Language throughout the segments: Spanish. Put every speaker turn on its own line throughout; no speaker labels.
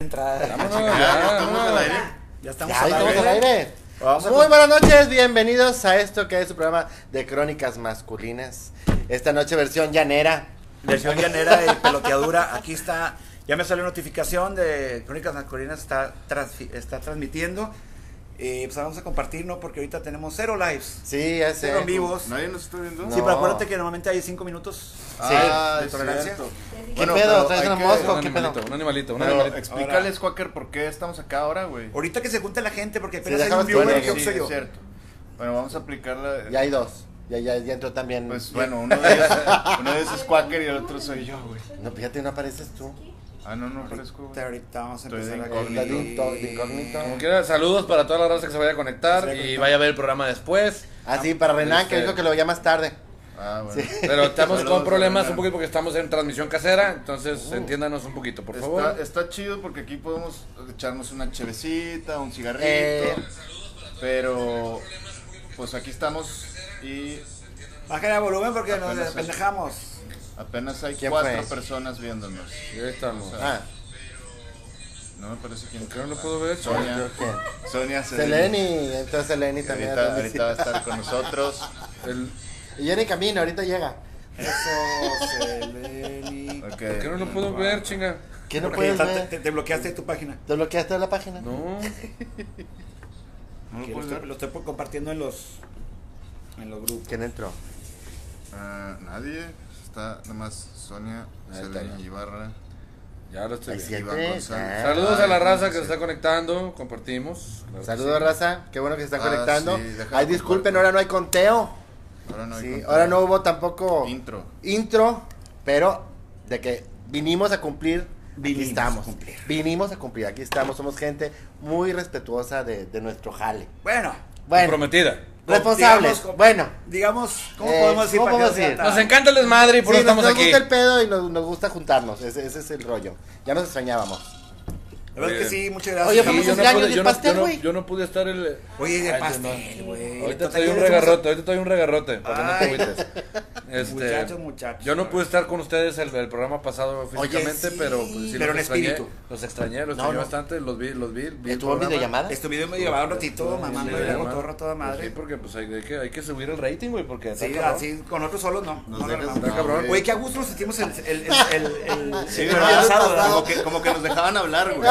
Entrada.
Vámonos,
Ya,
ya,
ya Ah, estamos al
vámonos.
aire.
Ya estamos
Ya, ahí estamos al aire.
Vamos a
Muy buenas noches, bienvenidos a esto que es su programa de crónicas masculinas. Esta noche versión llanera.
Versión llanera y peloteadura. Aquí está. Ya me salió notificación de Crónicas Masculinas. Está, transfi- está transmitiendo. Y pues vamos a compartir, ¿no? Porque ahorita tenemos cero lives.
Sí, ya sé.
Cero en vivos.
¿Nadie nos está viendo?
Sí,
No.
pero acuérdate que normalmente hay cinco minutos.
Ah,
de
es
tolerancia.
cierto.
¿Qué
Bueno,
pedo?
pero
¿Traes
hay
un
que-
mosco?
un
¿Qué pedo?
animalito, un animalito, un
Pero
animalito.
explícales, Quaker, por qué estamos acá ahora, güey.
Ahorita que se junte la gente, porque apenas
Sí,
hay
déjame
un viewer
bueno,
que
yo
sí,
soy
es
yo.
cierto. Bueno, vamos a aplicarla. eh,
Ya hay dos. Ya, ya, ya entró también.
Pues bueno, uno de ellos, uno de ellos es Quaker y el otro soy yo, güey.
No, fíjate, no apareces tú.
Ah, no, no parezco,
Ahorita,
güey.
ahorita vamos a
Estoy de
empezar
Está de incó- de incógnito.
aquí.
Como quiera, saludos para toda la raza que se vaya a conectar
Se vaya a
y
conectar.
vaya a ver el programa después.
Ah, sí, para Renan, que
Este-
dijo que lo veía más tarde.
Ah, bueno.
Pero estamos
Saludos,
con problemas
saludos.
un poquito porque estamos en transmisión casera, entonces entiéndanos un poquito, por favor.
Está, está chido porque aquí podemos echarnos una chevecita, un cigarrito.
Eh.
Pero, pues aquí estamos y
Bajen el volumen porque nos
Apenas es-
pendejamos.
apenas hay
¿Quién
cuatro
fue?
personas viéndonos.
Y ahí estamos.
Ah,
No me parece quién.
Creo que no puedo ver.
Sonia.
¿quién?
Sonia Seleni.
Seleni. Entonces Seleni
Que
también.
Ahorita,
atrás de sí.
ahorita va a estar con nosotros.
El-
Y Jenny Camino, ahorita llega.
Eso, Seleni.
Ok.
¿Por qué no lo puedo ver, chinga?
¿Qué no
Porque
puedes
ya está- te,
ver?
te bloqueaste tu página.
¿Te bloqueaste de la página?
No.
¿No lo
Que lo,
puedes
estoy,
ver?
lo estoy por- compartiendo en los en los grupos.
¿Quién entró?
Ah, nadie. Está nomás Sonia
Ahí está,
Seleni
ya.
Ibarra.
Ya lo estoy
Ahí sí.
viendo.
Iván
Siete.
González.
Saludos a la
Ay,
raza que
sí.
se está conectando, compartimos. Claro que
Saludos,
sí.
raza. Qué bueno que se están
Ah,
conectando.
sí, déjame
Ay, disculpen,
comparto.
ahora no hay conteo.
Ahora no hay
Sí,
contenido.
ahora no hubo tampoco
Intro.
intro, pero de que vinimos a cumplir,
Vinimos
aquí estamos.
a cumplir.
Vinimos a cumplir, aquí estamos. Somos gente muy respetuosa de, de nuestro jale.
Bueno,
Bueno,
Comprometida.
responsables.
digamos, com-
bueno,
digamos, ¿cómo
Eh,
podemos decir?
¿cómo
para que
podemos
no sea
decir?
tan-
Nos encanta el desmadre y por
sí,
eso estamos
nos, nos
aquí.
gusta el pedo y nos, nos gusta juntarnos. Ese, ese es el rollo. Ya nos extrañábamos.
La verdad es que sí, muchas gracias.
Oye,
Sí,
pues, vamos
yo
a
no
hacer años
pude-
de
yo no-
pastel,
yo no-
güey.
Yo no pude estar el...
Oye, de
Ay,
pastel, güey.
Ahorita
Eh, Total,
estoy
ya
un
le fuimos a-
regarrote, ahorita estoy un regarrote, para que no te
Ay.
agüites. Este,
Muchachos, muchachos.
Yo no pude estar con ustedes el, el programa pasado físicamente,
sí,
pero pues, sí
pero en
los extrañé,
espíritu.
Los extrañé, los
No,
extrañé
no.
bastante, los vi, los vi. vi el
¿Estuvo en
programa.
videollamada?
Este video me llevaba un ratito
Sí,
mamando
sí,
y luego
mamá.
todo toda madre.
Sí, porque pues hay, hay que, hay que subir el rating, güey, porque
Sí,
está cabrón.
así, con otros solos no.
Nos
no la
dejas-
armamos.
Está cabrón.
Güey, qué a gusto nos sentimos el, el, el, el, el-
Sí,
el
¿verdad?
pasado, ¿verdad?
Como que, como que nos dejaban hablar, güey.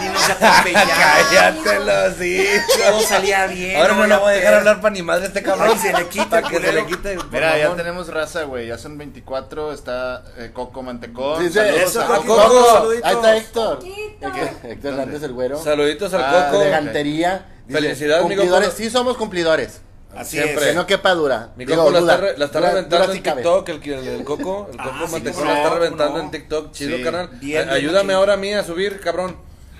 Ni nos atropellaron.
Cállatelos, sí.
Todo salía bien. eh,
Ahora no
la
lo voy a dejar hablar para ni madre a este cabrón.
Ay, se le quita,
Para que se le
culero.
quite. por
Mira, ya
mamón.
tenemos raza, güey. Ya son 24. Está eh, Coco Mantecón.
Sí, sí,
Saludos
eso,
a
Coco,
Coco,
Coco,
saluditos.
Ahí está Héctor.
Héctor.
Héctor Héctor Hernández, el güero.
Saluditos al
Ah,
de
Coco.
gan-
gantería. Dice,
Felicidades, amigo,
Cumplidores,
por-
sí somos cumplidores.
Así
Siempre.
es.
Que no quepa dura.
Mi
Digo,
coco la
duda.
está, re- la está
Dura-
reventando
dura sí
en
cabe.
TikTok, el, que- el, el coco, el
Ah,
coco
sí,
Mantecón
cómo
la está
no,
reventando
cómo no.
en Tiktok, chido
Sí.
canal.
Bien, bien
ayúdame
machín.
ahora a mí a subir, cabrón.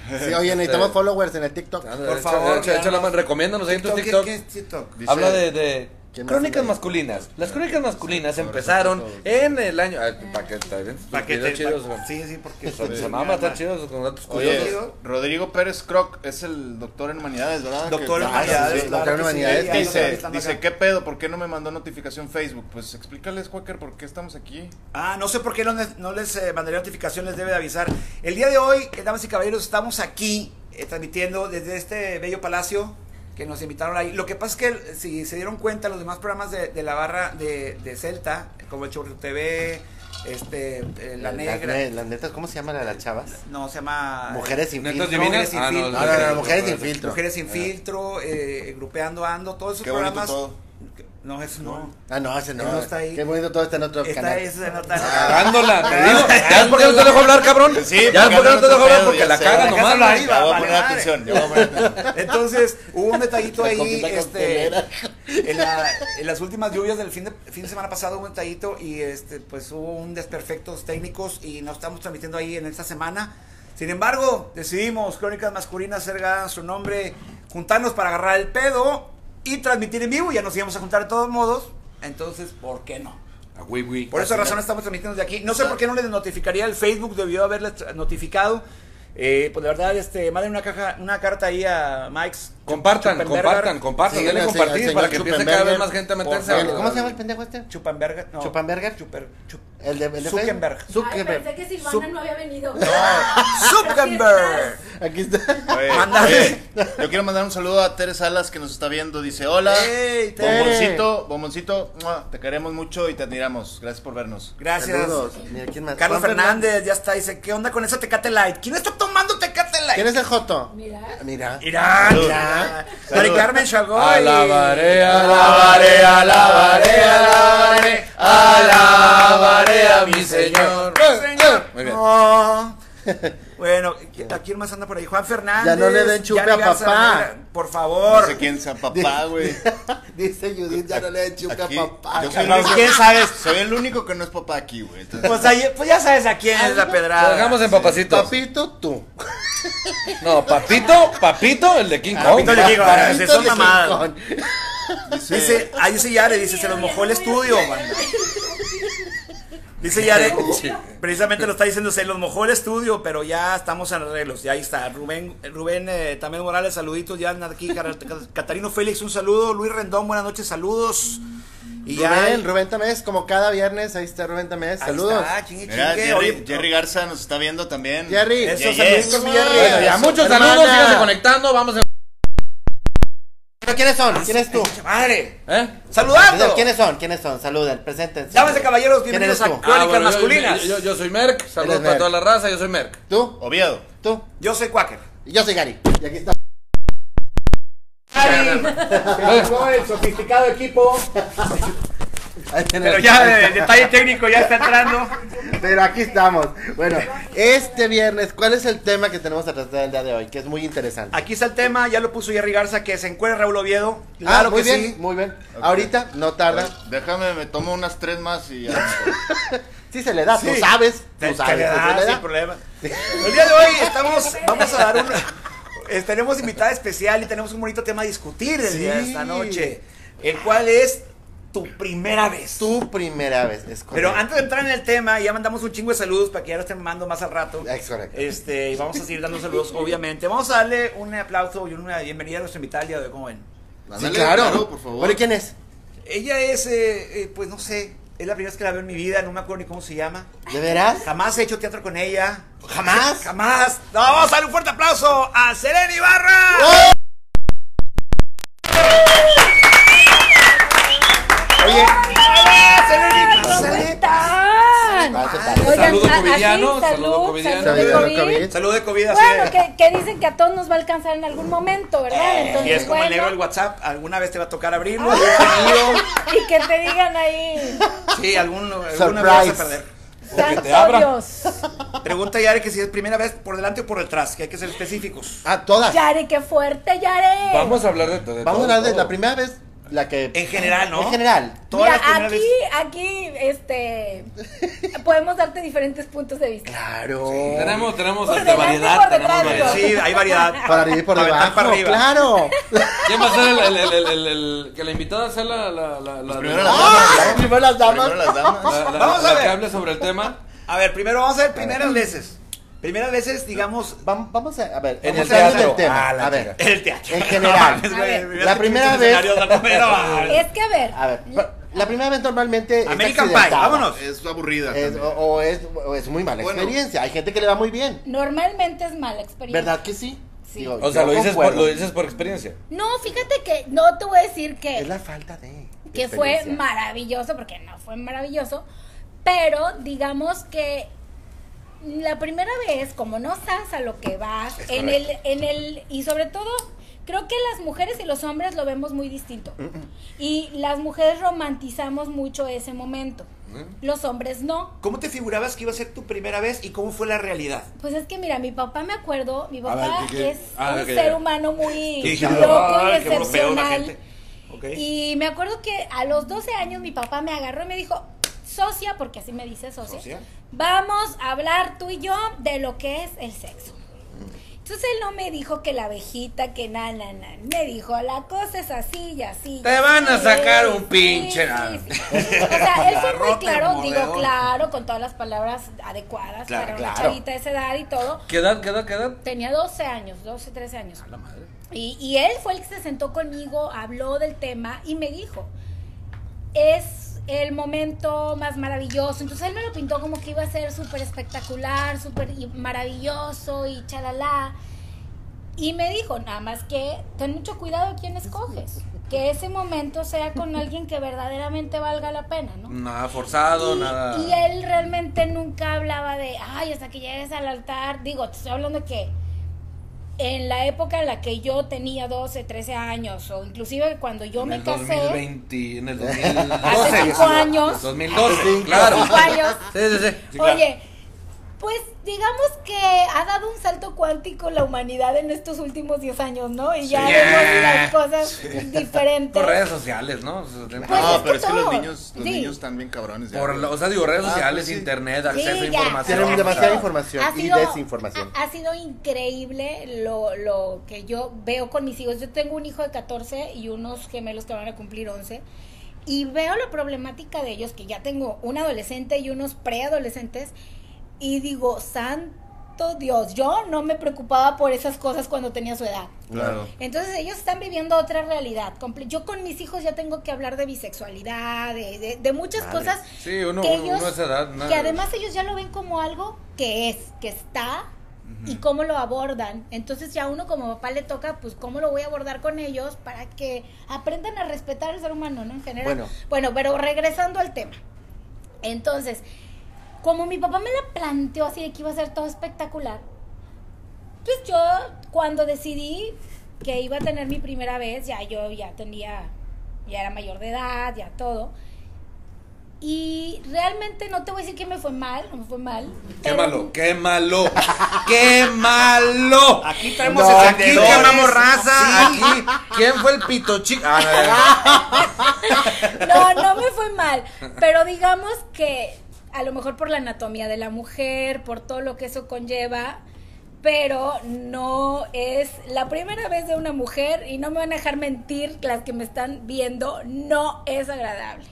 Sí, oye, necesitamos followers en el TikTok.
Por favor,
echa, echa la
véanos.
mano, recomiéndanos ahí en tu
¿Qué-
TikTok.
qué es TikTok?
Dice-
Habla de, de
¿Quién más
crónicas
anda ahí?
masculinas. Las crónicas masculinas
sí,
empezaron
sobre todo.
en el año. Para que está bien,
Pa' que
videos
te-
chidos,
pa-
güey.
Sí, sí, porque
Se- Se
Sí,
mama, están
ma-
chidos con datos
Oye,
curiosos.
Rodrigo Pérez Croc es el doctor en humanidades, ¿verdad?
Doctor en
Ah,
Que-
humanidades,
sí.
claro
doctor en
que sí,
humanidades,
ya
que
lo
dice-
están
Dice,
dando
dice,
acá.
¿qué pedo? ¿Por qué no me mandó notificación Facebook? Pues explícales, Quaker, por qué estamos aquí.
Ah, no sé por qué no, les- no les eh, mandaría notificación, les debe de avisar. El día de hoy, eh, damas y caballeros, estamos aquí eh, transmitiendo desde este bello palacio que nos invitaron ahí. Lo que pasa es que eh, si se dieron cuenta, los demás programas de, de la barra de, de Celta, como el Chorro TV, este, eh, La
Las
Negra,
ne- Las netas, ¿cómo se llaman a las chavas?
no, se llama...
Mujeres sin
¿Netas
filtro.
divinas?
sin filtro.
No, no, no,
sí,
mujeres sin
sí.
filtro.
Mujeres sin filtro, eh, Grupeando Ando, todos esos
Qué bonito
programas...
todo.
No, eso no.
Ah, no, ese no.
Que no está ahí.
Qué bonito todo está en otro
Esta
canal.
es la nota.
Ah, Cagándola, te digo. ¿Ya por qué no te dejo hablar, cabrón?
Sí,
ya
porque
por qué no te dejo hablar
pedo,
porque
ya
la
sé.
caga
La
nomás,
caga
güey.
arriba.
Ya voy a poner
vale, madre.
atención, ya voy a poner atención.
Entonces, hubo un detallito
La
ahí,
compita
este,
coctelera.
en, la- en las últimas lluvias del fin de, fin de semana pasado hubo un detallito y este, pues hubo un desperfectos técnicos y no estamos transmitiendo ahí en esta semana. Sin embargo, decidimos, Crónicas Masculinas, Serga, su nombre, juntarnos para agarrar el pedo y transmitir en vivo. Ya nos íbamos a juntar de todos modos, entonces, ¿por qué no?
Ah, güey, güey.
Por esa razón estamos transmitiendo desde aquí. No sé por qué no les notificaría el Facebook, debió haberles tra- notificado. Eh, pues la verdad, este, manden una caja, una carta ahí a Mike.
Compartan,
Schuppenberger.
compartan, compartan,
Sí,
denle
no,
compartir
señor-
para
señor
que empiece cada vez
Schuppenberger.
más gente a meterse.
Por
a-
favor.
¿Cómo se llama el pendejo este?
Schuppenberger, no.
¿Schuppenberger?
Chuper- Chup-
El de, el de
Zuckerberg.
Facebook.
Ay, pensé
Zuckerberg.
que Silvana
Zuc-
no había venido.
Zuckerberg.
Aquí está.
Oye,
Ándale.
oye, yo quiero mandar un saludo a Tere Salas que nos está viendo. Dice: Hola,
Ey, Tere.
bomboncito, bomboncito, mua, te queremos mucho y te admiramos. Gracias por vernos.
Gracias.
Saludos. Mira, ¿quién más?
Carlos
Juan
Fernández, ya está. Dice, ¿qué onda con esa Tecate Light? ¿Quién está tomando Tecate Light?
¿Quién es el Joto?
Mira.
Mira.
Irán,
Salud.
Irán.
Salud.
Mari Carmen Chagoy.
Alabaré, alabaré, alabaré, alabaré, alabaré a mi Señor.
Eh, Señor.
Muy bien.
Oh. Bueno, ¿a quién más anda por ahí? Juan Fernández.
Ya no le den chupe
Yanni
a
Garza
papá.
Rovira, Por
No
favor.
sé quién sea papá, güey.
Dice Judith, ya no le den chuca
Aquí,
papá.
yo soy el
cabrón.
único-
Pues, ¿Quién sabes?
Soy el único que no es papá aquí, güey. Entonces,
Pues, ahí- pues ya sabes a quién es la
Ah, Lo
pedrada.
dejamos
Ah,
en papacitos.
Papito, tú.
No, papito, papito, el de King Kong.
Papito le digo,
Papito
esas son
de
mamadas.
King Kong.
dice-
Dice, ahí dice Yare, dice, se los mojó el estudio, banda. Dice Yare,
Sí.
precisamente lo está diciendo, se los mojó el estudio, pero ya estamos en arreglos, ya ahí está. Rubén, Rubén eh, también Morales, saluditos, ya andan aquí. Car- Catarino Félix, un saludo. Luis Rendón, buenas noches, saludos. Y
Rubén,
ya.
Rubén Tamés, como cada viernes, ahí está Rubén Tamés.
ahí
Saludos.
está, chingue,
Mira,
chingue.
Jerry,
Oye,
Jerry Garza nos está viendo también.
Jerry.
Eso,
Yes,
saluditos,
yes.
mi Jerry.
Bueno, ya muchos saludos,
Hermana.
síganse conectando, vamos ¿eh? a...
¿Pero quiénes son? ¿Quién es tú?
madre.
¿Eh?
Saludando.
¿Quiénes son? ¿Quiénes son? Saluden, presenten.
Damas y caballeros,
¿Quién eres
bienvenidos a
tú?
Crónicas
Ah, bueno, yo-
Masculinas.
Yo, yo soy Merck, saludos
Eres
para
Merck.
toda la raza, yo soy Merck.
¿Tú?
Oviedo.
¿Tú?
Yo soy Quaker.
Y Yo soy Gary. Y aquí está.
el sofisticado equipo.
Ahí tiene-
Pero ya, el detalle técnico ya está entrando.
Pero aquí estamos. Bueno, este viernes, ¿cuál es el tema que tenemos a tratar el día de hoy? Que es muy interesante.
Aquí está el tema, ya lo puso Jerry Garza, que se encuentra Raúl Oviedo.
ah, muy bien, muy bien. Ahorita, no tarda.
Déjame, me tomo unas tres más y ya.
Sí se le da,
Sí.
tú sabes.
Te-
Tú
te
sabes,
le
sí
da
se le
sin
da.
problema. El día de hoy estamos, vamos a dar un, eh, tenemos invitada especial y tenemos un bonito tema a discutir el día de
Sí.
esta noche, el cual es tu primera vez.
Tu primera vez, es correcto.
Pero antes de entrar en el tema, ya mandamos un chingo de saludos para que ya lo estén mandando más al rato.
Es correcto.
Este, y vamos a seguir dando saludos, obviamente. Vamos a darle un aplauso y una bienvenida a nuestra invitada el día de hoy, ¿cómo ven?
Sí,
Ándale,
claro.
por favor.
Bueno, ¿y quién es?
Ella es, eh, eh, pues no sé, es la primera vez que la veo en mi vida, no me acuerdo ni cómo se llama.
¿De veras?
Jamás he hecho teatro con ella.
¿Jamás?
Jamás. No, vamos a dar un fuerte aplauso a Selene Ibarra.
Oye,
¡Hola, Selene!
¿Cómo están?
Pase, pase.
Oigan,
Saludo
a- aquí,
covidiano, saludo
salud,
covidiano.
salud de
Saludo
COVID.
COVID.
Salud de COVID, así
Bueno,
de-
que, que dicen que a todos nos va a alcanzar en algún momento, ¿verdad?
Eh, Y es
Entonces,
como el negro del
bueno, Ah.
WhatsApp, alguna vez te va a tocar abrirlo. bienvenido.
y que te digan ahí,
Sí, algún, alguna vez vas a
Surprise.
perder.
santo Dios,
Pregunta a Yare que si es primera vez por delante o por detrás, que hay que ser específicos.
Ah, todas.
Yare, qué fuerte, Yare.
Vamos a hablar de todo. de
Vamos
todo,
a hablar de
todo.
la primera vez, la que...
En general, ¿no?
En general.
Todas las
Mira,
primeras
aquí,
veces.
aquí, este, podemos darte diferentes puntos de vista.
Claro.
Tenemos, tenemos
Por
hasta
delante,
variedad,
por
tenemos
detrás,
variedad.
Sí, hay variedad.
Para arriba y por
Para aventar
debajo,
para arriba.
claro.
¿Quién va a ser el, el, el, el, el- el- que la invitada sea la... la, la, la
primero
la,
las
Ah, Pues Primero las damas.
Primero las damas.
la- la-
Vamos a
la
ver.
que hable sobre el tema.
A ver, primero vamos a ver primeras veces. Primeras veces, digamos,
Vam- Vamos a, a ver,
En el
entrando
teatro.
tema.
Ah, la
a ver,
el teatro.
En general.
No mames,
A
güey,
ver.
el primer
La
pinche
primera
escenario
vez-
de la primera, vale.
Es que a ver,
a ver, pa- la primera vez normalmente es
American Pie,
accidentada.
vámonos.
Ah, Es aburrida.
Es- o,
también.
o es, o es muy mala
Bueno.
experiencia. Hay gente que le va muy bien.
normalmente es mala experiencia.
¿Verdad que sí?
Sí.
O sea,
yo
lo dices, por,
concuerdo.
lo dices por experiencia.
No, fíjate que no te voy a decir que...
Es la falta de.
que fue
experiencia.
maravilloso, porque no fue maravilloso, pero digamos que la primera vez, como no sabes a lo que vas, en el, en el, y sobre todo, creo que las mujeres y los hombres lo vemos muy distinto. Y las mujeres romantizamos mucho ese momento. Los hombres no.
¿Cómo te figurabas que iba a ser tu primera vez y cómo fue la realidad?
Pues es que mira, mi papá me acuerdo, mi
ver,
papá
¿qué- qué?
es
Ah,
un
ok, ya.
ser humano muy
Sí, dije, "Ay,
loco y
qué europeo la
excepcional.
gente". Ok.
Y me acuerdo que a los 12 años mi papá me agarró y me dijo, socia, porque así me dice socia,
Socia.
vamos a hablar tú y yo de lo que es el sexo. Entonces él no me dijo que la abejita, que na, na, na. Me dijo, la cosa es así y así. y
Te van a
así
sacar
es".
un pinche-
O sea, él fue muy
Garrote
claro,
mordedor.
digo, claro, con todas las palabras adecuadas
Claro,
para una
claro.
chavita de esa edad y todo.
¿Qué edad, qué edad, qué edad?
Tenía 12 años, 12, 13 años.
A la madre.
Y, y él fue el que se sentó conmigo, habló del tema y me dijo, es el momento más maravilloso. Entonces él me lo pintó como que iba a ser súper espectacular, súper y- maravilloso y chalala. Y me dijo, nada más que ten mucho cuidado a quién escoges. Que ese momento sea con alguien que verdaderamente valga la pena, ¿no?
Nada forzado,
y,
nada.
y él realmente nunca hablaba de, ay, hasta que llegues al altar. Digo, te estoy hablando de que en la época en la que yo tenía 12, 13 años, o inclusive cuando yo
en
me
el
casé,
2020, en el 2012.
hace 5 años,
2012,
Cinco.
claro.
cinco años,
Sí, sí, sí. Sí, claro.
Oye, pues digamos que ha dado un salto cuántico la humanidad en estos últimos 10 años, ¿no? Y ya
Sí.
vemos las cosas diferentes.
Por redes sociales, ¿no? O sea,
Pues
no,
es que
pero es que los
todo.
niños, los
Sí.
niños están bien cabrones. ya,
por
güey.
la- o sea, digo, redes
Ah,
sociales,
pues sí.
internet, acceso a
Sí, ya.
información.
Tienen
o sea,
demasiada información
Ha
y
sido-
desinformación.
Ha, ha sido increíble lo, lo que yo veo con mis hijos. Yo tengo un hijo de 14 y unos gemelos que van a cumplir 11. Y veo la problemática de ellos, que ya tengo un adolescente y unos preadolescentes. Y digo, santo Dios, yo no me preocupaba por esas cosas cuando tenía su edad.
Claro.
Entonces ellos están viviendo otra realidad. comple- Yo con mis hijos ya tengo que hablar de bisexualidad, de, de- de muchas
Madre.
cosas
Sí, uno,
que
uno,
ellos-
uno a esa edad. nada.
que además ellos ya lo ven como algo que es, que está y cómo lo abordan. Entonces ya uno como papá le toca, pues cómo lo voy a abordar con ellos para que aprendan a respetar al ser humano, ¿no? En general.
Bueno.
bueno pero regresando al tema. Entonces, como mi papá me la planteó así de que iba a ser todo espectacular, pues yo cuando decidí que iba a tener mi primera vez, ya yo ya tenía, ya era mayor de edad, ya todo. Y realmente no te voy a decir que me fue mal, no me fue mal.
Qué
pero-
malo, qué malo, qué malo.
Aquí traemos
No,
Aquí
encendedores.
quemamos raza. Aquí, ¿quién fue el pito chico? Ah, no, no, no.
No, no me fue mal. Pero digamos que a lo mejor por la anatomía de la mujer, por todo lo que eso conlleva, pero no es la primera vez de una mujer y no me van a dejar mentir las que me están viendo, no es agradable.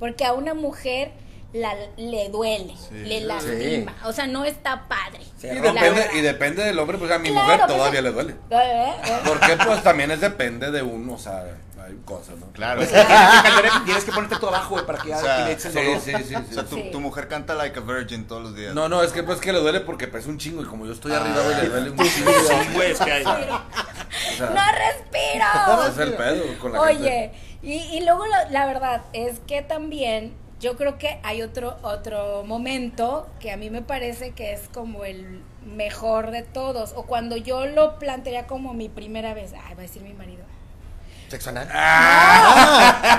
Porque a una mujer la, le duele, le lastima, o sea, no está padre.
Y
la
depende,
verdad.
y depende del hombre, pues a mi
Claro,
mujer
pues,
todavía le duele.
¿Eh? ¿Eh?
Porque pues también es depende de uno, o sea, hay cosas, ¿no?
Claro.
Pues, tienes que- Tienes que ponerte tú abajo, güey, para que
O
ya
sea,
le eches
Sí,
dolor.
sí, sí,
O
sí.
sea, tu,
Sí.
tu mujer canta like a virgin todos los días.
No, no, es que pues que le duele porque pesa un chingo y como yo estoy arriba, güey, le duele un chingo.
güey, es que hay.
O sea,
No respiro.
ese es el pedo con la
Oye,
gente.
y, y luego lo- la verdad es que también yo creo que hay otro, otro momento que a mí me parece que es como el mejor de todos, o cuando yo lo plantearía como mi primera vez, ay, va a decir mi marido.
Sexo anal.
Ah.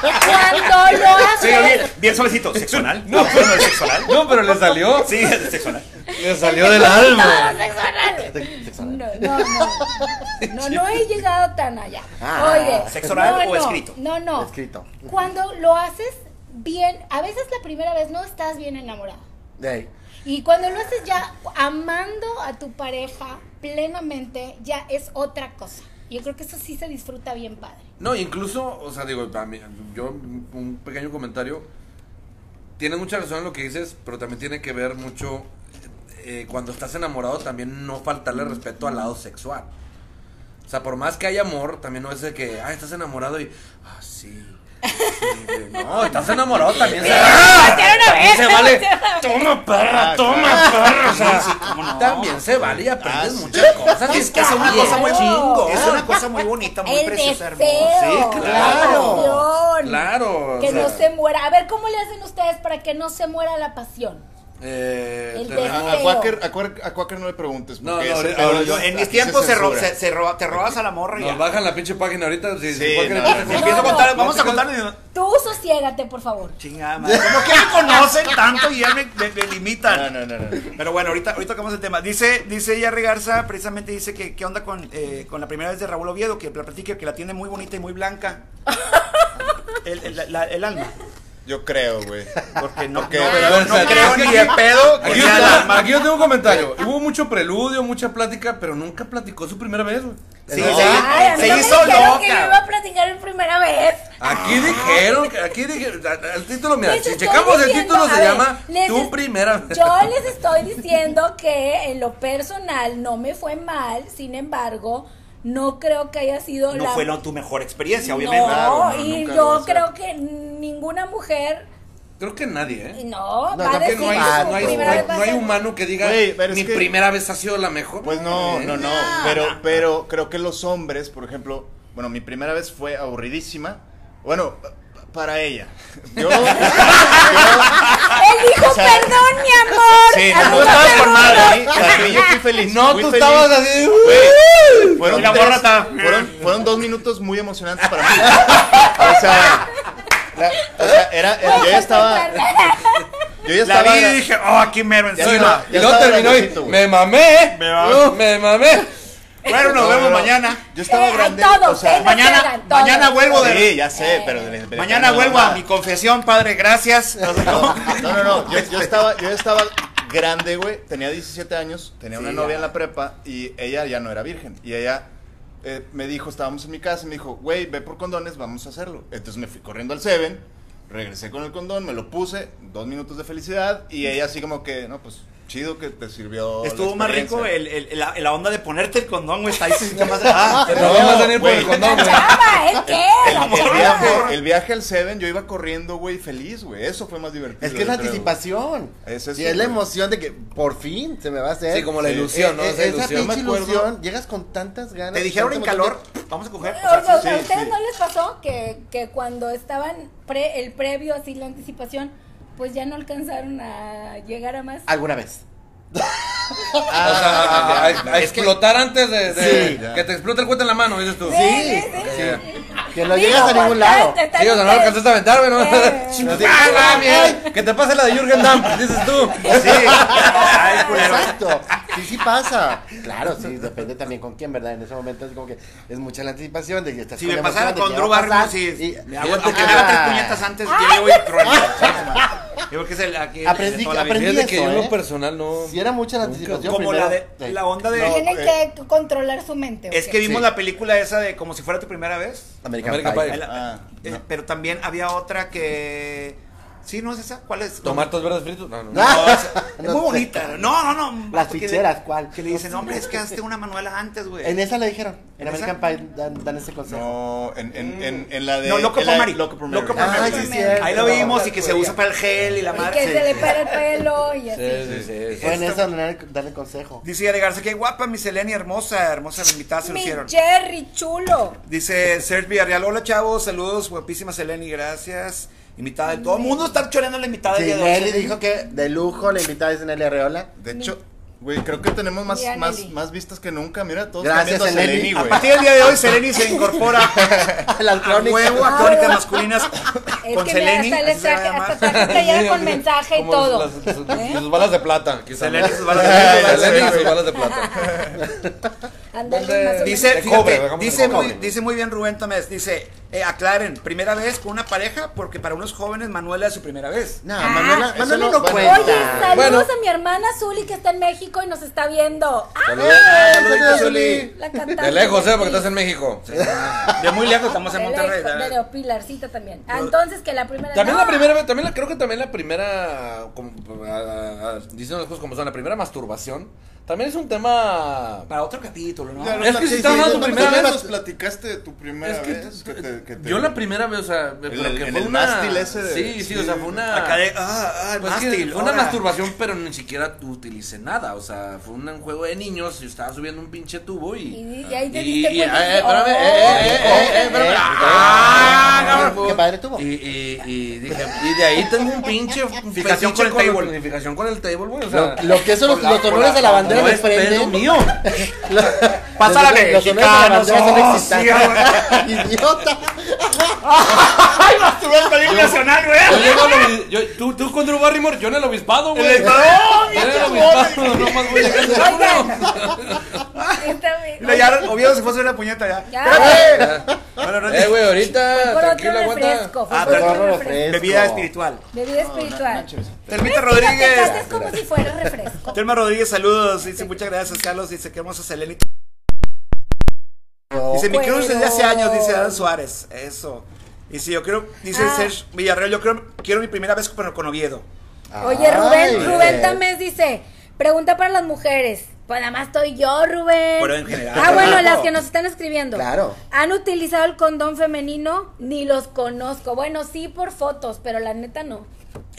Cuando lo
Sí,
haces,
bien, bien suavecito. ¿Sexual? No, no es sexual.
No, pero le salió,
Sí, es sexual.
le salió del alma.
Sexo anal.
No, no, no. No, no he llegado tan allá.
Ah,
Oye,
¿sexo oral
no,
o
no,
escrito?
No, no.
Escrito.
Cuando lo haces bien, a veces la primera vez no estás bien enamorado.
De ahí.
Y cuando lo haces ya amando a tu pareja plenamente, ya es otra cosa. Yo creo que eso sí se disfruta bien padre.
No, incluso, o sea, digo, a mí- yo un pequeño comentario. Tiene mucha razón en lo que dices, pero también tiene que ver mucho eh, cuando estás enamorado también no faltarle respeto al lado sexual. O sea, por más que haya amor, también no es de que, ah, estás enamorado y, ah, sí. sí, güey". No, estás enamorado también. se vale. También se vale. Toma,
ah,
perra, toma, perra. O sea, también se vale y aprendes muchas cosas.
Ah, Es que es una
Bien
cosa muy
Chingo.
Es una cosa muy bonita, muy
El
preciosa,
deseo.
hermosa. Sí,
claro.
La pasión.
Claro. o
Que no
sea,
se muera. A ver, ¿cómo le hacen ustedes para que no se muera la pasión?
eh,
El
te-
deseo.
A, a Quaker, a, Quaker, a Quaker no le preguntes.
No,
porque ese
no, ahora-
pedo
ahora
es-
yo-
En mis
aquí se
tiempos se ro-
censura.
se- se roba- te robas a la morra y
Nos
ya.
bajan la pinche página ahorita. Si,
Sí,
si-
no,
cualquier-
no,
cualquier-
Empiezo a contar, vamos a
cualquier-
contar.
Tú sosiégate, por favor.
Chingada madre. ¿Cómo que me conocen tanto y ya me, me- me limitan?
No, no, no, no.
Pero bueno, ahorita, ahorita tocamos el tema. Dice, dice ella Regarza, precisamente dice que qué onda con, eh, con la primera vez de Raúl Oviedo, que la platica, que la tiene muy bonita y muy blanca. El, el- la- el alma.
Yo creo, güey.
Porque no,
Porque-
no,
pero
yo
a ver,
no
espérate.
creo ni de pedo que
Aquí,
sea
está,
la-
aquí yo tengo un comentario. Hubo mucho preludio, mucha plática, pero nunca platicó su primera vez, güey.
Sí,
No.
se,
Ay, a mí
se
no me
hizo
dijeron que yo iba
loca.
a platicar en primera vez.
Aquí dijeron, que- aquí dijeron, el título, mira,
Les
si
estoy
checamos el
diciendo-
título
a
se
ver,
llama
les
Tu
es-
primera vez.
Yo les estoy diciendo que en lo personal no me fue mal, sin embargo, no creo que haya sido
no
la
fue no, tu mejor experiencia,
No,
obviamente.
Claro, no,
y
nunca lo va
yo
a ser.
creo que ninguna mujer
Creo que nadie, ¿eh?
no,
No,
va a
creo que
decir
No hay,
que su
no hay-
primera
no hay-
vez va a
no hay
ser-
humano que diga
Güey, pero es
mi
que-
primera vez ha sido la mejor.
Pues no,
Eh,
no, no. Pero, pero creo que los hombres, por ejemplo, bueno, mi primera vez fue aburridísima. Bueno, pa- pa- para ella. Yo.
Él dijo,
O sea,
perdón, mi amor.
Sí,
A
no,
los
estabas
hombres
por madre. ¿eh?
no.
O sea, yo fui feliz.
No,
fui
tú
feliz.
estabas así.
Güey, fueron,
Y la
tres-
morra está-
fueron, fueron dos minutos muy emocionantes para mí. O sea, la- o sea, era, era- yo ya estaba. Yo ya
La
estaba.
vi y dije, oh, aquí mero
Ya
encima.
estaba-
y luego
estaba
terminó
grandecito,
y
güey.
me mamé.
Me mamé.
uh, me mamé.
Bueno, nos
No,
vemos
no, no.
mañana.
Yo estaba
Eh, ay,
grande. o
todos,
sea,
eh,
Mañana,
Todos.
mañana vuelvo de.
Sí, ya sé, pero.
Mañana vuelvo a mi confesión, padre, gracias.
No, no, no, yo, yo estaba, yo estaba grande, güey, tenía 17 años, tenía una
Sí,
novia
ya.
en la prepa y ella ya no era virgen. Y ella eh, me dijo, estábamos en mi casa, y me dijo, güey, ve por condones, vamos a hacerlo. Entonces me fui corriendo al Seven, regresé con el condón, me lo puse, dos minutos de felicidad y ella así como que, no, pues chido que te sirvió. la
Estuvo más rico
experiencia".
el, el- la, la onda de ponerte el condón, güey. Está ahí se siente más. Ah,
Te
No,
vas a salir por el
güey.
condón, güey.
Chava, ¿el qué? La
El
chava.
viaje, el viaje al Seven, yo iba corriendo, güey, feliz, güey. Eso fue más divertido.
Es que es
yo
la
creo.
anticipación.
Es eso,
y es la
güey.
emoción de que por fin se me va a hacer.
Sí, como la ilusión, ¿no?
Eh, eh,
Esa
esa
ilusión.
pinche
Yo me acuerdo-
ilusión. Llegas con tantas ganas.
Te dijeron en
tanta
calor,
emoción
vamos a coger.
O sea,
O sea,
o sea, ¿a
sí,
ustedes
sí.
no les pasó que, que cuando estaban pre- el previo, así la anticipación, pues ya no alcanzaron a llegar a más?
que- Alguna vez.
O sea, a, a- a explotar antes de, de-
Sí.
que te explote el cuete en la mano, dices tú.
Sí.
Sí.
Que no llegas a
pues,
ningún lado.
Sí, o sea, no alcanzaste a aventar, güey, ¿no?
Eh.
¡Ah, la mierda! Que te pase la de Jürgen Damm, dices tú.
Ay, culero.
Exacto. Sí, sí pasa. Claro, sí, depende también con quién, ¿verdad? En ese momento es como que es mucha la anticipación de que estás
si
con
me
la
pasara
emoción
con
de que
Drew
va a pasar
Barrymore, si
y-
me aguanto
Ah.
que me haga tres puñetas antes, yo voy crónica. Yo creo que es el aquí. el de
Aprendí-
toda la vida.
aprendí-
Fíjate que
eso,
yo en
¿eh?
lo personal no.
Si era mucha la anticipación.
Como la, de,
primero, sí.
la onda de.
No,
Tienen
eh,
que controlar su mente. ¿o
es
qué?
que vimos
Sí.
la película esa de como si fuera tu primera vez.
American,
American
Pie.
Pie.
El-
Ah,
eh,
no.
Pero también había otra que. Sí, ¿no es esa? ¿Cuál es?
Tomar tus verdes fritos. No, no. no.
No, es, es
No
muy
sé.
bonita. No, no, no.
Las
porque-
ficheras, ¿cuál?
Que le dicen, no, hombre, es que hazte una manuela antes, güey.
En esa le dijeron. En
¿En esa?
American Pie dan, dan ese consejo.
No, en, en, en, en la de.
Mm. No, Loco
en la
por
de
Mary.
Loco por Mary.
Loco por
Ah,
Mary. Ahí
sí, cierto.
lo vimos y que se usa para el gel y la
Y
madre.
que se le para el pelo y así.
Sí, sí, sí. sí.
Fue en
Esto-
esa donde dan- dan el consejo.
Dice de Garza, qué guapa, mi Seleni, hermosa, hermosa, la invitada se lo
Mi
hicieron.
Jerry chulo.
Dice Sergio Villarreal, hola chavos, saludos, guapísima Seleni, gracias. Invitada de todo el mundo, está choreando la invitada
Sí,
del día de
Nelly
hoy.
dijo que de lujo la invitada es Nelly Arreola.
De hecho, güey, creo que tenemos más,
Mira,
más,
Nelly.
más vistas que nunca. Mira, todos
Gracias,
están viendo a
Seleni.
Seleni,
A
güey.
partir del día de hoy, Seleni se incorpora
Las
a
crónicas.
huevo a crónicas masculinas
Es
con
que mira,
Seleni.
hasta
así
les
se va a
traje,
llamar.
hasta traje un taller con mensaje y
Como
todo.
las- las-
¿Eh?
Sus balas de plata. quizá.
Seleni, sus balas
de plata.
Seleni, sus balas de plata.
Ándale,
¿Dónde?
más o
Dice, "Ah,
De
fíjate,
cobre, hagamos de
dice,
cobre.
muy, dice muy bien Rubén Tomés, dice, eh, aclaren, primera vez con una pareja, porque para unos jóvenes Manuela es su primera vez.
No,
Ah.
Manuela,
Eso
Manuela
no-
no
bueno.
cuenta.
Oye, saludos
Bueno.
a mi hermana Zuli que está en México y nos está viendo. ¡Ah!
Saludos.
Ay,
Saluditos,
saludos,
Zuli.
Zuli.
La cantante.
De lejos, ¿eh? Porque
Sí.
estás en México.
De muy lejos estamos en
De
Monterrey.
lejos,
¿verdad?
de Leo Pilarcita también. Ah, entonces que la primera.
También
no.
la primera vez, también la, creo que también la primera, como, a- a- a- diciendo las cosas como son, la primera masturbación, también es un tema...
Para otro capítulo, ¿no?
Claro,
Es que si estaba
sí,
hablando
sí,
tu
¿tú
primera
también
vez?
nos platicaste de tu primera
Es que
vez.
tú-
que te- que te-
Yo la primera vez, o sea, pero
el-
que
en
fue
el
una-
mástil ese de-
sí, sí,
sí.
o sea, fue una...
Acá de, ah, ah, el
Pues que
mástil,
fue una
ahora.
masturbación, pero ni siquiera utilicé nada. O sea, fue un, un juego de niños. Yo estaba subiendo un pinche tubo y.
Y- y ahí te
y-
diste
y-
cuenta.
eh, espérame, eh, eh, eh, eh, eh, espérame.
Eh,
Ah,
eh,
cabrón.
qué padre tuvo.
Y, y, y dije, y de ahí tengo un pinche.
Fijación
fetiche
con el
la-
table.
Fijación con el table, güey. O sea,
Lo, lo que son los, los honores de la bandera
no
de
es pedo
frente.
mío.
Lo-
Pásala,
los- los honores de la
mexicanos.
bandera son
Oh,
excitantes. Idiota.
¡Ay, masturbé el peligro nacional,
Yo
güey!
llego al obis- yo- tú, tú con Drew Barrymore, yo en el obispado, güey.
El obispado,
Yo en el obispado, nomás voy llegando.
Esta vez-
Y le ya Oviedo se fue a hacer una puñeta ya.
Ya.
Espérate. Bueno, no
Eh, güey, ahorita.
Por otro
Tranquilo, aguanta.
refresco.
Ah,
Ah, por otro
perdón,
refresco.
Bebida espiritual.
Bebida espiritual.
Telmita
Fíjate,
Rodríguez.
Tati, es como si fuera refresco.
Telma Rodríguez, saludos. Dice muchas gracias, Carlos. Dice que hermosa Selena. Dice, mi cruz desde hace años, dice Adán Suárez. Eso. Dice, yo creo, dice
Ah.
Sergio Villarreal, yo creo, quiero mi primera vez con, con Oviedo.
Oye,
Ay,
Rubén, Rubén
eh.
Tamés dice, pregunta para las mujeres. Pues nada más estoy yo, Rubén.
Pero en general.
Ah, bueno, las que nos están escribiendo.
Claro.
¿Han utilizado el condón femenino? Ni los conozco. Bueno, sí por fotos, pero la neta no.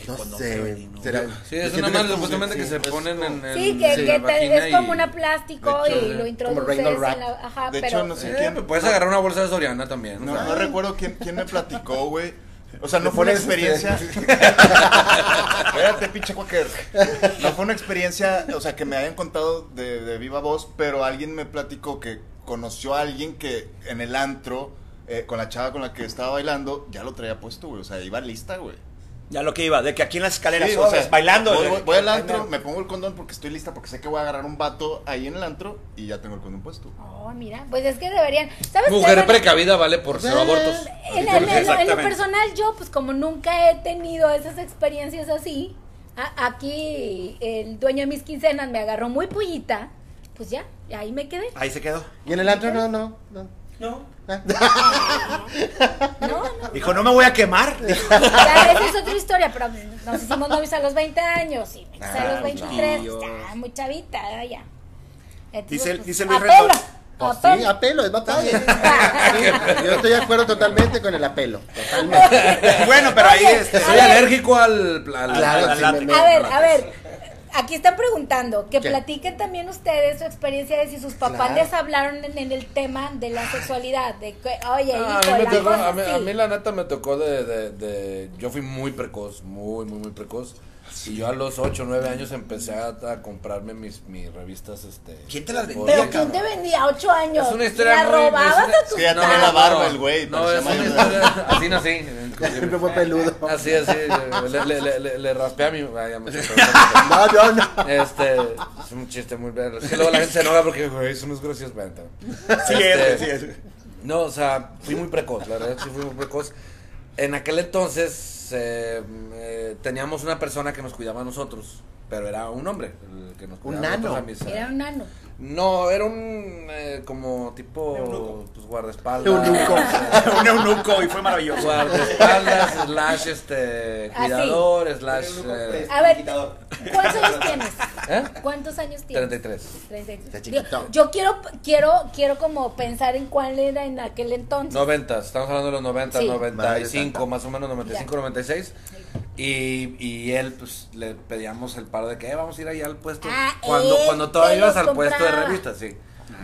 No sé. será-
Sí, pues, es una
Yo siento
madre
es como-
supuestamente que
sí,
se
es
ponen
como-
en. en-
sí, que,
en la
que te-
Em, vagina
es como
y-
una plástico
de hecho,
y lo
eh,
introduces
Reynolds
en
Wrap.
la... Ajá,
De
pero...
hecho, no sé
Eh,
quién.
pues puedes agarrar una bolsa de Soriana también. o
No,
sea.
no recuerdo quién, quién me platicó, güey. O sea, no fue una
pones
experiencia. Espérate, pinche cuáquer. No fue una experiencia, o sea, que me hayan contado de, de viva voz, pero alguien me platicó que conoció a alguien que en el antro, eh, con la chava con la que estaba bailando, ya lo traía puesto, güey. O sea, iba lista, güey.
Ya lo que iba, de que aquí en las escaleras,
Sí,
o sea, bailando.
Voy,
güey.
voy- voy al antro, me pongo el condón porque estoy lista, porque sé que voy a agarrar un vato ahí en el antro y ya tengo el condón puesto.
Oh, mira, pues es que deberían... ¿Sabes qué?
Mujer
Bueno,
precavida vale por cero abortos.
En, en- en- en lo
Exactamente.
personal, yo, pues como nunca he tenido esas experiencias así, a- aquí el dueño de mis quincenas me agarró muy pollita, pues ya, ahí me quedé.
Ahí se quedó.
Y en el antro no, no. no.
No.
No, no.
Dijo, no me voy a quemar. Dijo,
Ya, esa es otra historia, pero nos hicimos novios a los 20 años y me casé a
Ah,
los 23,
chiquillos.
está muy chavita, ya. Entonces,
Dice el-
pues,
dice Luis Oh,
apela,
Rendón.
Pues sí,
apela.
apelo, es batalla. Sí, yo estoy de acuerdo totalmente con el apelo. Totalmente.
bueno, pero ahí
Oye,
este.
a
Soy
ver.
alérgico al. al-
Claro,
al-
sí,
al-
me-
A ver, a ver. Aquí están preguntando que
¿Qué?
platiquen también ustedes su experiencia de si sus papás
Claro.
les hablaron en, en el tema de la sexualidad, de que, oye,
No,
hijo,
Ah, a, mí me
la
tocó-
cosa
a mí-
sí.
a mí la neta me tocó de, de- de- Yo fui muy precoz, muy, muy, muy precoz. Y yo a los 8, 9 años empecé a, a comprarme mis, mis revistas. Este,
¿Quién te las vendía,
Pero
porno,
¿quién te vendía a ocho años?
Es una historia
¿La
muy-
robabas
es una-
a tu
que ya tenía
papá?
la barba el güey,
No,
parecía
es una
mayor de
historia así, no así.
Siempre fue peludo.
Así, así. Le, le, le- le- le raspé a mi... ay, ya me estoy
No, no, no.
Este, es un chiste muy verga. Es que luego la gente se enoja porque, güey, eso no es gracioso. Bueno, está bien.
Sí,
Este.
es, sí, es.
No, o sea, fui muy precoz, la verdad, sí fui muy precoz. En aquel entonces eh, eh, teníamos una persona que nos cuidaba a nosotros, pero era un hombre el que nos cuidaba.
Un
a nosotros,
nano.
a mis, eh,
Era un nano.
No, era un eh, como tipo pues, guardaespaldas.
Eunuco.
Un eunuco y fue maravilloso.
Guardaespaldas, slash este,
Así.
cuidador, slash... eh,
A ver, ¿cuántos años tienes?
¿Eh?
¿Cuántos años tienes?
33.
33.
Está chiquito.
Digo, Yo quiero, quiero, quiero como pensar en cuál era en aquel entonces.
Noventas, estamos hablando de los 90,
Sí.
Madre
95,
santa.
más o menos 95,
Ya.
96. Y, y él, pues, le pedíamos el paro de que "Eh, vamos a ir allá al puesto.
Ah,
cuando,
él
cuando
te
todavía ibas
los
al puesto de
compraba.
revista, sí.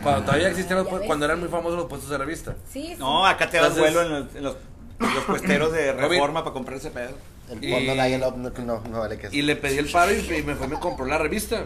Cuando todavía existían, los
ya
pu-
ves.
cuando eran muy famosos los puestos de revista.
Sí, sí.
No, acá te das
Entonces-
vuelo en los, en los, en los puesteros de
Robin.
reforma para comprar ese pedo.
El
Y-
porno dial-up no, no, no vale que
Y le pedí el paro y, y me fue, me compró la revista.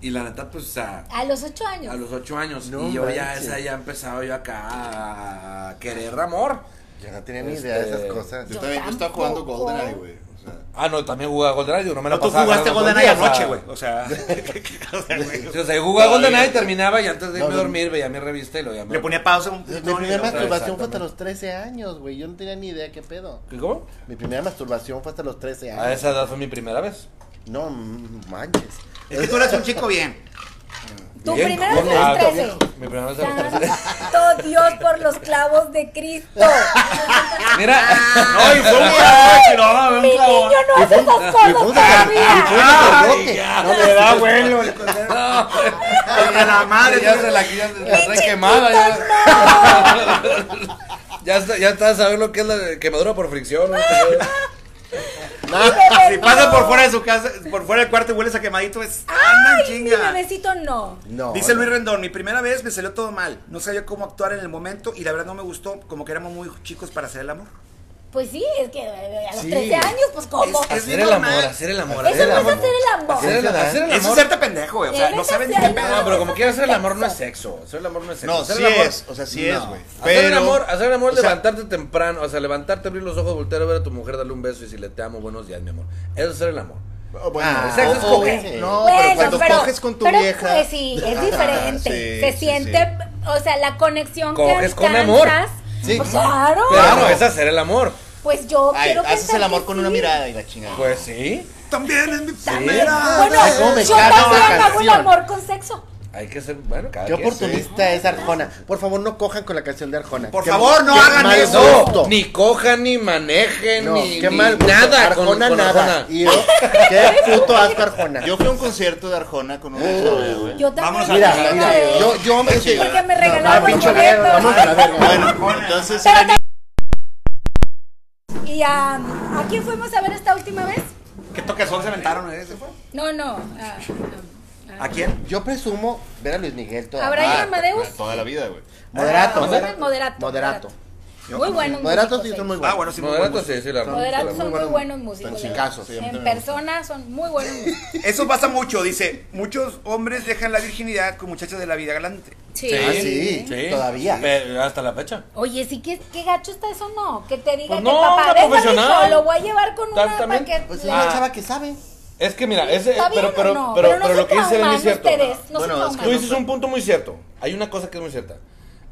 Y la neta, pues, o sea,
A los ocho años.
a los 8 años.
No
y yo ya,
manches.
esa ya empezaba yo acá a- a querer amor.
Yo no tenía ni idea de
Este-
esas cosas.
Yo,
Yo
también, yo estaba jugando
tampoco.
GoldenEye, güey. O sea,
Ah, no, también jugué a GoldenEye, yo no me la
No, tú
pasaba.
jugaste
ganando
Golden Eye
todo el día,
anoche,
o sea,
güey. O sea, o sea, güey,
Sí, O sea, yo jugaba GoldenEye, terminaba y antes de irme a
No, no.
dormir veía mi revista y lo llamaba.
le ponía pausa un
Mi
no,
primera pues,
no, no.
masturbación fue hasta los 13 años, güey. Yo no tenía ni idea qué pedo.
¿Qué, ¿Cómo?
Mi primera masturbación fue hasta los 13
Ah.
años.
A esa edad fue mi primera vez.
No mm, manches.
Es que tú eres un chico bien.
Tu
Bien,
primera
¿cómo?
vez a
Ah,
los 13.
Mi primera vez a los 13.
Santo Dios por los clavos de Cristo.
Mira,
No, y fue un no,
Mi niño no hace esas
Y fue
cosas
un saca- y fue un
todavía.
sacerdote.
No le da vuelo.
no,
A la madre.
ya se la ya se la trae
Pinche
quemada.
puto,
Ya, ya, está- ya está a saber lo que es la quemadura por fricción. ¿no?
Ah, Mi
Si
bebé,
pasa
no.
por fuera de su casa, por fuera del cuarto y hueles a quemadito, es anda en
Ay, mi
chinga.
bebecito no.
No.
Dice Luis
no.
Rendón, mi primera vez me salió todo mal. No sabía cómo actuar en el momento y la verdad no me gustó, como que éramos muy chicos para hacer el amor.
Pues sí, es que eh, a los
Sí.
13 años, pues cómo.
Es- es-
Hacer el
normal.
amor, hacer el amor.
Eso no es
amor.
hacer el amor.
Hacer el, hacer el
Eso es
amor.
hacerte pendejo, güey. O sea, no saben ni qué pedo.
No, pero como quieras hacer el amor no es sexo. Hacer el amor no es sexo.
No,
Hacer
sí
el amor-
es, o sea, sí es, güey.
Hacer el amor, ah, hacer el amor,
o sea-
levantarte temprano, o sea, levantarte, abrir los ojos, voltear a ver a tu mujer, darle un beso y si le te amo, buenos días, mi amor. Eso es hacer el amor.
Oh, Bueno,
Ah,
o-
sexo es
o-
coger.
No,
Bueno,
pero cuando coges con tu
pero,
vieja. ah,
pues, sí, es diferente.
sí,
se
sí,
siente o sea, la conexión
Coges
que
con
alcanzas.
amor.
Sí.
Pues, claro.
Claro, es hacer el amor.
Pues yo
Ay,
quiero
haces
pensar
el amor
que
con una
sí.
mirada y la chingada.
Pues sí.
También es mi
También.
primera.
Bueno,
Ay, cómo me
yo
caga una
también hago el
canción.
amor con sexo.
Hay que ser, bueno, cada
Qué
quien,
oportunista es Arjona. Por favor, no cojan con la canción de Arjona.
Por
Qué-
favor, no
qué
hagan
mal
sí.
eso.
No,
gusto.
ni cojan, ni manejen,
No,
ni,
qué
ni
mal gusto.
nada con,
Arjona
con
nada.
Arjona.
Y yo, qué puto asco Arjona.
Yo fui a un concierto de Arjona con un
Oh.
novia, güey.
Yo también.
Vámonos a
mira,
la
una
mira,
vez,
yo, yo me sí.
Porque me
Ah,
regalaron un
pinche verga, vamos a la verga.
Bueno, entonces ah,
Pero
era ni-
Y a, ¿a quién fuimos a ver esta última vez?
¿Qué toquezón se aventaron? eh? ¿Se fue?
No, no. ah, a- a- Ah,
¿A quién?
Yo presumo ver a Luis Miguel todo.
¿A Brian
Ah,
Amadeus?
Toda la vida, güey.
Moderato.
Ah, Moderato.
Moderato.
Moderato. Muy buenos
Moderatos sí
músicos
son muy
ellos.
Ah,
buenos.
bueno, sí, muy
Moderato,
buenos.
sí, sí, la armó.
Moderatos son muy buenos músicos.
Sin
la
caso, sí, a mí
verdad. En
también.
persona son muy buenos Ah, músicos.
Eso pasa mucho, dice. Muchos hombres dejan la virginidad con muchachas de la vida galante.
Sí.
Ah, sí, todavía.
Pero Hasta la fecha.
Oye, sí, ¿qué, qué gacho está eso, ¿no? Que te diga
Pues
que
no, una
papá, déjame
profesional.
solo, voy a llevar con
Ta-
una
también,
para que...
Pues es
le-
una
Ah.
chava que sabe.
Es que mira, ese,
¿Está bien
pero,
o
pero,
no?
pero,
no
pero
se
lo que dice él
trauman
es cierto.
ustedes, Ah, no
Bueno,
se
es
trauman.
Tú dices un punto muy cierto. Hay una cosa que es muy cierta.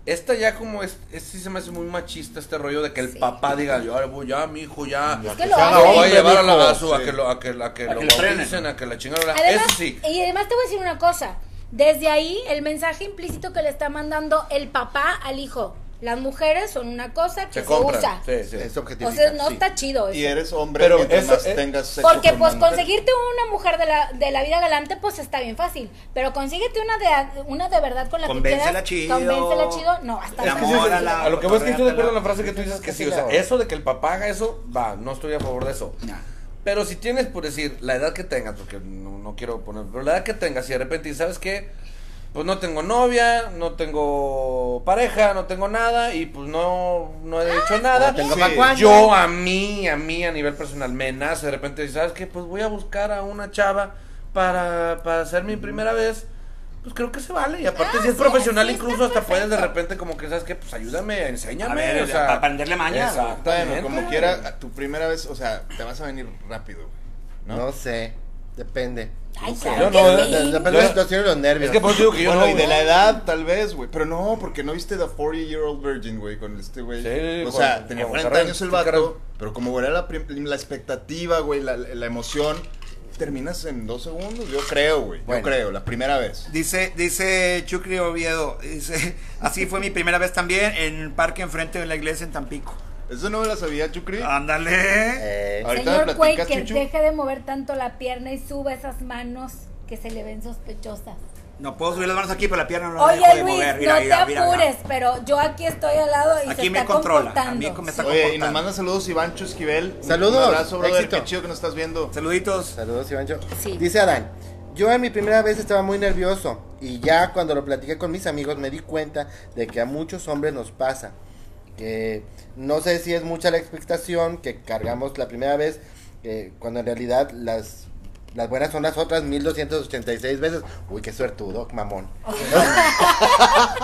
Esta ya como es, es- sí se me hace muy machista este rollo de que el
Sí.
papá diga, yo ahora voy ya, mi hijo, ya.
Es que
que
lo
se haga
Lo voy a
hacen.
hombre,
llevar a la
mijo.
gaso, a que lo, a que, a que lo
que le frenen.
bauticen, a que la chingada.
Además, eh,
Eso sí.
Y además te voy a decir una cosa. Desde ahí, el mensaje implícito que le está mandando el papá al hijo. Las mujeres son una cosa que
Se
se,
compra.
usa.
Sí, sí.
Es objetivo.
O sea, no está chido eso.
Y eres hombre
Pero
mientras
eso
más
es-
tengas sexo
Porque
con
pues
una mujer.
conseguirte una mujer de la, de la vida galante pues está bien fácil, pero consíguete una de una de verdad con la
Convéncela
que
chido.
quieras. Convéncela chido. No, hasta
La
la
amor.
Sí, sí, sí.
Órala,
a lo que voy es que estoy de acuerdo en
cotorréatela.
la frase que tú dices que sí. O sea, eso de que el papá haga eso, va, no estoy a favor de eso. Pero si tienes, por decir, la edad que tengas, porque no, no quiero poner, pero la edad que tengas y de repente, dices, ¿sabes qué? Pues no tengo novia, no tengo pareja, no tengo nada y pues no, no he hecho nada.
no tengo
pa'
cuándo.
Yo a mí, a mí a nivel personal me nace de repente, ¿sabes qué? Pues voy a buscar a una chava para, para hacer mi primera vez. Pues creo que se vale. Y aparte,
Ah,
si es
sí,
profesional,
sí, está
incluso hasta
perfecto.
puedes de repente, como que sabes que, pues ayúdame, enséñame.
A ver,
o sea,
para aprenderle maña.
Exactamente.
Bueno, como quiera, tu primera vez, o sea, te vas a venir rápido, güey.
No, sé. Depende.
Ay,
Yo
claro
no,
que
eh,
sí.
De- Depende
Yo-
de la situación y los nervios.
Es que por eso digo que yo
bueno,
no.
y de
güey.
la edad, tal vez, güey. Pero no, porque no viste The 40-Year-Old Virgin, güey, con este güey.
Sí,
o
con-
sea,
con
tenía
Juan
40
Carrera.
años el
Sí, claro.
vato, pero como era la, prim- la expectativa, güey, la, la emoción, terminas en dos segundos, yo creo, güey.
Bueno.
Yo creo, la primera vez.
Dice, dice Chucri Oviedo, dice, así fue mi primera vez también en el parque enfrente de la iglesia en Tampico.
Eso no me la sabía, Chucri.
Ah, Ándale.
Eh,
Ahorita me
Señor
platicas,
Quaker,
Chuchu.
deje de mover tanto la pierna y suba esas manos que se le ven sospechosas.
No puedo subir las manos aquí, pero la pierna no la dejo
Oye
de
Luis,
mover.
no
Mira,
te
mira, mira,
apures, pero yo aquí estoy al lado y
Aquí
se
me
está
controla, a
comportando.
mí me está-
Oye, y nos
comportando.
manda saludos Ivancho Esquivel. Un-
Saludos,
Un abrazo, brother.
éxito.
Qué chido que nos estás viendo.
mira. Saluditos.
Saludos, Ivancho.
Sí.
Dice Adán. Yo en mi primera vez estaba muy nervioso y ya cuando lo platiqué con mis amigos me di cuenta de que a muchos hombres nos pasa. Que no sé si es mucha la expectación que cargamos la primera vez, eh, cuando en realidad las, las buenas son las otras 1286 veces. Uy, qué suertudo, mamón.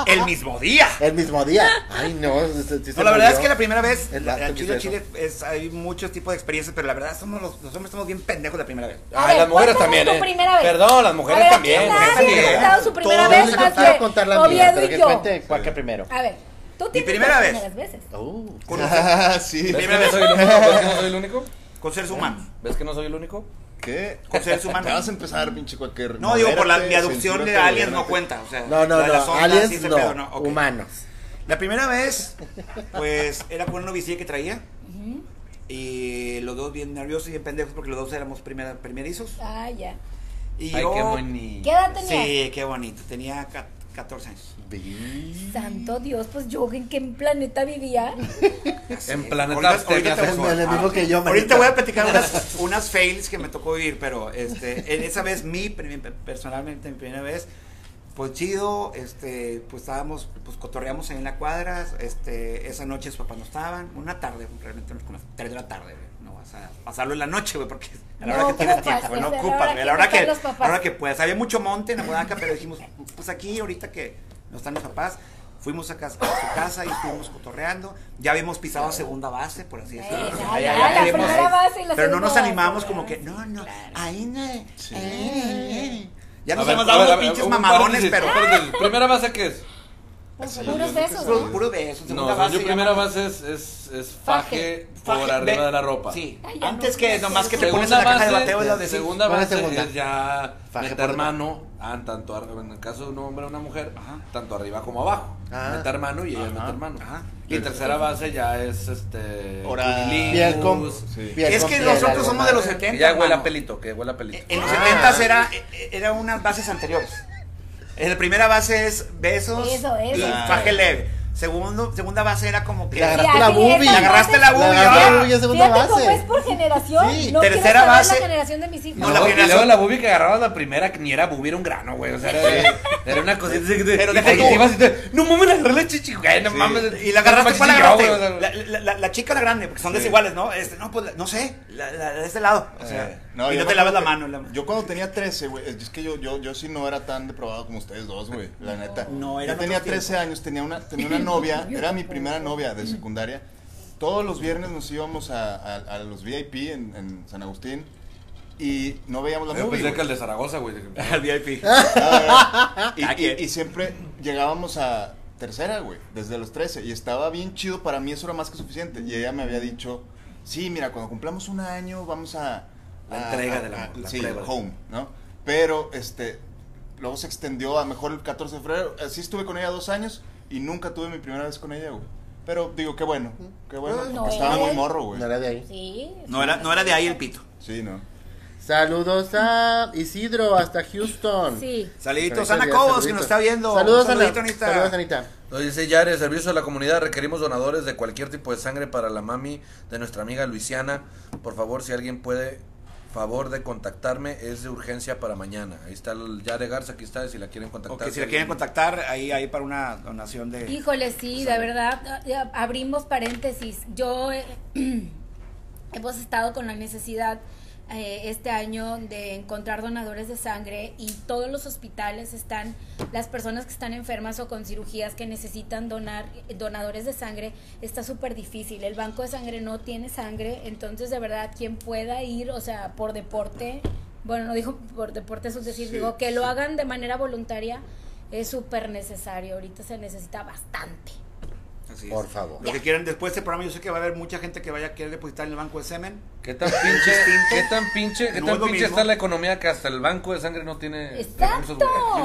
El mismo día.
El mismo día. Ay, no. se- se- se
No, la verdad
Este murió.
es que la primera vez,
El dato
al
que
Chile,
hizo
Chile, es- hay muchos tipos de experiencias, pero la verdad, somos los, los hombres somos bien pendejos la primera vez.
Ay,
A ver,
Ah, las mujeres
¿cuál fue
también,
tu
¿eh?
primera vez?
Perdón, las mujeres
A ver,
también, ¿eh?
aquí
mujeres
nadie
también.
ha contado su primera
Todos
vez
Yo
más
quiero
que
contar la mía,
Oviedo
pero que
y yo. Ah.
cuente Cuaca primero.
A ver, tú tienes
primera
dos
vez?
primeras veces.
Uh,
Con,
Ah, sí.
¿Ves que no soy el único? ¿Ves que no soy el único?
con seres humanos.
¿Ves que no soy el único?
¿Qué?
Con seres humanos.
Te vas a empezar, pinche cualquier.
No, digo, por la, mi
modérate,
adopción de
censúrate,
aliens no
gobernate.
cuenta. O sea,
No, no,
la de las
no.
ondas, sí,
Aliens
ese
no.
pedo, ok.
Humanos.
La primera vez, pues, era con una bici que traía. Y los dos bien nerviosos y bien pendejos porque los dos éramos primera, primerizos.
Ah, ya.
Y
Ay,
yo...
qué bonito.
¿Qué edad tenías?
Sí, qué bonito. Tenía ca- 14 años.
Santo Dios, pues yo en qué planeta vivía.
En planeta
Ahorita- ahorita
Azteca
te
se
voy-
Lo mismo que yo,
Ahorita
manita.
voy a platicar unas, unas fails que me tocó vivir, pero este, en esa vez, mi, prim- personalmente, mi primera vez, pues chido, este, pues estábamos, pues cotorreamos ahí en la cuadra, este, esa noche sus papás no estaban, una tarde, realmente como las 3 de la tarde, güey, no vas a pasarlo en la noche, güey, porque a la hora
No
que tienes
ocupas,
tiempo, güey, no
o sea, a la
ocupas,
hora
güey, a
que
la hora que,
están los
a
papás.
la hora que puedas, había mucho monte en Apodaca, pero dijimos, pues aquí, ahorita que no están los papás, Fuimos a, casa, a su casa y estuvimos cotorreando. Ya habíamos pisado segunda base, por así decirlo. Ya, ya,
Bueno, Eh, ya,
ya
la
queremos-
primera base y la
Pero no
segunda
nos
base,
animamos
¿verdad?
como que, no, no, ahí no. eh, eh. Ya
A
nos
ver,
hemos
a
dado
ver, a
unos
ver,
pinches
un
mamadones,
paréntesis,
pero.
un paréntesis. Primera base que es.
Pues, puros besos.
Puro,
¿no?
puro beso. segunda
No, o sea, yo
se
primera
llama-
base es, es, es
Faje.
faje, por
Faje,
arriba
ve-
de la ropa.
Sí,
Ay, ya
antes
no,
que
no
nomás
sé.
que te pones en
Segunda
la caja de bateo es la
base,
de sí.
segunda
¿Cuál es
base
segunda?
es ya
Faje por
meter
arriba.
mano, ah, tanto ar- en el caso de un hombre o una mujer,
Ajá.
tanto arriba como abajo.
Ah.
Meter mano y ella meter mano.
Ajá.
Y tercera base ya es este.
Oral.
cunilingus.
Piel con-
sí.
piel
Es
con
que
piel,
nosotros
algo
somos
más.
de los
Que
70.
ya huele a
mano.
pelito, que huele a pelito.
eh, En los 70 era, eh, era unas bases anteriores. En la primera base es besos
Eso, eso.
y faje leve. Segundo, segunda base era como que
Le
Y
agarraste la
aquí
boobie.
es
Le
agarraste la
Le
boobie,
agarraste la
ah.
boobie en segunda
Fíjate cómo es
base.
por generación.
Sí.
no quiero
Tercera
saber
base-
la generación de mis hijos.
No,
No,
la
y luego
generación-
la bubi que agarrabas la primera, que ni era bubi, era un grano, güey. O sea, era, era una cosita así que te-
Pero
y
deja
ahí
tú.
te ibas y te- no mames, agarré la chichi, güey, no mames.
Y la agarraste
no
para la
mames,
agarraste.
yo, güey, o sea,
La, la- la- la chica o la grande, porque son desiguales, ¿no? Este, no, pues la- no sé, la, la de este lado. O sea,
Eh,
Eh,
No,
y
yo
no
me
te lavas la
acuerdo
mano.
que-
la-
Yo cuando tenía 13, güey, es que yo, yo, yo sí no era tan depravado como ustedes dos, güey, la neta.
no, eran
Yo tenía
otros
13 años, tenía una, tenía una novia, era mi primera novia de secundaria. Todos los viernes nos íbamos a, a, a los VIP en, en San Agustín y no veíamos la
Yo
movie,
pensé que
güey.
el de Zaragoza, güey.
Al VIP.
Ah, güey. Y, y- y siempre llegábamos a tercera, güey, desde los 13. Y estaba bien chido, para mí eso era más que suficiente. Y ella me había dicho, sí, mira, cuando cumplamos un año vamos a...
La
a-
entrega
a-
del
a-
amor, la
sí,
prueba.
home, ¿no? Pero, este, luego se extendió a mejor el 14 de febrero. Así estuve con ella dos años y nunca tuve mi primera vez con ella, güey. Pero digo, qué bueno, qué bueno.
No,
porque
no,
estaba
eh.
muy morro, güey.
No era de ahí.
Sí.
No era, no era de ahí el pito.
Sí, ¿no?
Saludos a Isidro hasta Houston.
Sí.
Saluditos,
Saluditos,
Ana
ya,
Cobos,
saluditos.
que nos está viendo.
Saludos, Ana.
Saludito, Anita.
Saludos, Anita.
Nos dice Yare, servicio a la comunidad, requerimos donadores de cualquier tipo de sangre para la mami de nuestra amiga Luisiana. Por favor, si alguien puede, favor de contactarme, es de urgencia para mañana. Ahí está el Yare Garza, aquí está, si la quieren
O
contactar.
que si la quieren contactar, ahí, ahí para una donación de.
Híjole, sí, de verdad, ya abrimos paréntesis. Yo eh, hemos estado con la necesidad eh, este año de encontrar donadores de sangre y todos los hospitales están, las personas que están enfermas o con cirugías que necesitan donar, donadores de sangre, está súper difícil. El banco de sangre no tiene sangre, entonces de verdad, quien pueda ir, o sea, por deporte, bueno, no dijo por deporte, eso es decir, digo, que lo hagan de manera voluntaria es súper necesario. Ahorita se necesita bastante.
Así es.
Por favor.
Lo que quieran después de este programa, yo sé que va a haber mucha gente que vaya a querer depositar en el banco de semen.
¿Qué tan pinche,
Distinto.
qué tan pinche, qué
No es
tan
lo
pinche
mismo.
está la economía que hasta el banco de sangre no tiene
¡Exacto!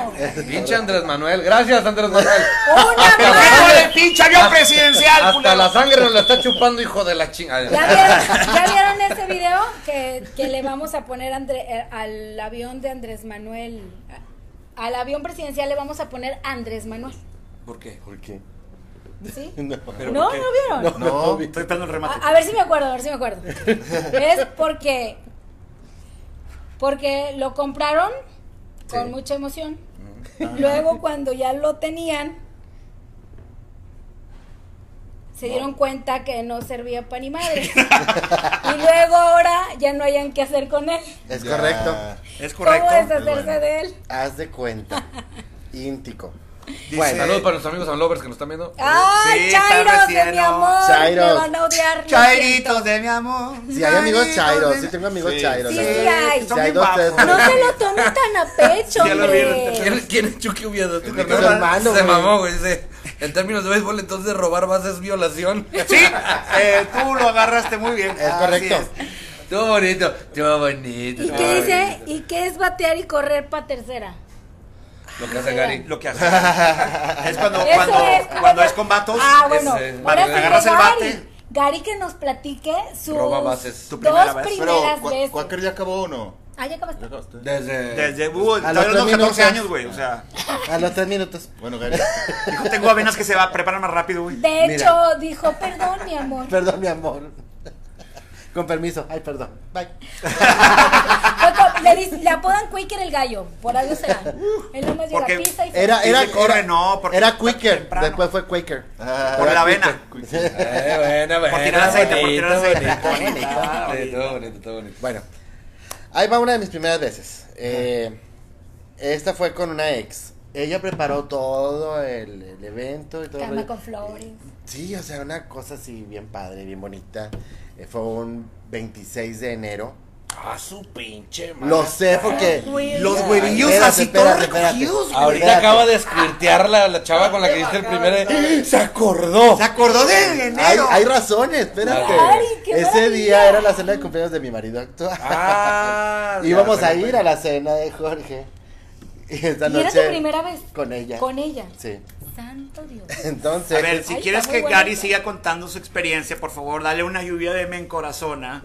güey? pinche Andrés Manuel, gracias Andrés Manuel.
¡Una más!
¡Hijo de pinche avión presidencial!
Hasta
culero!
la sangre nos la está chupando, hijo de la
¿Ya
chingada.
vieron, ya vieron ese video que, que le vamos a poner Andre- eh, al avión de Andrés Manuel? A- Al avión presidencial le vamos a poner Andrés Manuel.
¿Por qué?
¿Por qué?
¿Sí?
No.
¿Pero
¿No?
por qué?
¿No vieron?
No, estoy esperando el remate.
A, a ver si me acuerdo, a ver si me acuerdo. Es porque porque lo compraron con
Sí.
mucha emoción.
Mm.
Luego cuando ya lo tenían se dieron cuenta que no servía para ni madre. y luego ahora ya no hayan qué hacer con él.
Es
Ya.
correcto.
Es
¿Cómo
correcto.
deshacerse
bueno.
de él?
Haz de cuenta. Íntico.
Dice-
Saludos para nuestros amigos Unlovers que nos están viendo.
¡Ay,
está
Chairos de
recién,
mi
¿no?
amor! Me
Chairos.
van a odiar. lo siento.
Chairitos de mi amor.
Si hay amigos
Chairitos
chairos,
de-
sí tengo amigos
Sí.
chairos.
Sí,
la
sí
verdad.
hay.
Son
Si hay
bien
dos,
guapos.
tres,
No se lo tomen tan a pecho,
Ya lo vieron,
hombre.
¿Quién, quién es Chucky Oviedo? Tu
Mi
carnal.
hermano,
Se
Ah, güey.
mamó, güey. Dice, en términos de béisbol, entonces robar vas es violación.
Sí, eh, tú lo agarraste muy bien.
Es correcto.
Así es.
Estuvo bonito, estuvo bonito.
¿Y
estuvo
Ah,
qué dice?
bonito.
¿Y qué es batear y correr para tercera?
Lo que hace Gary.
Lo que hace. Es cuando, cuando,
es,
cuando
bueno,
es con vatos.
Ah, bueno.
es, eh,
ahora sí,
te agarras el
Gary.
bate.
Gary que nos platique sus
Roba bases.
Tu primera
dos
vez.
primeras
Pero, Qua-
veces.
¿Quacker ya acabó o no?
Ah, ya acabaste.
Desde.
Desde uh,
A
todavía
los
unos
tres
14
minutos.
años, güey. O sea,
A los tres minutos.
Bueno, Gary.
dijo, tengo avenas que se va, preparan más rápido, güey.
De
Mira.
hecho, dijo, perdón, mi amor.
Perdón, mi amor. Con permiso. Ay, perdón. Bye.
Fue co- le, dis- le apodan Quicker el gallo. Por algo será. Él nomás llega
Porque
pisa y se-
Era,
Y
era,
se corre,
era-
no, porque
era
está
Quaker.
temprano.
Después fue Quaker.
Ah,
Por la
Quicker.
avena.
Eh, bueno, bueno.
Por tirar aceite, por
bonito,
tirar aceite.
bonito,
Ah,
bonito,
bonito.
Todo bonito, todo bonito.
Bueno, ahí va una de mis primeras veces. Eh, esta fue con una ex. Ella preparó todo el, el evento y todo. el
Cama
rollo.
con flores.
Sí, o Eh, sea, una cosa así bien padre, bien bonita. Eh, fue un 26 de enero.
Ah, su pinche madre.
Lo sé porque.
Los güerillos
Espérate,
así
espérate,
todos
espérate.
recogidos, güey.
Ahorita
Espérate.
acaba de esquirtear la, la chava con la que diste el primer. e- ¡Se acordó!
¿Se acordó de
Hay,
enero?
hay razones, espérate.
Ay, qué
Ese
maravilla.
día era la cena de cumpleaños de mi marido actual.
Ah, ya,
Íbamos a
pero-
ir a la cena de Jorge. Y esta
¿Y
noche.
era tu primera vez?
Con ella.
Con ella.
Sí.
Santo Dios.
Entonces.
A ver, si
Ay,
quieres
está
que
muy buena
Gary
esa.
siga contando su experiencia, por favor, dale una lluvia de mencorazona.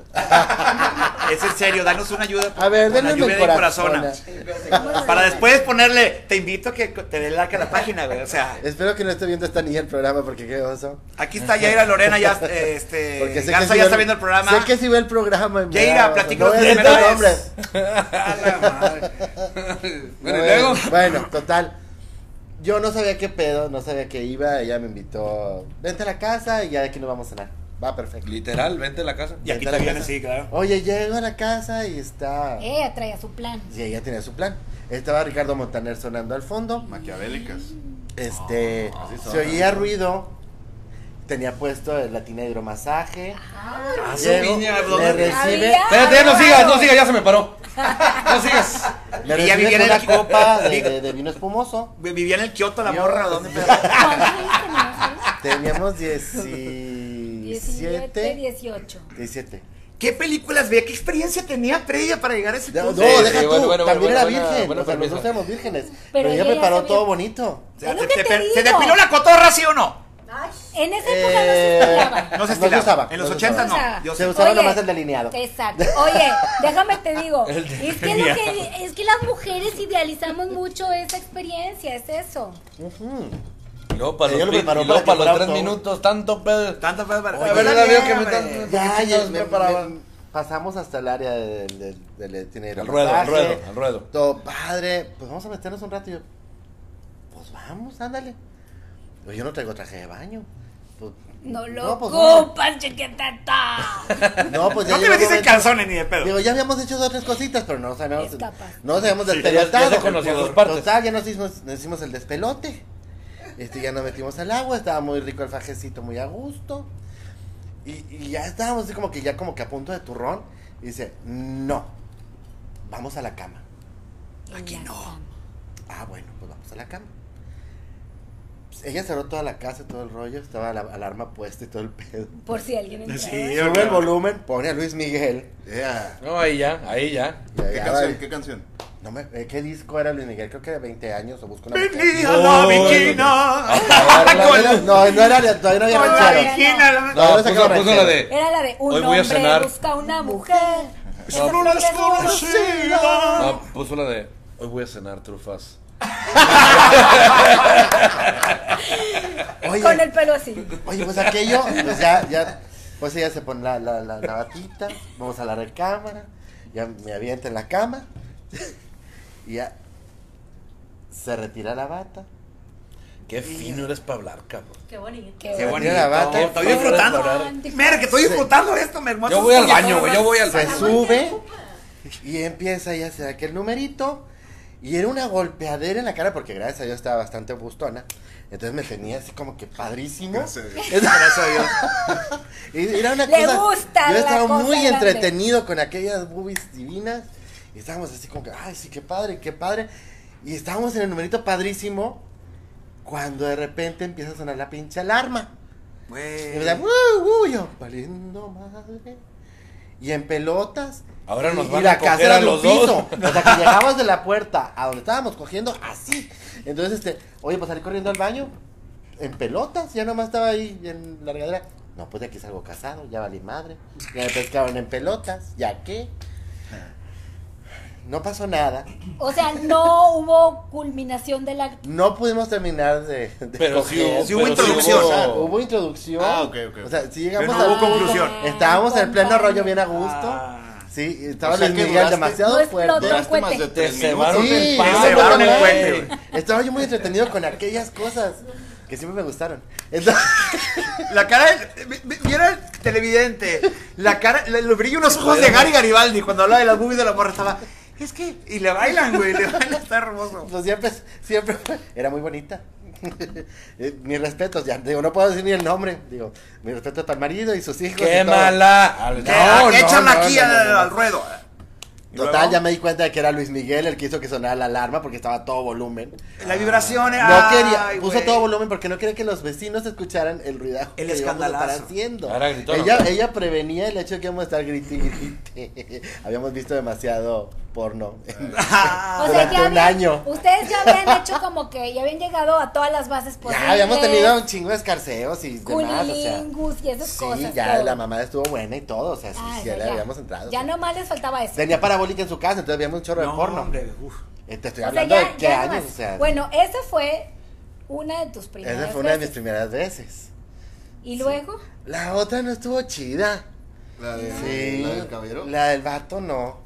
es en serio, danos una ayuda.
A ver,
una
denle
lluvia
mi
de
corazón.
mencorazona. Para después ponerle, te invito a que te dé like a la página, güey. O sea,
Espero que no esté viendo esta niña el programa porque qué oso.
aquí está Yaira Lorena, ya, eh, este,
Porque sé que
Garza
sí
ya
ve
está viendo el programa.
Sé que sí ve el programa. y me
Yaira,
da oso.
platícanos
No voy a decir
primera
nombres.
vez.
A la madre. Bueno,
No,
y luego.
Bueno, total. Yo no sabía qué pedo, no sabía que iba. Ella me invitó. Vente a la casa y ya de aquí nos vamos a cenar. Va perfecto.
Literal, vente a la casa.
Y aquí
Vente a la
te viene,
casa.
sí, claro.
Oye, llego a la casa y está.
Ella traía su plan.
Y ella tenía su plan. Estaba Ricardo Montaner sonando al fondo.
Maquiavélicas.
Este.
así
se
suena.
oía ruido. Tenía puesto la tina de hidromasaje.
Ah, su
Llego,
niña,
me
¿dónde-
recibe.
Había-
Espérate, no sigas, no sigas, ya se me paró. No sigas.
Me
Y ya
recibe
viviera en
con una
el-
copa de, de- de vino espumoso.
Vivía en el Kioto la
Yo-
morra, ¿dónde
Sí.
empezó?
¿Cuánto dijiste, no?
Teníamos 17.
17, 18.
17.
¿Qué películas veía? ¿Qué experiencia tenía previa para llegar a ese
No,
punto?
no,
Sí,
deja
sí,
tú,
bueno, bueno,
también
bueno,
era
bueno,
virgen,
bueno,
o sea,
permiso.
nosotros éramos vírgenes, pero,
Pero
ella
ella ya
preparó
sabía.
todo bonito.
O sea,
Es
¿Se
lo que
te
te
per-
digo.
se depiló la cotorra, sí o no?
En esa época no se
Eh,
estilaba.
No se
No se
estilaba.
usaba,
en
no
los
se
80
usaba.
no. Yo
Se
sé.
usaba. Solo nomás el delineado.
Exacto. Oye, déjame te digo.
El
Es que, lo que, es que las mujeres idealizamos mucho esa experiencia, es eso.
Mm.
Y luego para
Ella
los,
lo
pi-
preparó
y luego para
para que
los
fuera
tres
todo.
minutos, tanto pedo.
Tanto fue para...
A ver, la veo que me tan-
Ya,
¿Qué
ya
chingados
me-
preparaba?
me- pasamos hasta el área del del- del- del- tiene
Al ruedo, al
masaje,
ruedo, al ruedo.
Todo padre, pues vamos a meternos un rato y yo, pues vamos, ándale. Pues yo no traigo traje de baño. Pues,
No lo
pues,
ocupas, chiquiteta.
no. No, pues ya
No te
llegó el
metiste en
momento-
calzones ni de pedo.
Digo, ya habíamos hecho dos o tres cositas, pero no sabíamos.
Es capaz.
No sabíamos del
Sí, ya- ya se conocían sus partes.
Total, ya nos hicimos, nos hicimos el despelote. Este, ya nos metimos al agua, estaba muy rico el fajecito, muy a gusto. Y, y ya estábamos así como que ya como que a punto de turrón. Y dice, no, vamos a la cama.
Aquí no.
Ah, bueno, pues vamos a la cama. Pues ella cerró toda la casa, todo el rollo, estaba la alarma puesta y todo el pedo.
Por si alguien entra.
Sí,
Sube el volumen, pone a Luis Miguel.
Yeah.
No, ahí ya, ahí ya.
Y
¿Qué
allá
canción?
va-
¿Qué canción?
No me, eh, ¿Qué disco era Luis Miguel? Creo que de 20 años o busco una
Vení
mujer.
a la
No,
viquina.
No, no, no era de- todavía no había
A la
Ranchero.
ranchero.
viquina. la-
No,
No,
no sé
puso,
qué
puso
ranchero.
la de.
Era la de un
Hoy voy a
hombre
cenar.
busca una mujer.
No,
Una desconocida.
No, puso la de. Hoy voy a cenar trufas.
Con
Oye,
el pelo así.
oye, pues aquello, pues ya, ya, pues ella se pone la, la, la, la batita, vamos a la recámara, ya me avienta en la cama, y ya se retira la bata.
Qué fino eres para hablar, cabrón.
Qué bonito.
Qué
Qué
bonito.
bonito.
la bata.
Estoy disfrutando. Pues
Romántico.
Mira, que estoy disfrutando esto, mi hermoso.
Yo voy al baño, güey. Yo voy al
Se
baño.
sube y empieza ya a hacer aquel numerito. Y era una golpeadera en la cara porque gracias a Dios estaba bastante bustona. Entonces me tenía así como que padrísimo.
Gracias a Dios.
Gracias a Dios. Y era una
Le
cosa-
gusta
Yo
la
estaba
cosa
muy
grande.
entretenido con aquellas boobies divinas. Y estábamos así como que, ay, sí, qué padre, qué padre. Y estábamos en el numerito padrísimo. Cuando de repente empieza a sonar la pinche alarma. Y me da,
Güey.
"Woo, woo", yo, valiendo madre. Y en pelotas.
Ahora nos
y,
van
y la
a coger
casa era
a
de un
los dos.
piso. O sea, que llegabas de la puerta a donde estábamos cogiendo, así. Entonces, este, oye, pues salí corriendo al baño. En pelotas, ya nomás estaba ahí en la regadera. No, pues de aquí salgo casado, ya valí madre. Ya me pescaban en pelotas, ¿ya qué?
Ah.
No pasó nada.
O sea, no hubo culminación del acto.
No pudimos terminar de. de
Pero sí
coger.
hubo,
Sí hubo
pero sí
introducción.
O sea,
hubo-
hubo introducción.
Ah, ok, ok.
O sea, sí llegamos
Pero no
a- Ah,
hubo conclusión.
Estábamos en el pleno rollo bien a gusto.
Ah.
Sí, estaba
O sea,
Luis
que
Miguel
duraste-
demasiado
No explotó.
fuerte.
Duraste
Duraste más
cuete.
de
Te
tres
cebaron
minutos.
el
Sí,
pan.
se cebaron el
güey.
puente, güey.
Estaba yo muy entretenido con aquellas cosas que siempre me gustaron. Entonces,
La cara de- vi- vi- ¿Vieron el televidente? La cara, le, le brillan unos ojos de Gary Garibaldi cuando hablaba de las movies de la morra. Estaba, es que, y le bailan, güey, le bailan, está hermoso.
pues siempre, siempre era muy bonita. Eh, mis respetos, ya digo, no puedo decir ni el nombre. Digo, mi respeto para el marido y sus hijos.
Qué
y todo.
mala.
No,
Eh,
no,
échala
no,
aquí
no,
al,
no, no.
al ruedo.
Total,
luego?
ya me di cuenta de que era Luis Miguel el que hizo que sonara la alarma porque estaba a todo volumen.
La vibración
No
era.
quería,
ay,
puso
güey.
todo volumen porque no quería que los vecinos escucharan el ruidajo
El
que íbamos a estar
escandalazo.
haciendo.
Ahora gritó, ¿no?
ella, ella prevenía el hecho de que íbamos a estar grite y grite. Habíamos visto demasiado porno.
Ah,
O sea,
Durante
ya
un
habían-
año.
Ustedes ya habían hecho como que ya habían llegado a todas las bases posibles.
ya habíamos tenido un chingo de escarceos y demás, o sea.
Cunilingus y Pues esas
Sí,
cosas.
ya
todo.
la mamá estuvo buena y todo, o sea, sí,
Ah,
sí,
o sea,
ya le
ya.
habíamos entrado.
Ya
o sea.
nomás les faltaba eso.
Tenía parabólica en su casa, entonces habíamos un chorro
no,
de porno.
hombre, uf.
Eh, Te estoy
O sea,
hablando
ya-
de qué
ya
años,
nomás.
o sea.
Bueno, esa fue una de tus primeras.
esa fue una de mis
veces.
primeras veces.
Y luego,
La otra no estuvo chida.
La, de,
Sí.
la del caballero.
La del vato no.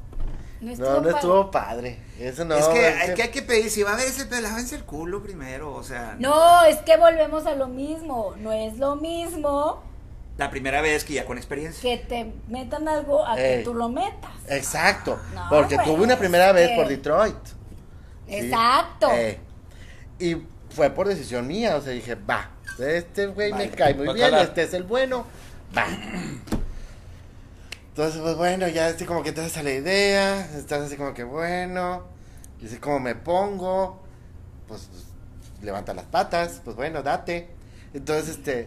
no estuvo.
No, no
padre.
estuvo padre. Eso no.
es que
ese-
hay, que hay que pedir, si va a ver ese pelávense el culo primero, o sea,
No, es que volvemos a lo mismo. No es lo mismo
la primera vez que ya con experiencia.
que te metan algo a que
Ey.
tú lo metas.
Exacto.
No,
porque
pues,
tuve una primera vez
que-
por Detroit. ¿sí?
Exacto.
Eh, y fue por decisión mía. O sea, dije, va. Este güey me
Vale,
cae muy
va a
bien.
calar.
Este es el bueno. Va. Entonces, pues bueno, ya así como que te haces a la idea. Estás así como que bueno. Y así como me pongo. Pues, pues, levanta las patas. Pues bueno, date. Entonces, este.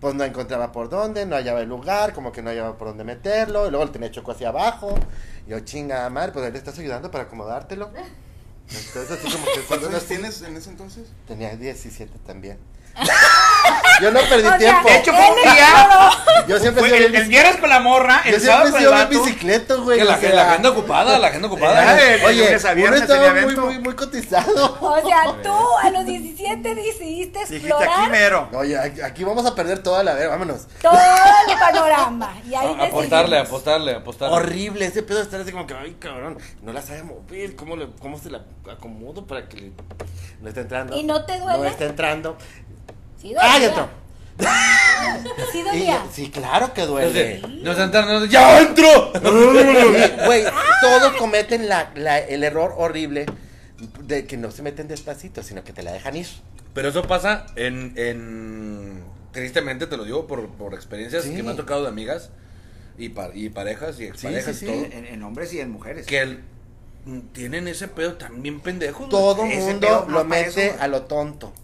Pues no encontraba por dónde, no hallaba el lugar, como que no hallaba por dónde meterlo. Y luego el tenía choco hacia abajo. Y yo, chinga madre, pues ahí le estás ayudando para acomodártelo. Entonces, así como que
¿Cuántos
cuando uno
años tienes en ese entonces?
tenía 17 también. Yo no perdí
O sea,
tiempo.
De hecho, fue un
Él
día.
yo siempre he
fue
sido
el,
bien
el viernes con la morra,
yo
el sábado
siempre
con
he
el
sido bien
vato.
bicicleto, güey.
Que la,
o sea,
que la agenda ocupada, la agenda ocupada.
Ay, el
Oye,
lunes a
uno
viernes
estaba
tenía
muy,
evento.
muy, muy cotizado.
O sea, tú a los 17 decidiste
Dijiste aquí
explorar
mero.
Oye, aquí aquí vamos a perder toda la verga, vámonos.
todo el panorama. Y ahí
A-
decidiste.
apostarle, apostarle, apostarle.
Horrible, ese pedo de estar así como que, ay, cabrón, no la sabe mover, ¿cómo, le- cómo se la acomodo para que le... No está entrando.
¿Y no te duele?
No está entrando.
Sí,
¡Ah, ya
dolía.
entró!
Sí,
Y-
dolía.
sí, claro que duele.
Entonces, nos entran, nos- ¡Ya entro!
Güey, todos cometen la- la- el error horrible de que no se meten despacito, sino que te la dejan ir.
Pero eso pasa en, en- tristemente te lo digo por, por experiencias
Sí.
que me han tocado de amigas y, pa- y parejas y exparejas
sí,
y todo.
sí.
En, en hombres y en mujeres.
Que el- tienen ese pedo también pendejo. güey.
Todo
Ese
mundo
pedo no
lo
es para
mete
eso.
a lo tonto.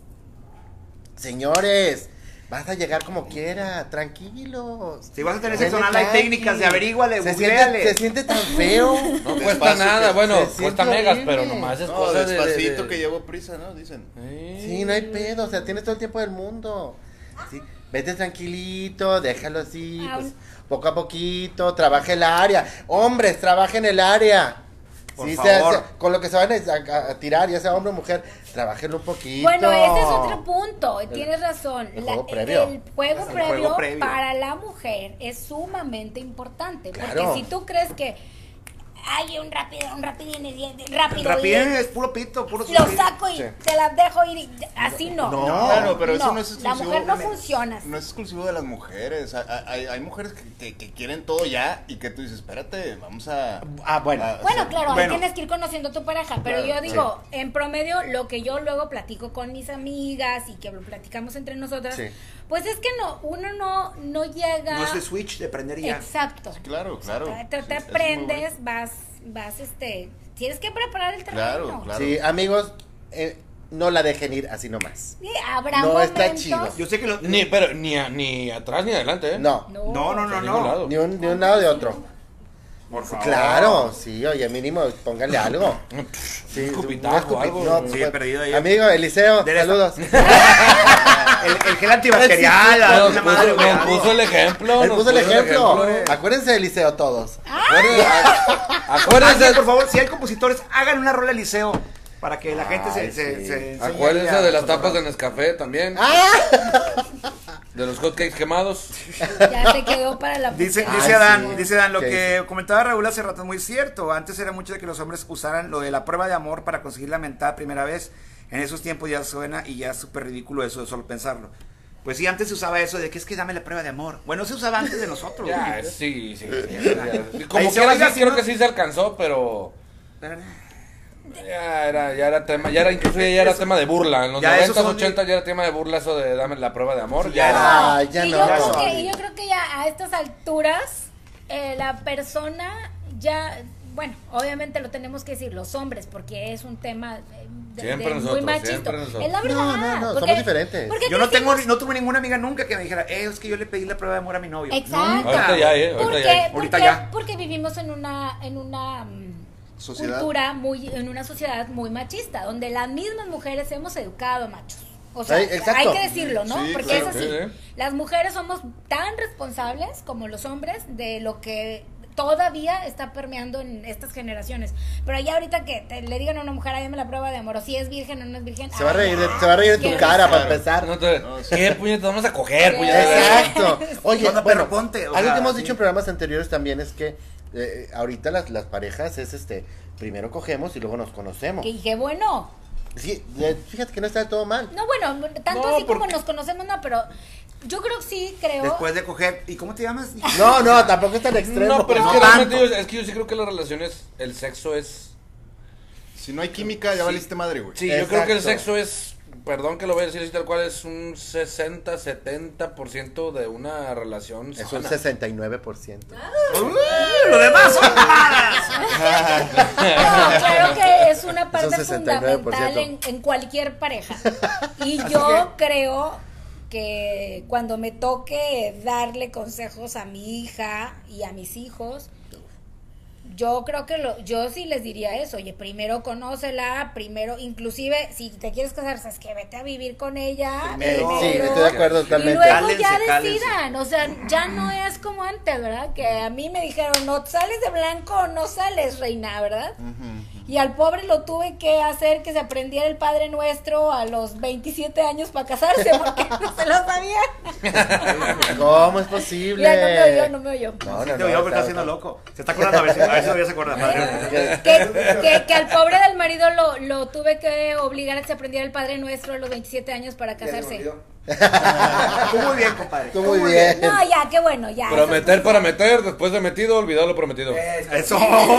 Señores, vas a llegar como quiera, tranquilos.
Si vas a tener
Denle
sexo anal, hay
tranqui.
técnicas de averíguale,
se siente, se
googleale.
siente tan feo.
No
Despacio,
cuesta nada,
que-
bueno,
se siente
cuesta megas,
horrible.
pero nomás es
No,
cosa de- de-
despacito
de- Eh.
que llevo prisa, ¿no? Dicen.
Sí, no hay pedo, o sea, tienes todo el tiempo del mundo. Sí, Vete tranquilito, déjalo así,
Ah,
pues,
un-
poco a poquito, trabaja el área. Hombres, trabajen el área.
Por
Sí,
favor.
sea- sea- con lo que se van a, a- a tirar, ya sea hombre o mujer, trabajenlo un poquito.
Bueno, ese es otro punto, tienes razón.
el
La-
juego previo.
el juego
Es el
previo
juego previo.
para la mujer es sumamente importante.
Claro.
Porque si tú crees que hay un rápido, un rapidín, y- y- rápido,
Rapidín es puro pito, puro
y lo
suspiro.
saco y
Sí.
te la dejo ir, y- así no.
No,
Claro, pero eso no es
La
exclusivo.
mujer no funciona así.
No es exclusivo de las mujeres. Hay, hay- hay mujeres que, que- que quieren todo ya y que tú dices, espérate, vamos a.
Ah, bueno.
a-
Bueno,
hacer-
claro,
Bueno.
ahí tienes que ir conociendo a tu pareja, pero
Claro,
yo digo, en promedio, lo que yo luego platico con mis amigas y que lo platicamos entre nosotras,
Sí.
pues es que no, uno no, no llega...
No es el switch de prender y ya.
Exacto.
Claro, claro.
Te, te-
Sí,
te
es muy
aprendes,
bueno.
vas, vas, este, tienes que preparar el
Claro,
terreno.
claro.
Sí, amigos, eh, no la dejen ir así nomás.
Sí, habrá
No,
momentos.
está chido.
Yo sé que lo...
Ni, pero, ni, a- ni atrás ni adelante, ¿eh?
No,
No, no, no,
A ningún
no.
lado.
ni un, ni un lado de otro.
Por favor.
Claro, sí, oye, mínimo, pónganle algo. Sí,
escupitajo, algo.
Sí,
pues,
perdido ahí.
Amigo, Eliseo,
Del-
saludos.
El, el gel antibacterial,
Nos
alguna
puso-
madre,
nos
güey, algo.
puso el ejemplo.
Él
nos
puso el ejemplo.
eh.
Acuérdense de Eliseo todos.
Ah.
Acuérdense,
Alguien, por favor, si hay compositores, hagan una rola al liceo para que la gente se, se,
Ay, sí. Ah.
se enseñe
acuérdense
a-
de las tapas de Nescafé también. De los hotcakes quemados.
Ya se quedó para la
Dice,
Ah,
dice Dan,
sí.
dice Dan, lo
¿Qué
que
dice?
comentaba Raúl hace rato es muy cierto. Antes era mucho de que los hombres usaran lo de la prueba de amor para conseguir la mentada primera vez. En esos tiempos ya suena y ya es súper ridículo eso de solo pensarlo. Pues sí, antes se usaba eso de que es que dame la prueba de amor. Bueno, se usaba antes de nosotros.
Ya,
güey.
es- sí, sí. sí.
Ahí
Como
se
que ahora
oiga,
sí
si
creo
no-
que sí se alcanzó, pero ya era, ya era tema, ya era incluso ya era tema de burla. En los
Ya, esos
90s,
son-
80 ya era tema de burla eso de dame la prueba de amor. Ya era.
Ah, ya
y
no.
Yo
Ya
creo
no.
que, y yo creo que ya a estas alturas, eh, la persona ya. bueno, obviamente lo tenemos que decir los hombres, porque es un tema eh, de,
Siempre
de
nosotros,
muy machista.
siempre nosotros.
Es la verdad.
No, no, no, somos diferentes.
porque
Yo no tengo,
crecimos-
no tuve ninguna amiga nunca que me dijera, eh, es que yo le pedí la prueba de amor a mi novio.
Exacto.
Nunca.
Ahorita ya, eh, ahorita
porque,
ya.
Ahorita
porque-
ya.
porque vivimos en una, en una mm,
Sociedad.
cultura muy, en una sociedad muy machista, donde las mismas mujeres hemos educado a machos. O sea,
Ay, exacto.
hay que decirlo, ¿no?
Sí,
porque
claro,
es así.
sí, sí.
Las mujeres somos tan responsables como los hombres de lo que todavía está permeando en estas generaciones. Pero allá ahorita que te- le digan a una mujer, hágame la prueba de amor, o si es virgen o no es virgen.
Se va a
ay,
reír, de-
ya,
se va a reír en
qué
tu cara
risa.
para empezar.
No te-
No, sí.
¿Qué puñetas vamos a coger, puñetas?
Exacto. Oye,
No, no,
bueno,
pero ponte, o
algo
sea,
que hemos
sí.
dicho en programas anteriores también es que eh, ahorita las, las parejas es este, primero cogemos y luego nos conocemos.
Que dije, bueno,
Sí, de- fíjate que no está todo mal.
no, bueno, tanto
No,
así como
porque-
nos conocemos, no, pero yo creo que sí, creo.
Después de coger, ¿y cómo te llamas?
No, no, tampoco es tan extremo.
No, pero es
No
que realmente
tanto.
yo, es que yo sí creo que las relaciones, el sexo es...
Si no hay química, ya valiste madre, güey.
Sí, yo creo que el
Exacto.
sexo es, perdón que lo voy a decir así tal cual, es un 60, 70% de una relación
Es un
sana.
69%.
lo demás son mamadas.
No, claro que es una parte
Es un 69%.
fundamental en, en cualquier pareja. Y yo creo que cuando me toque darle consejos a mi hija y a mis hijos, yo creo que lo, yo sí les diría eso, oye, primero conócela, primero, inclusive si te quieres casar, sabes que vete a vivir con ella.
Eh,
no.
sí, estoy de acuerdo
Y
totalmente.
luego
Cálense,
ya
cálense.
decidan, o sea, ya no es como antes, ¿verdad? Que a mí me dijeron, no sales de blanco o no sales, reina, ¿verdad? Y al pobre lo tuve que hacer que se aprendiera el Padre Nuestro a los 27 años para casarse, porque no se lo sabía.
¿Cómo es posible?
Ya no me oyó, no me oyó.
No,
Ah. Sí,
no,
te
no,
oyó,
Ah,
pero está
está-
haciendo loco. Se está acordando, a ver si, a ver si todavía se acuerda. padre.
Que, que- que al pobre del marido lo, lo tuve que obligar a que se aprendiera el Padre Nuestro a los 27 años para casarse.
Tú muy bien, compadre.
Tú muy bien.
No, ya, qué bueno, ya.
Prometer para meter, después de metido, olvidar lo prometido.
Eh, Eso,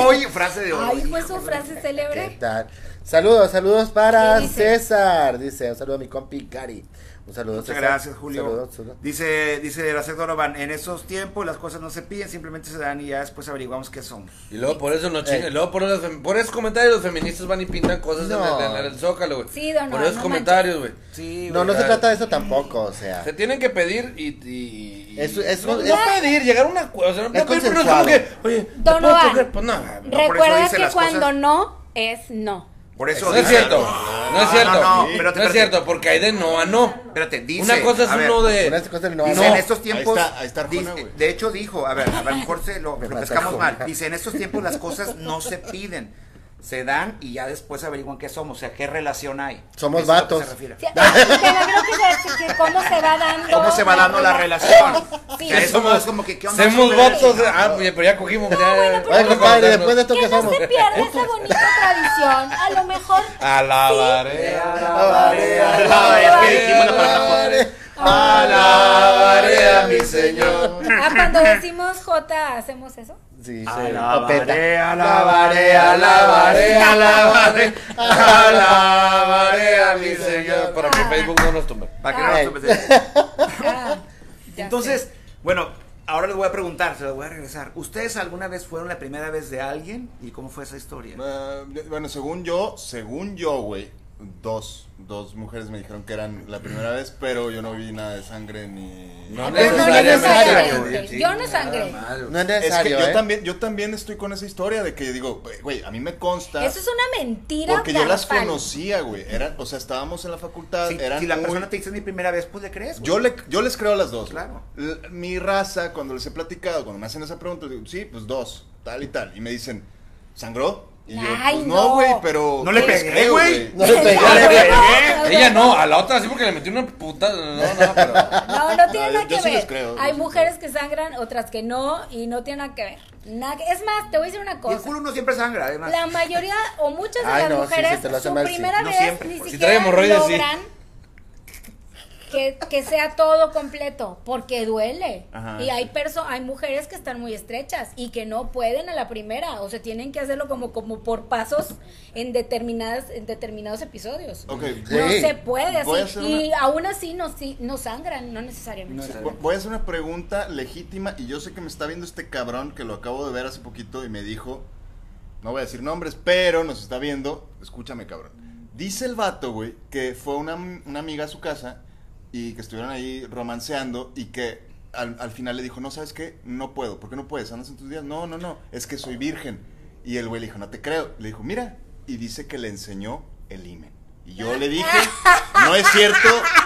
oye, frase de oro.
Eh, Ay, fue su frase
¿Qué
célebre.
tal? Saludos, saludos para
¿Qué dice?
César. Dice, un saludo a mi compi Gary. Un saludo,
Muchas
César.
gracias, Julio.
Saludos, saludos.
Dice, dice Racet Donovan, en esos tiempos las cosas no se piden, simplemente se dan y ya después averiguamos qué somos.
Y luego por eso no
Ey.
chingan, luego por, esos por esos comentarios los feministas van y pintan cosas
No.
en, el, en el zócalo, güey.
Sí, don
Por
Omar,
esos
no
comentarios, güey.
Sí,
No, no se
Claro.
trata de eso tampoco, o sea.
Se tienen que pedir y... y- y-
Es- es-
no,
es-
no pedir, llegar a un acuerdo. O sea, no
Es
pedir, pero no es
consensuado.
como que, oye, ¿te puedo
Donovan.
coger? Pues no.
por eso
Recuerda
dice
que
las
cuando
cosas-
no es no.
Por eso
No es
dice- Ah,
cierto, no es cierto,
No, no,
no,
no, espérate,
es
espérate.
cierto, porque hay de no a no.
Espérate, dice,
Una cosa es
a ver, este
uno
Una
de...
cosa no
Dice,
no.
en estos tiempos.
Ahí está- ahí está Arjona,
dice-
güey.
de hecho, dijo, a ver, a lo mejor se lo,
Me
lo
mata
pescamos
Arjona.
mal. Dice, en estos tiempos las cosas no se piden, se dan y ya después averiguan qué somos, o sea, qué relación hay.
Somos
Eso es a lo que
vatos.
se refiere.
Sí, ah, Pero creo que, se- que cómo se va dando.
¿Cómo se va
la
dando la
rela-
relación?
Sí.
Que eso no es como que, ¿qué onda?
Somos
Somos-
vatos, de- ah, oye, pero ya cogimos. ya,
bueno, pero-
Oye,
no
compadre, después de esto que
Que no
somos.
se pierda esa bonita tradición. A lo mejor.
Alabaré,
alabaré,
alabaré.
alabaré,
Es que dijimos la palabra
alabaré,
alabaré
a mi Señor.
Ah, cuando decimos J, hacemos eso.
Sí, sí.
Ah, Alabaré,
opeta.
alabaré, alabaré.
alabaré, alabaré a mi Señor. Para que Facebook no nos tumbe.
Para que no nos
Ay.
tropecemos.
Ah, ya
Entonces,
sé.
bueno, ahora les voy a preguntar, se los voy a regresar. ¿Ustedes alguna vez fueron la primera vez de alguien? ¿Y cómo fue esa historia?
Ah, bueno, según yo, según yo, güey, dos, dos mujeres me dijeron que eran la primera vez, pero yo no vi nada de sangre ni...
No
Pero no
necesariamente.
necesariamente. Yo no sangré.
No es
Es que
necesario,
yo
¿eh?
también, yo también estoy con esa historia de que digo, güey, a mí me consta...
Eso es una mentira.
Porque yo las
garrafal.
conocía, güey. Eran, o sea, estábamos en la facultad,
Si,
eran
si la
muy-
persona te dice "Es mi primera vez, pues le crees. güey?
Yo, le, yo les creo a las dos. güey.
Claro.
L- mi raza, cuando les he platicado, cuando me hacen esa pregunta, digo, sí, pues dos, tal y tal. Y me dicen, ¿sangró? Y yo,
Ay,
pues
no.
no, güey, pero...
No le
pues,
pegué,
creo,
güey.
No le pegué.
No, no,
¿eh? Ella no, a la otra sí porque le metió una puta. No, no, pero.
No, no tiene
No, yo
nada que
sí les
ver.
creo, yo
Hay
sí
mujeres
les
que sangran, otras que no, y no tiene nada que ver. Nada que- Es más, te voy a decir una
Y el
cosa.
culo no siempre sangra, además.
La mayoría o muchas de
Ay,
las
no, sí,
mujeres
sí, te lo hace
su
mal, sí.
primera
No
vez
siempre,
ni
pues.
Si trae
siquiera
hemorroides, sí.
logran que, que sea todo completo, porque duele.
Ajá.
y hay perso hay mujeres que están muy estrechas y que no pueden a la primera, o sea, tienen que hacerlo como como por pasos en determinadas en determinados episodios.
Ok,
Sí.
No se puede
Voy a
así
hacer
y aún así no sí, no sangran, no necesariamente.
Vo- Voy a hacer una pregunta legítima y yo sé que me está viendo este cabrón que lo acabo de ver hace poquito y me dijo, no voy a decir nombres, pero nos está viendo. Escúchame, cabrón. Dice el vato, güey, que fue una, una amiga a su casa y que estuvieron ahí romanceando y que al, al final le dijo, no, ¿sabes qué? No puedo. ¿Por qué no puedes? ¿Andas en tus días? No, no, no. Es que soy virgen. Y el güey le dijo, no te creo. Le dijo, mira. Y dice que le enseñó el imen. Y yo le dije, no es cierto.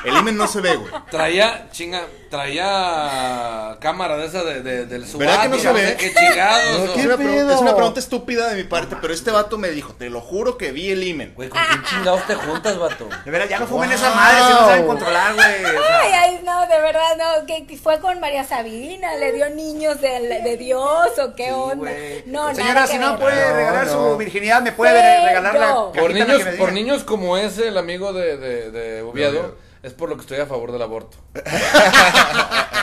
El imen no se ve, güey.
Traía, chinga, traía cámara de esa de, de- del subaco.
¿Verdad que no se ve?
sé ¿Qué chingados?
No,
o-
Es
¿Qué
una, pregunta,
pedo?
es una pregunta estúpida de mi parte, pero este vato me dijo, te lo juro que vi el imen.
Güey, ¿con quién chingados te juntas, vato?
De veras, ya no fumen esa madre, si no saben controlar, güey. O sea,
Ay, ay, no, de verdad, no, que que fue con María Sabina, le dio niños del- de, Dios o qué
sí,
onda.
güey.
No,
Señora,
nada que
si no
ver.
puede
No,
regalar
no.
su virginidad, me puede
Pero-
regalar la cajita
Por
en la
niños,
que me
por
diga?
niños como ese, el amigo de, de, de Oviedo,
Oviedo.
es por lo que estoy a favor del aborto.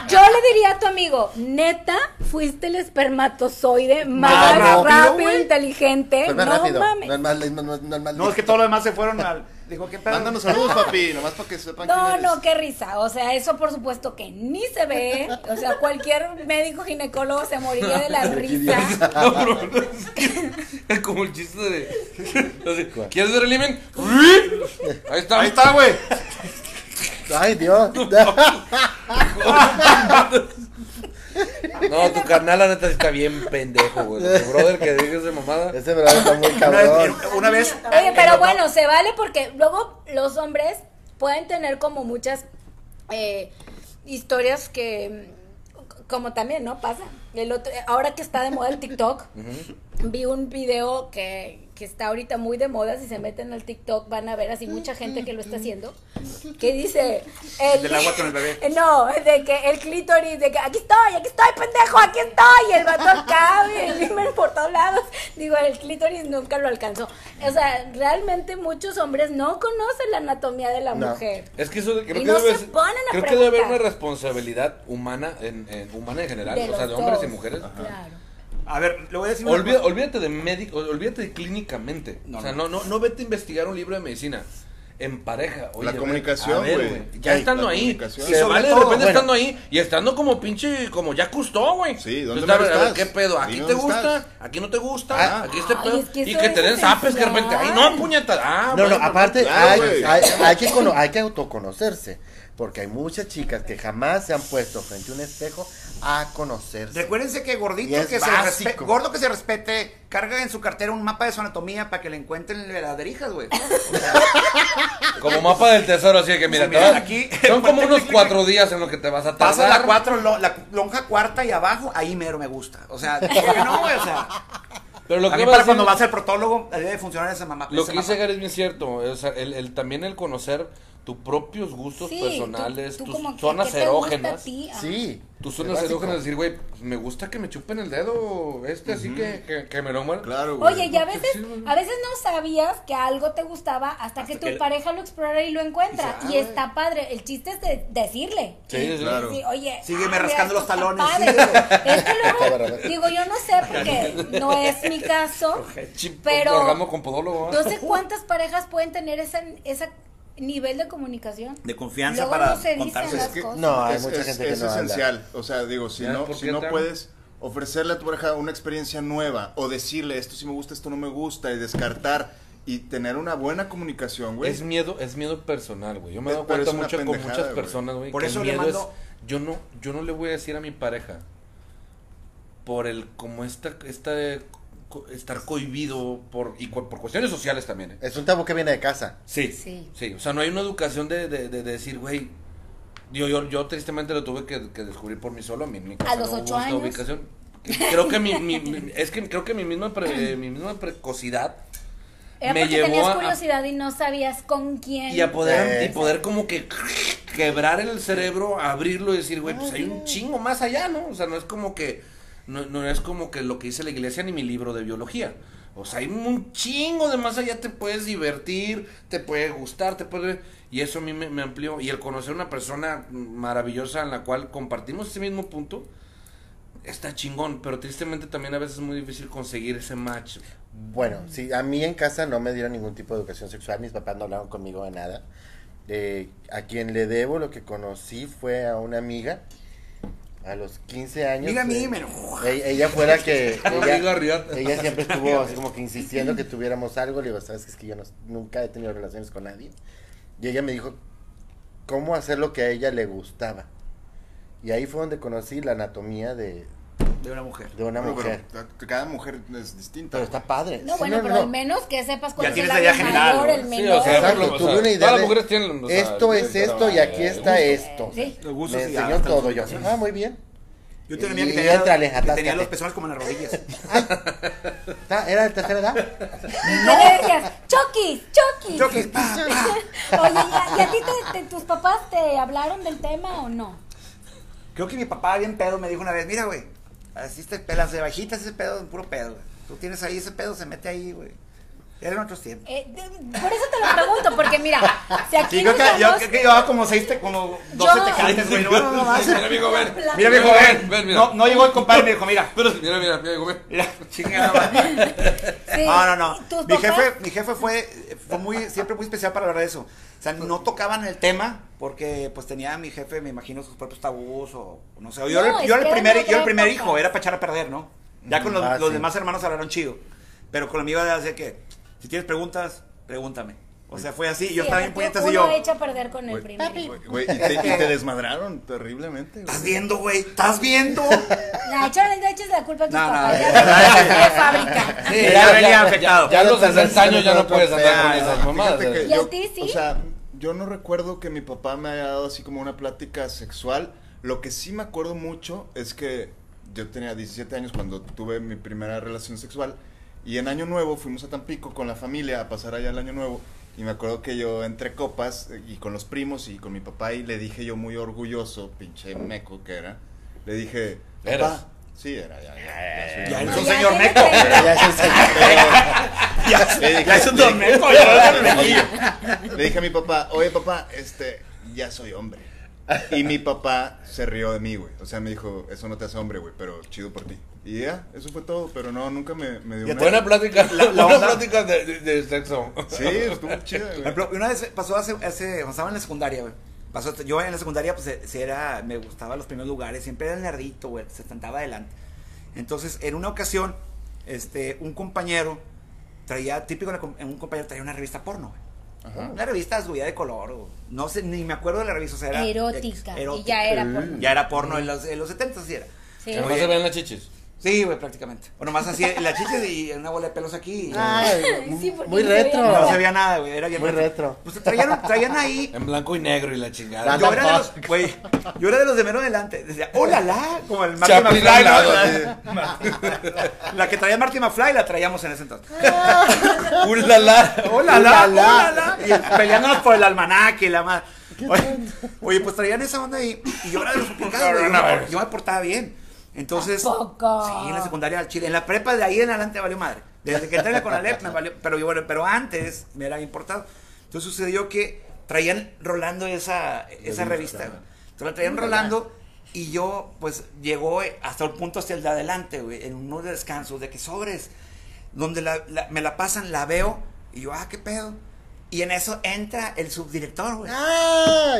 Yo le diría a tu amigo, neta, fuiste el espermatozoide más
rápido,
rápido,
güey.
inteligente.
Fue
no
Pues más rápido.
mames.
No es más, no es más- no es más-
No, es que todo lo demás se fueron al. Dijo, ¿qué pedo?
Mándanos saludos, papi, nomás para que sepan quién
No,
eres.
no, qué risa. O sea, eso por supuesto que ni se ve. O sea, cualquier médico ginecólogo se moriría de la risa.
No, bro, no, es que- es como el chiste de. así, ¿Quieres ver el imen? Ahí está.
Ahí está, güey.
Ay, Dios.
No, tu carnal, la neta, sí está bien pendejo, güey. Tu brother que digas de mamada.
Ese verdad está muy cabrón.
Una, una vez.
Oye, pero bueno, se vale porque luego los hombres pueden tener como muchas eh, historias que, mm, como también, ¿no? Pasa. El otro, ahora que está de moda el TikTok, vi un video que, que está ahorita muy de moda. Si se meten al TikTok van a ver así mucha gente que lo está haciendo. Que dice... El,
del agua con el bebé.
Eh, No, de que el clítoris, de que aquí estoy, aquí estoy, pendejo, aquí estoy. Y el vato acá, y el himen por todos lados. Digo, el clítoris nunca lo alcanzó. O sea, realmente muchos hombres no conocen la anatomía de la
No.
mujer.
Es que eso de- creo,
Y
que,
no
debe,
se
ser-
ponen a
creo que debe haber
preguntar.
una responsabilidad humana en, en- humana en general, o sea,
los
de hombres y
dos.
mujeres.
Claro.
A ver, le voy a decir una
Olvida-
cosa.
olvídate de médico, ol- olvídate de clínicamente.
No,
o sea, no, no, no vete a investigar un libro de medicina. En pareja, oye,
La
a ver,
comunicación,
a ver,
güey.
Ya
Ey,
estando
la
ahí.
comunicación.
Y
Se
sobre
vale
todo,
de repente
bueno.
estando ahí y estando como pinche, como ya custó, güey.
Sí, ¿dónde
Entonces, a ver,
estás?
a ver, ¿Qué pedo? ¿Aquí
Dime
te
dónde
gusta?
estás.
¿Aquí no te gusta?
Ah.
¿Aquí este
Ay,
pedo?
es que
y
eso
que
es
te den zapes que de repente. ¡Ay,
esencial.
no, puñetas! Ah,
No, no,
bueno,
aparte
claro,
hay,
güey.
hay- hay que cono- hay que autoconocerse. Porque hay muchas chicas que jamás se han puesto frente a un espejo a conocerse.
Recuérdense que
Y
gordito
es
que se
básico.
respete, gordo que se respete, carga en su cartera un mapa de su anatomía para que le encuentren las derijas, güey.
Como mapa del tesoro, así que mira,
Pues Mira,
te vas-
aquí-
son como unos cuatro días en los que te vas a tardar.
Pasa la cuatro, lo- la lonja cuarta y abajo, ahí mero me gusta. O sea, ¿por qué no, güey? O sea,
Pero lo
a
que
mí
iba a
para
decir-
cuando va a ser protólogo, debe funcionar esa mamá.
Lo
esa
que dice
mamá.
Gary es bien cierto, o sea, el, el- también el conocer tus propios gustos
Sí,
personales,
tú- tú
tus
como que,
zonas
¿qué te gusta
erógenas.
a ti? Ajá.
Sí.
Tus
es
zonas
básico.
erógenas, decir, güey, pues, me gusta que me chupen el dedo este, así que, que, que me lo mueran.
Claro, güey.
Oye, y a veces, a veces no sabías que algo te gustaba hasta, que tu pareja lo explora y lo encuentra. Y, está padre. El chiste es de decirle.
Sí, sí, sí.
Claro.
Sí, oye.
Sígueme
ah,
rascando
mira,
los
está
talones.
padre. Es que luego,
Está barato.
digo, yo no sé porque no es mi caso,
Chip- orgasmo
pero
con podólogo. ¿ah?
no sé cuántas parejas pueden tener ese, ese nivel de comunicación.
De confianza
Luego
para
no se dicen
contarse.
las
Es que-
cosas.
No, hay
es,
mucha
es-
gente que
es
no habla.
esencial. O sea, digo, si
¿Ya?
no,
¿Por
si
qué
no
te amo?
puedes ofrecerle a tu pareja una experiencia nueva o decirle esto sí me gusta, esto no me gusta y descartar y tener una buena comunicación, güey.
Es miedo, es miedo personal, güey. Yo me he
Es-
dado
pero es
cuenta
una
mucho con
pendejada,
muchas
güey.
personas, güey.
Por
que
eso
el
le
miedo
mando-
es, yo no, yo no le voy a decir a mi pareja por el como esta, esta co- estar cohibido por y cu- por cuestiones sociales también, ¿eh?
Es un tabú que viene de casa.
Sí.
Sí.
Sí. O sea, no hay una educación de, de, de- de decir, güey. Yo, yo, yo tristemente lo tuve que, que descubrir por mí solo. A, mí, en mi casa
A los
no hubo
ocho
esta
años.
ubicación. Creo que mi, mi- mi- es que creo que mi misma, pre- mi misma precocidad
Era
me
porque
llevó
tenías
a-
curiosidad y no sabías con quién.
y a poder,
Sí.
y poder como que quebrar el cerebro, abrirlo y decir, güey, pues hay un chingo más allá, ¿no? O sea, no es como que, no, no es como que lo que dice la iglesia ni mi libro de biología. O sea, hay un chingo de más allá, te puedes divertir, te puede gustar, te puede... Y eso a mí me, me amplió. Y el conocer una persona maravillosa en la cual compartimos ese mismo punto, está chingón. Pero tristemente también a veces es muy difícil conseguir ese match.
Bueno, sí, a mí en casa no me dieron ningún tipo de educación sexual, mis papás no hablaron conmigo de nada. Eh, a quien le debo lo que conocí fue a una amiga a los 15 años.
Mira a mí,
eh,
me lo-
Ella, ella fue la que.
No digo
ella,
arriba.
ella siempre estuvo así como que insistiendo que tuviéramos algo. Le digo, ¿sabes qué? Es que yo no- nunca he tenido relaciones con nadie. Y ella me dijo, ¿cómo hacer lo que a ella le gustaba? Y ahí fue donde conocí la anatomía de,
de una mujer.
de una
Bueno,
mujer.
pero cada mujer es distinta.
Pero está padre.
No,
Sí,
bueno,
no,
pero
no.
al menos que sepas cuál es el
tienes la idea
labio
general,
mayor,
¿no?
el
Sí,
menor.
sea, Exacto,
por lo-
tuve una idea
todas las
de-
mujeres tienen. o sea,
Esto es
pero,
esto y
eh,
aquí está esto. O sea,
Sí.
Los gustos
me
y
enseñó
hasta
todo
los
yo.
gustos.
Ah, muy bien.
Yo tenía una amiga que
Y
tenía,
éntrale,
que tenía
atáscate.
los pezones como en las rodillas.
Está- Era de tercera edad.
No. Chucky, Chucky.
Chucky,
Oye, ¿y a, y a ti te- te- tus papás te hablaron del tema o no?
Creo que mi papá bien pedo me dijo una vez, mira, güey, así te pelas de bajitas ese pedo, puro pedo, güey. Tú tienes ahí ese pedo, se mete ahí, güey. Eran otros tiempos.
Eh, de- por eso te lo pregunto, porque mira, si aquí
Sí, creo
nos
que, yo
vamos-
creo que llevaba como seis, te- como doce
Yo-
tecates, güey. No, no, no, más.
Mira, amigo, ven.
Mira,
Mira,
viejo,
ven. Ven, mira.
No, no llegó el compadre y me dijo, mira,
Pero, mira, mira, mira, amigo, ven.
mira, chingada, madre.
Sí,
No, no, no.
tus
Mi
papás-
jefe, mi jefe fue, fue muy, siempre muy especial para hablar de eso. O sea, no tocaban el tema porque pues tenía mi jefe, me imagino, sus propios tabús o no sé. Yo,
No,
era- yo
es que
era el
era
primer,
otra
yo era el primer
época.
hijo, era para echar a perder, ¿no? Ya con los,
Ah,
los
sí.
demás hermanos hablaron chido. Pero con la amiga de hace que, si tienes preguntas, pregúntame. O sea, fue así. Yo
sí,
estaba bien
uno-
puñetas y
uno
yo.
echa a perder con el primero.
Güey, güey, y, te, y te desmadraron terriblemente. güey.
¿Estás viendo, güey? ¿Estás viendo?
La echa, le eches la culpa a tus
No, no,
papás.
no.
ya sabes que es de fábrica.
Sí, ya venía afectado.
Ya a los
Ya te
60 años ya no
pasaste
puedes
por
andar con
fea,
esas
no,
mamadas.
Fíjate
¿sabes?
que
¿Y a
yo-
ti sí?
O sea, yo no recuerdo que mi papá me haya dado así como una plática sexual. Lo que sí me acuerdo mucho es que yo tenía 17 años cuando tuve mi primera relación sexual. Y en Año Nuevo fuimos a Tampico con la familia a pasar allá el Año Nuevo. Y me acuerdo que yo entre copas eh, y con los primos y con mi papá y le dije yo muy orgulloso, pinche meco que era, le dije, papá,
¿Eras?
sí, era, ya, ya, ya soy
Ya
un
eres
No,
un
ya
señor
tiene
meco.
30.
Pero ya se enseñó.
Le dije-
Ya es un
le
don
dije-
Meco, ya es un
Le dije a mi papá, oye papá, este, ya soy hombre. Y mi papá se rió de mí, güey. O sea, me dijo, eso no te hace hombre, güey, pero chido por ti. Y ya, eso fue todo, pero no, nunca me, me dio
Ya
una-
Buena plática.
la
buena
onda-
plática de, de- de sexo.
Sí, estuvo chida,
Por
güey.
ejemplo, una vez pasó hace, hace cuando estaba en la secundaria, güey. Pasó, yo en la secundaria, pues, eh, sí era, me gustaba los primeros lugares, siempre era el nerdito, güey, que se sentaba adelante. Entonces, en una ocasión, este, un compañero traía, típico, en la com- en un compañero traía una revista porno, güey. Una revista subida de color, o no sé, ni me acuerdo de la revista, o sea, era
Erótica.
ex-
Y ya era porno.
Mm. Ya era porno en los, en los 70 sí era.
Sí.
Además se ven las chichis.
Sí, güey, prácticamente. O nomás así, la chicha y una bola de pelos aquí. y-
Ay,
Sí,
muy,
porque
muy
no se veía
retro.
nada.
no se veía nada, güey, era bien
Muy retro.
Pues traían, traían ahí
En blanco y negro y la chingada.
La-
Yo era, de
Anda,
los, güey, yo era de los de menos adelante. Decía, hola, la, como el Marty
Chaplin
McFly.
al lado,
¿no? La que traía Marty McFly la traíamos en ese entonces.
Ulala.
Hola, la, hola, la. Y peleándonos por el almanaque y la madre. Oye, oye, pues traían esa onda ahí. Y yo era de los complicados, güey, yo, me- yo me portaba bien. Entonces,
¿A poco?
sí, en la secundaria al chile. En la prepa de ahí en adelante valió madre. Desde que entré con la me valió. Pero, yo, bueno, pero antes me era importado. Entonces sucedió que traían rolando esa, esa revista. güey. Entonces la traían rolando. Y yo, pues, llegó eh, hasta el punto hacia el de adelante, güey, en unos descansos, de que sobres donde la- la- me la pasan, la veo y yo, ah, qué pedo. Y en eso entra el subdirector,
Ah.
güey.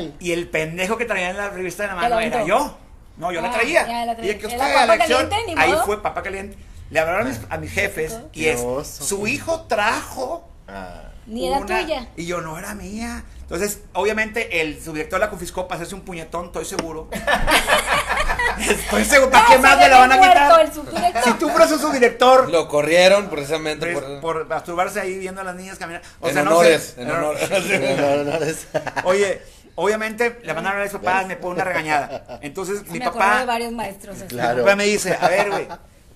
Ay.
Y el pendejo que traía en la revista de la
Te la
mano era
aventó.
yo. No, yo la
Ah,
traía.
ya la traía.
Y de que
Era
usted
papa
la elección,
caliente, ni
ahí
modo.
fue papá caliente. Le hablaron a mis, a mis jefes y
Qué
es,
oso.
su hijo trajo
Ah,
Ni era
una-
tuya.
Y yo, no era mía. Entonces, obviamente, el subdirector la confiscó para hacerse un puñetón, estoy seguro. estoy seguro. ¿Para qué
Ah,
más
se
me la
ve
van a
muerto
quitar?
el subdirector.
Si tú fueras un subdirector,
Lo corrieron precisamente
por,
por.
por masturbarse ahí viendo a las niñas caminar. Pues, O
Pues, en
sea,
honores.
no sé. Ah,
En
No,
honores.
No, no, no, es-
Oye, obviamente le mandaron a mis papás, me pone una regañada. Entonces mi
me acuerdo de
papá,
varios maestros. así.
Claro.
mi papá me dice, a ver, güey,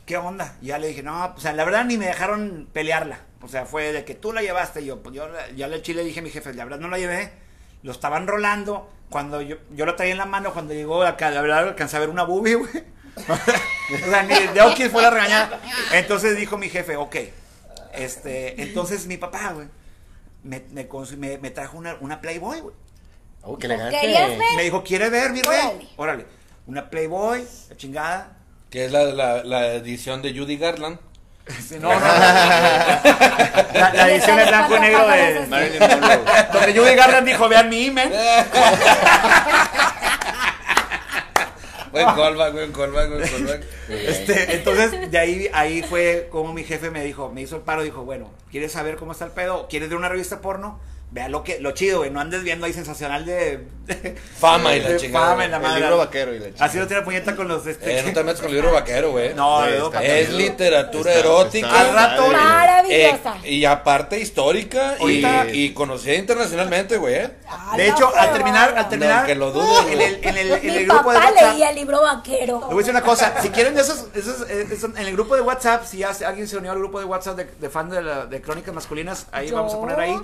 ¿qué onda? Y ya le dije, no, o sea, la verdad ni me dejaron pelearla. O sea, fue de que tú la llevaste. Y yo, pues yo, la- yo le chile dije a mi jefe, la verdad no la llevé. Lo estaban rolando. Cuando yo, yo lo traía en la mano, cuando llegó acá, la verdad alcancé a ver una boobie, güey. o sea, ni de quién fue la regañada. Entonces dijo mi jefe, ok. Este, entonces mi papá, güey, me, me, cons- me- me trajo una, una Playboy, güey.
Oh, qué elegante.
¿Querías ver?
Me dijo, ¿quiere ver, mi rey?
Órale.
Órale. Una Playboy, la chingada.
Que es la, la, la edición de Judy Garland.
Sí, no, no, no. La, la edición es blanco y negro de...
Marilyn Monroe.
Donde
Eh.
Judy Garland dijo, vean mi email.
Bueno,
Ah.
callback, güey, callback, güey, callback.
Este, entonces, de ahí, ahí fue como mi jefe me dijo, me hizo el paro, dijo, bueno, ¿quieres saber cómo está el pedo? ¿Quieres ver una revista porno? Vea lo que, lo chido, güey, no andes viendo ahí sensacional de, de-
Fama y la
de
chingada,
Fama
güey.
y la
El
madre.
libro vaquero y la chingada.
Así no tiene puñeta con los este.
Eh, no te metas con el libro vaquero, güey.
No,
Güey,
le doy
está
pa'
Es
cabrón.
literatura
Está-
erótica.
está
Al rato-
padre.
Maravillosa.
Eh, y aparte histórica y,
Ahorita-
y conocida internacionalmente, güey. eh.
Ah,
De
no,
hecho, al
qué
terminar, al
bárbaro.
terminar,
No, que lo dudo,
en
güey.
el, en el, en
Mi
el grupo de
papá
WhatsApp.
leía el libro
Le
vaquero.
voy a decir una cosa, si quieren esos, esos, eh, esos- en el grupo de WhatsApp, si ya se- alguien se unió al grupo de WhatsApp de, de fan de, la- de Crónicas Masculinas, ahí
Yo.
vamos a poner ahí.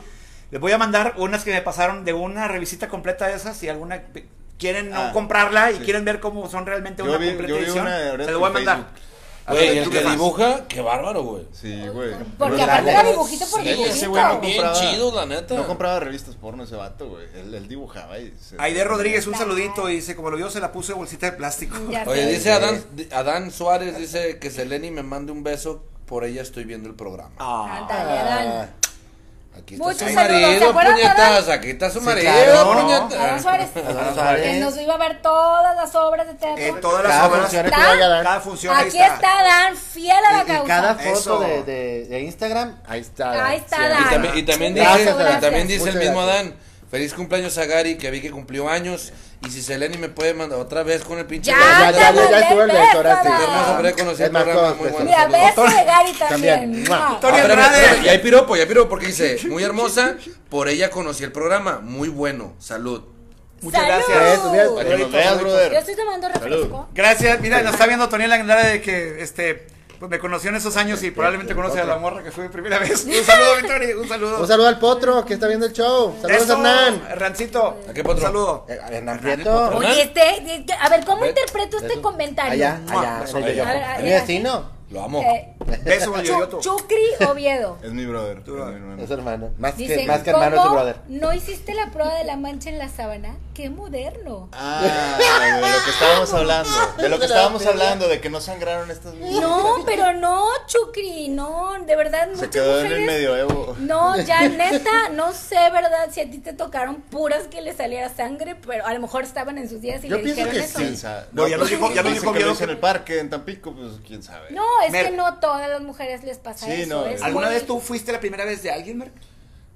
Les voy a mandar unas que me pasaron de una revisita completa de esas, si alguna p- quieren no
Ah,
comprarla y
sí.
quieren ver cómo son realmente
Yo
una
vi-
completa
yo vi
edición,
una de
se
ahorita
las voy a
en
mandar.
Facebook.
A
Güey,
ver,
el
¿tú
que
qué más?
dibuja, qué bárbaro, güey.
Sí, güey.
Porque
Pero
aparte
la
era
neta-
dibujito por
Sí, Ese
dibujito.
güey no
Bien
compraba.
chido, la neta.
No compraba revistas porno ese vato, güey. Él, él dibujaba y se-
Aide Rodríguez, un saludito, y dice, como lo vio, se la puse en bolsita de plástico.
Ya
Oye,
sé.
dice Adán, Adán Suárez, dice que Seleni me mande un beso, por ella estoy viendo el programa.
Ah.
Ándale,
Ah,
Adán.
Aquí está
Muchos
su
saludos, ¿se
marido,
acuerdan,
puñetas,
Adán?
aquí está su
Sí,
marido,
claro.
puñetas.
Adán Suárez.
Adán
Que
eh, Suárez.
nos iba a ver todas las obras de teatro.
Eh, todas las
Cada
obras,
función es
¿Está?
que vaya a dar.
cada función ahí
Ah, Aquí está Adán, fiel a la
Y- y
causa.
cada
Eso.
foto de, de- de Instagram, ahí está. Adán.
Ahí está
Sí,
Adán.
Y también, y también dice,
Gracias,
y
gracias.
también dice el
Muchas
mismo
gracias.
Adán. Feliz cumpleaños a Gary, que vi que cumplió años. Y si Seleni me puede mandar otra vez con el pinche.
Ya,
programa,
Ya, ya, ya, ya
Ándale,
estuvo el de
beso,
Dorothy.
Adán.
Hermoso haber conocido
Es más,
el
pues,
programa,
todos
muy bueno.
Mira,
saludos.
beso de Gary también.
También.
Mua.
Tony
Ah, espérame,
Andrade.
espérame, Ya hay piropo, ya hay piropo, porque dice, muy hermosa, por ella conocí el programa, muy bueno, salud.
Muchas
¡Salud!
gracias.
Para que nos veas,
Yo
brother.
estoy tomando refresco.
Gracias, mira, nos está viendo Toniel Aguilar de que este pues me conoció en esos años y probablemente conoce a la morra que fue mi primera vez. Un saludo, Victoria, un saludo.
Un saludo al Potro que está viendo el show. Saludos,
Eso, Eh,
Hernán.
Hernancito.
¿A qué potro?
Un saludo.
Eh, Hernán Prieto.
Hernán.
Oye, este, este- a ver, ¿cómo
Ve-
interpreto este comentario?
Allá, allá,
Mua.
soy yo.
A ver, a-
Es mi vecino.
Lo amo.
Eh,
Beso,
Chu-
Yoyoto.
Chucri Oviedo.
Es mi brother.
Tu
es mi
brother.
hermano.
Es hermano. Más que,
Dicen,
más que hermano es
¿cómo
su brother.
no hiciste la prueba de la mancha en la sábana? ¡Qué moderno!
Ah, de lo que estábamos hablando. De lo que estábamos hablando, de que no sangraron estas
No, pero no, Chucri, no, de verdad,
Se
muchas
quedó en el
mujeres-
medioevo.
No, ya neta, no sé, ¿verdad? Si a ti te tocaron puras que le saliera sangre, pero a lo mejor estaban en sus días y
Yo
le
pienso
dijeron
que
eso.
sí.
No, ya lo
pues,
dijo- ya lo
dicen
dijo
que
Guido
hizo en
que-
el parque, en Tampico, pues quién sabe.
No, es
Mer-
que no todas las mujeres les pasa
Sí,
eso.
no,
es
¿Alguna
muy-
vez tú fuiste la primera vez de alguien, Merck?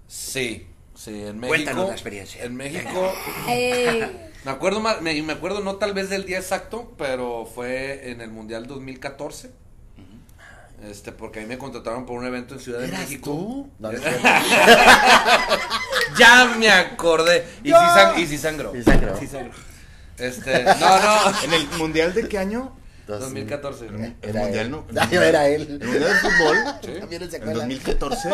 Sí, sí, en México.
Cuéntanos la experiencia.
En México,
Ey,
me acuerdo, más- me, me acuerdo no tal vez del día exacto, pero fue en el Mundial 2014. Este, porque a mí me contrataron por un evento en Ciudad de México.
No, no,
Ya me acordé. Y, sí, sang- y sí sangró.
Sí, sangro.
Este, no, no.
¿En el mundial de qué año?
2014.
El
Era
mundial
él.
no.
Ah, yo era él.
¿El mundial de fútbol?
También él se
¿En
acuerda.
2014?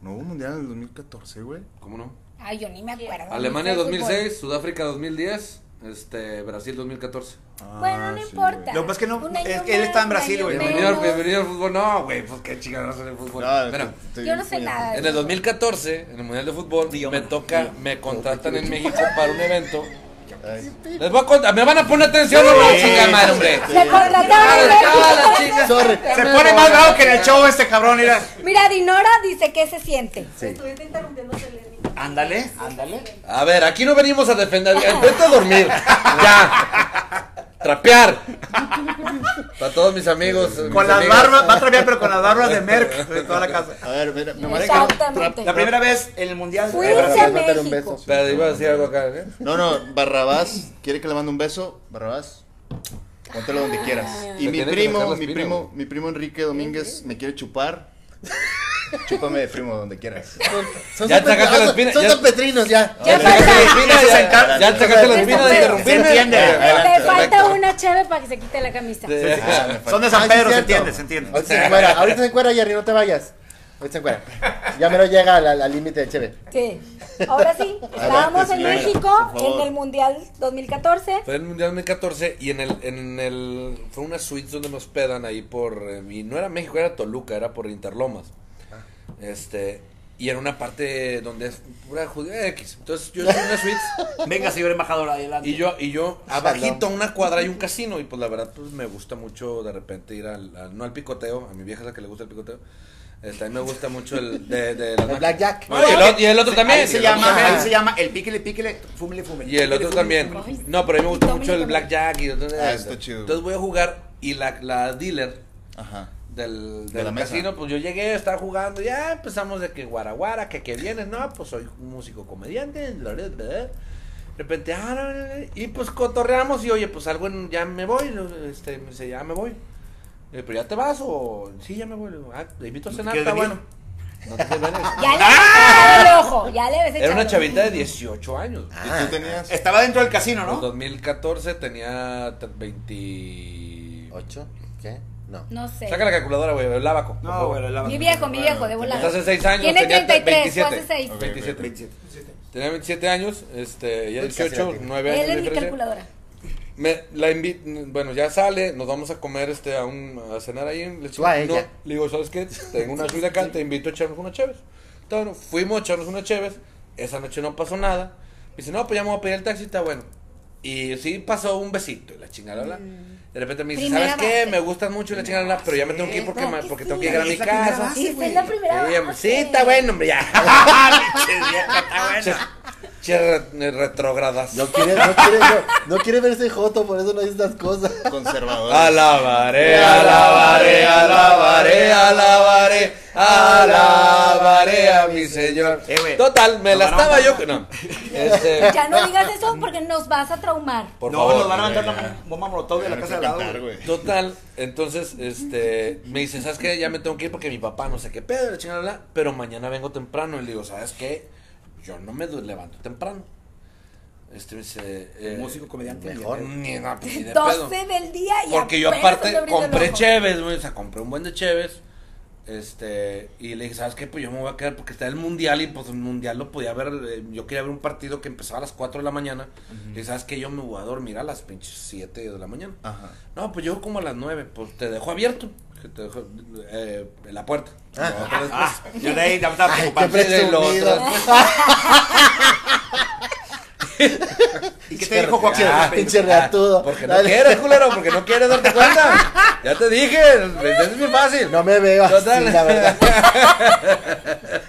No hubo mundial en el 2014, güey.
¿Cómo no?
Ay, yo ni me acuerdo.
Alemania
no sé de
2006, Sudáfrica 2010, este, Brasil 2014.
fútbol. Bueno, no
Ah, sí,
importa.
güey.
Lo que pasa es que no-
Un año
es que él está en
más,
Brasil,
un año
güey.
Bienvenido, al-
menos.
bienvenido al fútbol. No, güey, pues qué chingados en el fútbol.
No,
Mira,
Ah, estoy-
Yo no sé
estoy-
nada.
en el 2014, en el Mundial de Fútbol, me toca, me contratan en México para un evento.
Ay,
Les voy a contar, me van a poner atención o no, chingada madre, hombre.
Me
Ah,
contrataron.
ya, la chica.
Sorry.
Se pone más bravo que en el show este cabrón, mira.
Mira, Dinora dice que se siente.
Estuviste interrumpiendo Selene.
Ándale, ándale.
A ver, aquí no venimos a defender. Vete a dormir. Ya. Trapear. Para todos mis amigos.
Con las barbas, va a trapear, pero con las barbas de Merck de toda la casa.
A ver, mira, me mareja.
Exactamente.
La primera vez en el mundial. de
Fuiste
Brasil.
a
Voy a dar un
México.
beso.
Pero iba a decir algo acá, ¿eh?
No, no, Barrabás, ¿quiere que le mande un beso? Barrabás, póntelo donde quieras.
Ah.
Y
Le
mi
tiene que
primo,
dejar la
mi
espina,
primo,
güey.
mi primo Enrique Domínguez me quiere chupar. Chúpame de primo donde quieras.
Son
Ya
San Pedro-
sacaste la
son-
espina,
Son
ya-
tan petrinos ya. Ah,
Ya
Ya te sacaste la espina,
Ya se
ya-
encarga.
Ya te sacaste la espina de
Se
interrumpirme.
entiende.
Te
Adelante,
falta
perfecto.
una chave para que se quite la camisa.
De-
Ah, me falta-
Son de San
Ah, sí,
Pedro, se
cierto.
entiende, se entiende.
Ahorita se encuera, ahorita se encuera, Jerry, no te vayas. Ahorita se encuera. Ya mero llega al- al al límite de Cheve.
Sí. Ahora sí, estábamos en
señora,
México
por favor.
en el Mundial 2014.
Fue en el Mundial 2014 y en el, en el. Fue una suite donde nos pedan ahí por. eh, Y no era México, era Toluca, era por Interlomas.
Ah.
Este. Y era una parte donde es pura judía X. Entonces yo estoy en una suite.
Venga, señor embajador, adelante.
Y yo, y yo, abajito a una cuadra hay un casino. Y pues la verdad, pues me gusta mucho de repente ir al, al- no al picoteo, a mi vieja es la que le gusta el picoteo. Este, a mí me gusta mucho el de, de las
El
máquinas.
Blackjack.
No, y, el, o- y el otro también.
Ahí se
y el otro
llama,
también.
ahí se llama el píquele, píquele, fúmele, fúmele.
Y el otro
Fúmele,
también.
Ay, sí.
No, pero a mí me gusta
Tómale,
mucho el
tómale.
blackjack y todo.
Ah, está chido.
Entonces voy a jugar y la, la dealer
Ajá.
del,
De
del
la mesa.
casino, pues yo llegué, estaba jugando, ya empezamos de que guaraguara, que que vienes, no, pues soy un músico comediante, bla, bla, bla. de repente, ah, no, no, no, y pues cotorreamos y oye, pues algo, en- ya me voy, no, este, me dice, ya me voy. Le digo, pero ya te vas o, sí, ya me voy, Le digo, ah, te invito a
¿No te
cenar,
quieres
está bueno.
venir?
No te quieres venir.
Ya le ves echado el ojo, ya le ves
Pues, ah. Era
echado
una
el
chavita de
ojo.
18 años.
¿Y tú tenías?
Estaba dentro del casino,
En
¿no?
2014 tenía t- 20...
¿Ocho? ¿Qué? No.
No sé.
Saca la calculadora, güey, el abaco. por favor.
la
Mi viejo, mi viejo, de
Pues hace
volada.
6 años.
Tiene
tenía
33, fue
27.
hace 6.
Ok, ok.
27.
27.
Tenía 27 años, este, ya
Pues casi
18,
la tiene.
9 años
Él
de
es mi
diferencia.
calculadora.
Me, la invi- bueno, ya sale, nos vamos a comer este, a, un, a cenar ahí. Le digo,
Tú a ella.
no. le digo, ¿sabes qué? Tengo una suite acá, te invito a echarnos unas cheves. Entonces, bueno, fuimos a echarnos unas cheves, esa noche no pasó nada. Me dice, no, pues ya me voy a pedir el taxi, está bueno. Y sí pasó un besito, y la chingada, bla, bla. De repente me dice,
Primera
¿sabes qué?
base.
Me gustan mucho y la chingada, bla, pero ya me tengo que ir porque,
No,
ma-
que
porque
sí.
tengo que llegar a mi
Es la primera
casa.
base.
Sí, fue la primera
Sí,
base.
Sí, está bueno, hombre, ya. Che, che, re- retrógradas.
No quieres, no quieres, no, no quieres verse joto, por eso no dices las cosas.
Conservador.
Ah, Alabaré, alabaré, alabaré, alabaré, alabaré a mi señor.
Eh, güey.
Total, me
No,
la
no,
estaba
no,
yo. No. Este,
Ya no digas eso porque nos vas a traumar.
por
no,
favor.
nos van a mandar
güey.
la bomba molotov de la
No
casa de
quiero
al lado.
cantar,
güey.
güey.
Total, entonces, este, me dice, ¿sabes qué? Ya me tengo que ir porque mi papá no sé qué pedo, la chingada, bla, bla, pero mañana vengo temprano. Y le digo, ¿sabes qué? Yo no me du- levanto temprano. Este me dice, eh,
Músico, comediante.
Mejor.
Ni, no, pues, ni de pedo.
12 del día y
Porque yo
apenas
aparte
te abriste el
compré
ojo.
cheves, güey, o sea, compré un buen de cheves. Este, y le dije, ¿sabes qué? Pues yo me voy a quedar porque está el mundial y pues el mundial lo podía ver. eh, Yo quería ver un partido que empezaba a las 4 de la mañana. Le dije, ¿sabes qué? Yo me voy a dormir a las pinches 7 de la mañana.
Ajá.
No, pues yo como a las 9, pues te dejo abierto. Que te dejo eh, la puerta. No, otra vez, pues,
Ah, yo de ahí ya me estaba preocupando.
qué presumido.
¿Y qué te dijo Joaquín?
Ah,
pinche
ah,
reatudo.
Porque no
Dale.
quieres, culero, porque no quieres darte cuenta. Ya te dije, es muy fácil.
No me veo así,
Total.
la verdad.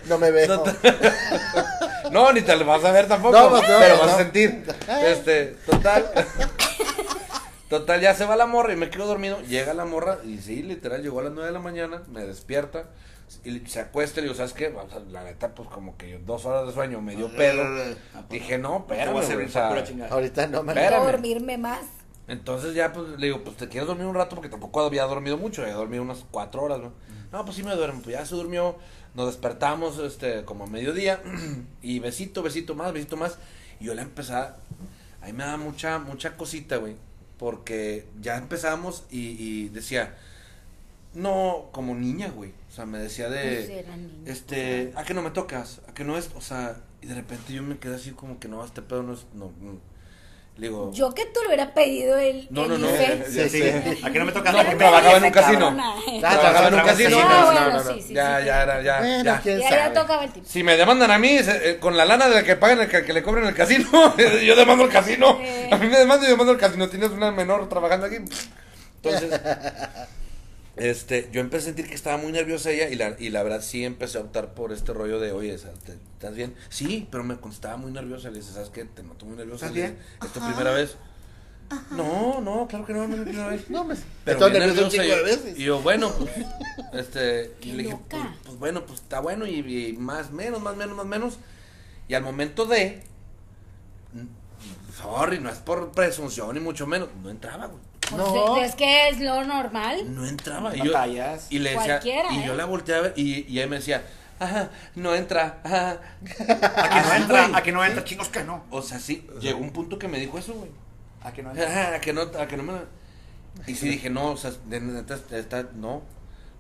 No me veo.
No, ni te lo vas a ver tampoco.
No, pues, no,
pero
no.
vas a sentir. Este, total. Total, ya se va la morra y me quedo dormido. Llega la morra y sí, literal, llegó a las 9 de la mañana, me despierta y se acuesta y le digo, ¿sabes qué? O sea, la neta, pues como que yo dos horas de sueño, me
Ah,
dio pedo. Dije, no,
Te
pero
voy a hacer pura chingada.
Ahorita no me
Quiero
Espérame.
dormirme más.
entonces ya pues le digo, pues te quieres dormir un rato porque tampoco había dormido mucho, había dormido unas cuatro horas, ¿no? No, pues sí me duermo, pues ya se durmió, nos despertamos este como a mediodía y besito, besito más, besito más. Y yo la empezaba, ahí me daba mucha, mucha cosita, güey, porque ya empezamos y, y decía, no, como niña, güey, o sea, me decía
Pues
de,
era niña.
este, a que no me tocas, a que no es, o sea, y de repente yo me quedé así como que no, este pedo no es, no, no. le digo...
Yo que tú le hubiera pedido el.
No,
el
no, no.
IFE.
Sí, sí. ¿A qué no me toca?
No, porque trabajaba en un casino.
Ah,
Trabajaba en un
trabajaba en
casino.
un
No,
casino. Ah,
no,
bueno,
no,
sí, sí,
Ya,
sí.
ya era, ya.
Bueno,
ya.
quién
Y ahí
sabe.
ya tocaba el tipo.
Si me demandan a mí, se- eh, con la lana de la que pagan, el que, que le cobren el casino, yo demando el casino.
Eh.
A mí me demandan y yo demando el casino. Tienes una menor trabajando aquí. Entonces, este, yo empecé a sentir que estaba muy nerviosa ella y la, y la verdad sí empecé a optar por este rollo de, oye, ¿sa- te- ¿estás bien? Sí, pero me estaba muy nerviosa. Le dije, ¿sabes qué? Te noto muy nerviosa.
¿Estás
Le dije,
bien?
¿Es tu primera vez? No, no, claro que no, no es mi primera vez.
No, hombre.
Pero
Estoy
bien
nervioso un
nerviosa,
chico de
yo-
veces.
Y yo, bueno, pues, este,
Qué
y le dije,
loca.
pues, pues, bueno, pues está bueno y, y más, menos, más, menos, más, menos. Y al momento de, mm, sorry, no es por presunción ni mucho menos, no entraba, güey.
No.
Pues, Es que es lo normal.
No entraba. Y yo,
Batallas.
y le decía,
Cualquiera,
y yo
¿eh?
la volteé a ver y, y ella me decía, ajá, no entra, ajá.
¿A que no
Así,
entra?
güey.
¿A que no entra? Chingos que no.
O sea, sí, llegó un punto que me dijo eso, güey.
¿A que no entra?
Ah, que no, a que no me... Y sí dije, no, o sea, de neta, está, no.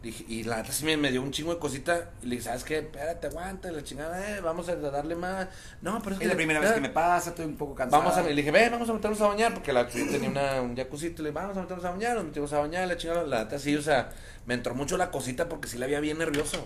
Dije, y la neta sí me, me dio un chingo de cosita. Y le dije, ¿sabes qué? Espérate, aguanta, la chingada, eh, vamos a darle más. No, pero es que...
Es la primera vez que me pasa, estoy un poco cansado.
Vamos a, le dije, ve, vamos a meternos a bañar, porque la actriz tenía una, un jacuzito, le dije, vamos a meternos a bañar, nos metimos a bañar, la chingada, la neta sí, o sea, me entró mucho la cosita porque sí la había bien nervioso.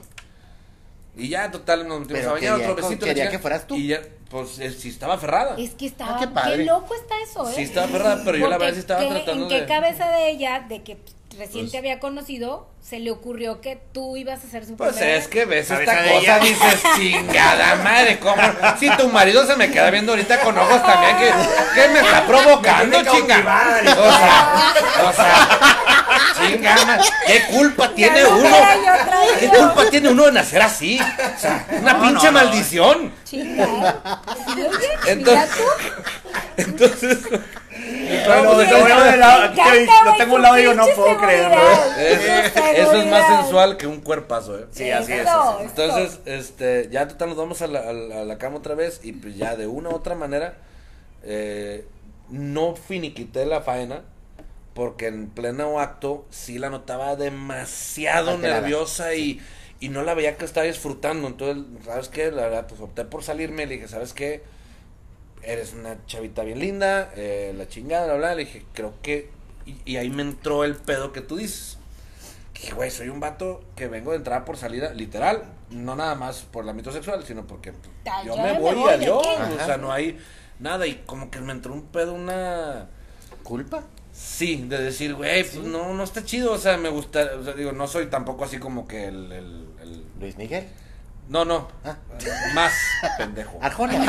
Y ya, en total, nos metimos
Pero
a bañar,
quería-
otro besito.
quería
la
que
chica,
fueras tú.
Y ya, pues, eh, sí estaba aferrada.
Es que estaba.
Ah, qué
qué,
padre.
loco está eso, ¿eh?
Sí estaba aferrada, pero yo la
Porque
verdad sí estaba
qué-
tratando
¿En qué
de-
cabeza de ella, de que pues, recién
Pues-
te había conocido, se le ocurrió que tú ibas a ser su
Pues
primera-
es que ves
Cabeza
esta
de
cosa,
ella.
dices, chingada madre, ¿cómo? Si tu marido se me queda viendo ahorita con ojos también, que, que me está provocando,
Me tiene
chinga.
cautivada,
O sea, o sea, chinga, ma- ¿qué culpa tiene
lo
uno?
trae, yo traigo.
¿Qué culpa tiene uno de nacer así? O sea, una
No,
pinche
no, no.
maldición.
Chinga. ¿eh? Oye,
Entonces-
mira
Entonces,
Bueno,
Oye,
de todo lado de lado,
me
aquí te-
encanta,
lo
güey,
tengo a un
tu
lado y digo, no
pinche
puedo creerlo.
seguridad.
es-
Tu
eso es más
seguridad.
sensual que un cuerpazo, ¿eh?
Sí, así es.
Eso,
así es.
eso.
Entonces, este, ya total nos vamos a la, a la- a la cama otra vez y pues ya de una u otra manera eh, no finiquité la faena porque en pleno acto sí la notaba demasiado
Alterada,
nerviosa y, y no la veía que estaba disfrutando. Entonces, ¿sabes qué? La verdad, pues opté por salirme. Le dije, ¿sabes qué? Eres una chavita bien linda, eh, la chingada, bla, bla. Le dije, creo que... Y, y ahí me entró el pedo que tú dices. Que, güey, soy un vato que vengo de entrada por salida, literal, no nada más por el ámbito sexual, sino porque pues,
Ta-
yo
ya
me
me
voy,
voy,
adiós,
aquí.
o sea, no hay nada, y como que me entró un pedo, una...
¿Culpa?
Sí, de decir, güey, pues no, no está chido, o sea, me gusta, o sea, digo, no soy tampoco así como que el... el- el-
Luis Miguel.
No, no,
Ah.
más pendejo.
Arjona.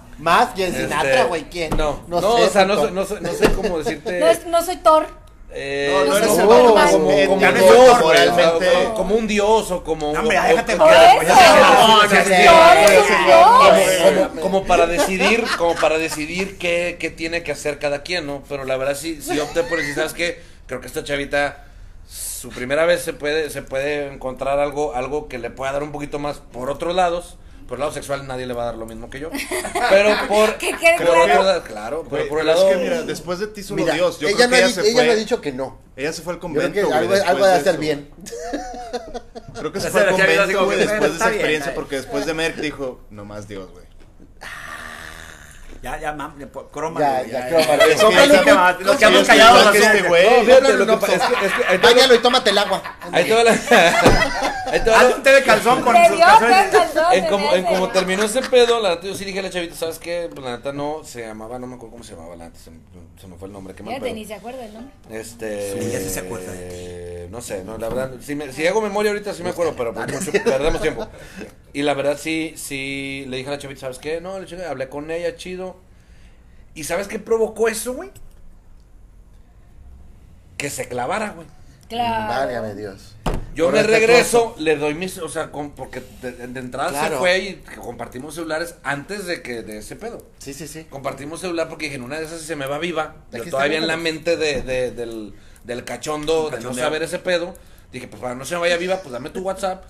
Más que
Este,
Sinatra, güey. ¿Quién?
No, no,
sé,
o sea, no,
puto.
soy- no, soy- no sé cómo decirte...
No, es- no soy Thor.
Eh,
No,
como-
no eres el
como-
Batman.
como-
Ya
como
no
un
eres
dios,
Batman,
güey, o sea,
realmente.
como- Como un dios o como un.
No, hombre, ya
o-
déjate
o-
Por
pedo,
eso.
pues, ya-
No, no,
Sí,
no,
Thor
sí,
es
sí,
un
sí,
dios.
sí, sí, sí.
como, como para decidir, como para decidir qué, qué tiene que hacer cada quien, ¿no? Pero la verdad sí, sí opté por decir, ¿sabes qué? Creo que esta chavita, su primera vez se puede, se puede encontrar algo, algo que le pueda dar un poquito más por otros lados. Por el lado sexual nadie le va a dar lo mismo que yo. Pero por,
Que quede
por
claro.
otro lado- claro, pero
Güey,
por el
pero
lado
Es que mira, después de ti solo
Mira,
Dios. Yo
ella,
creo que
no ha
ella
di-
se
ella
fue.
no ha dicho que no.
Ella se fue al
Yo creo
convento.
que
güey,
algo,
después
algo de
eso,
hacer
güey.
bien.
Creo que se
Esa
fue al
era la chava que
convento,
dijo,
güey,
"Bueno,
después de
está
esa
bien,
experiencia.
está
Porque después de Merck dijo, no más Dios, güey.
Ya, ya, mam, croma.
Ya, ya, crómalo.
Es que
Zócalo,
esa-
güey.
Los que
Los que
andan
yo estoy
callados,
igual que
así,
este
no,
güey.
fíjate lo
no,
que
no,
pa- es que- es que ahí te va lo-
Báñalo y tómate el agua.
Ahí te va la. Ahí te va la-
Hazte un té de calzón con
Te
sus
dio
calzones.
calzón,
En como, en
se me
como
hace.
terminó ese pedo, la neta, yo sí dije a la chavita, ¿sabes qué? Pues, la neta no se llamaba, no me acuerdo cómo se llamaba, la neta, se, me- se me fue el nombre, qué mal
Fíjate, ni
pedo.
se acuerda el
Mm,
nombre.
Este.
Sí, ya sí se acuerda
eh, No sé, no, la verdad, si, me- si hago memoria ahorita sí me acuerdo, pero pues, mucho- perdemos tiempo. Y la verdad sí, sí, le dije a la chavita, ¿sabes qué? No, le dije, hablé con ella, chido. ¿Y sabes qué provocó eso, güey? Que se clavara, güey.
Claro.
Válgame Dios.
Yo
Por
me
respetuoso.
regreso, le doy mis, o sea, con- porque de, de entrada se
Claro.
fue y compartimos celulares antes de que de ese pedo.
Sí, sí, sí.
Compartimos celular porque dije, en una de esas si se me va viva,
Aquí
yo
está
todavía
el
en la
número.
mente de, de- del, del cachondo, de no
Cachondeo.
saber ese pedo, dije, pues para no se me vaya viva, pues dame tu WhatsApp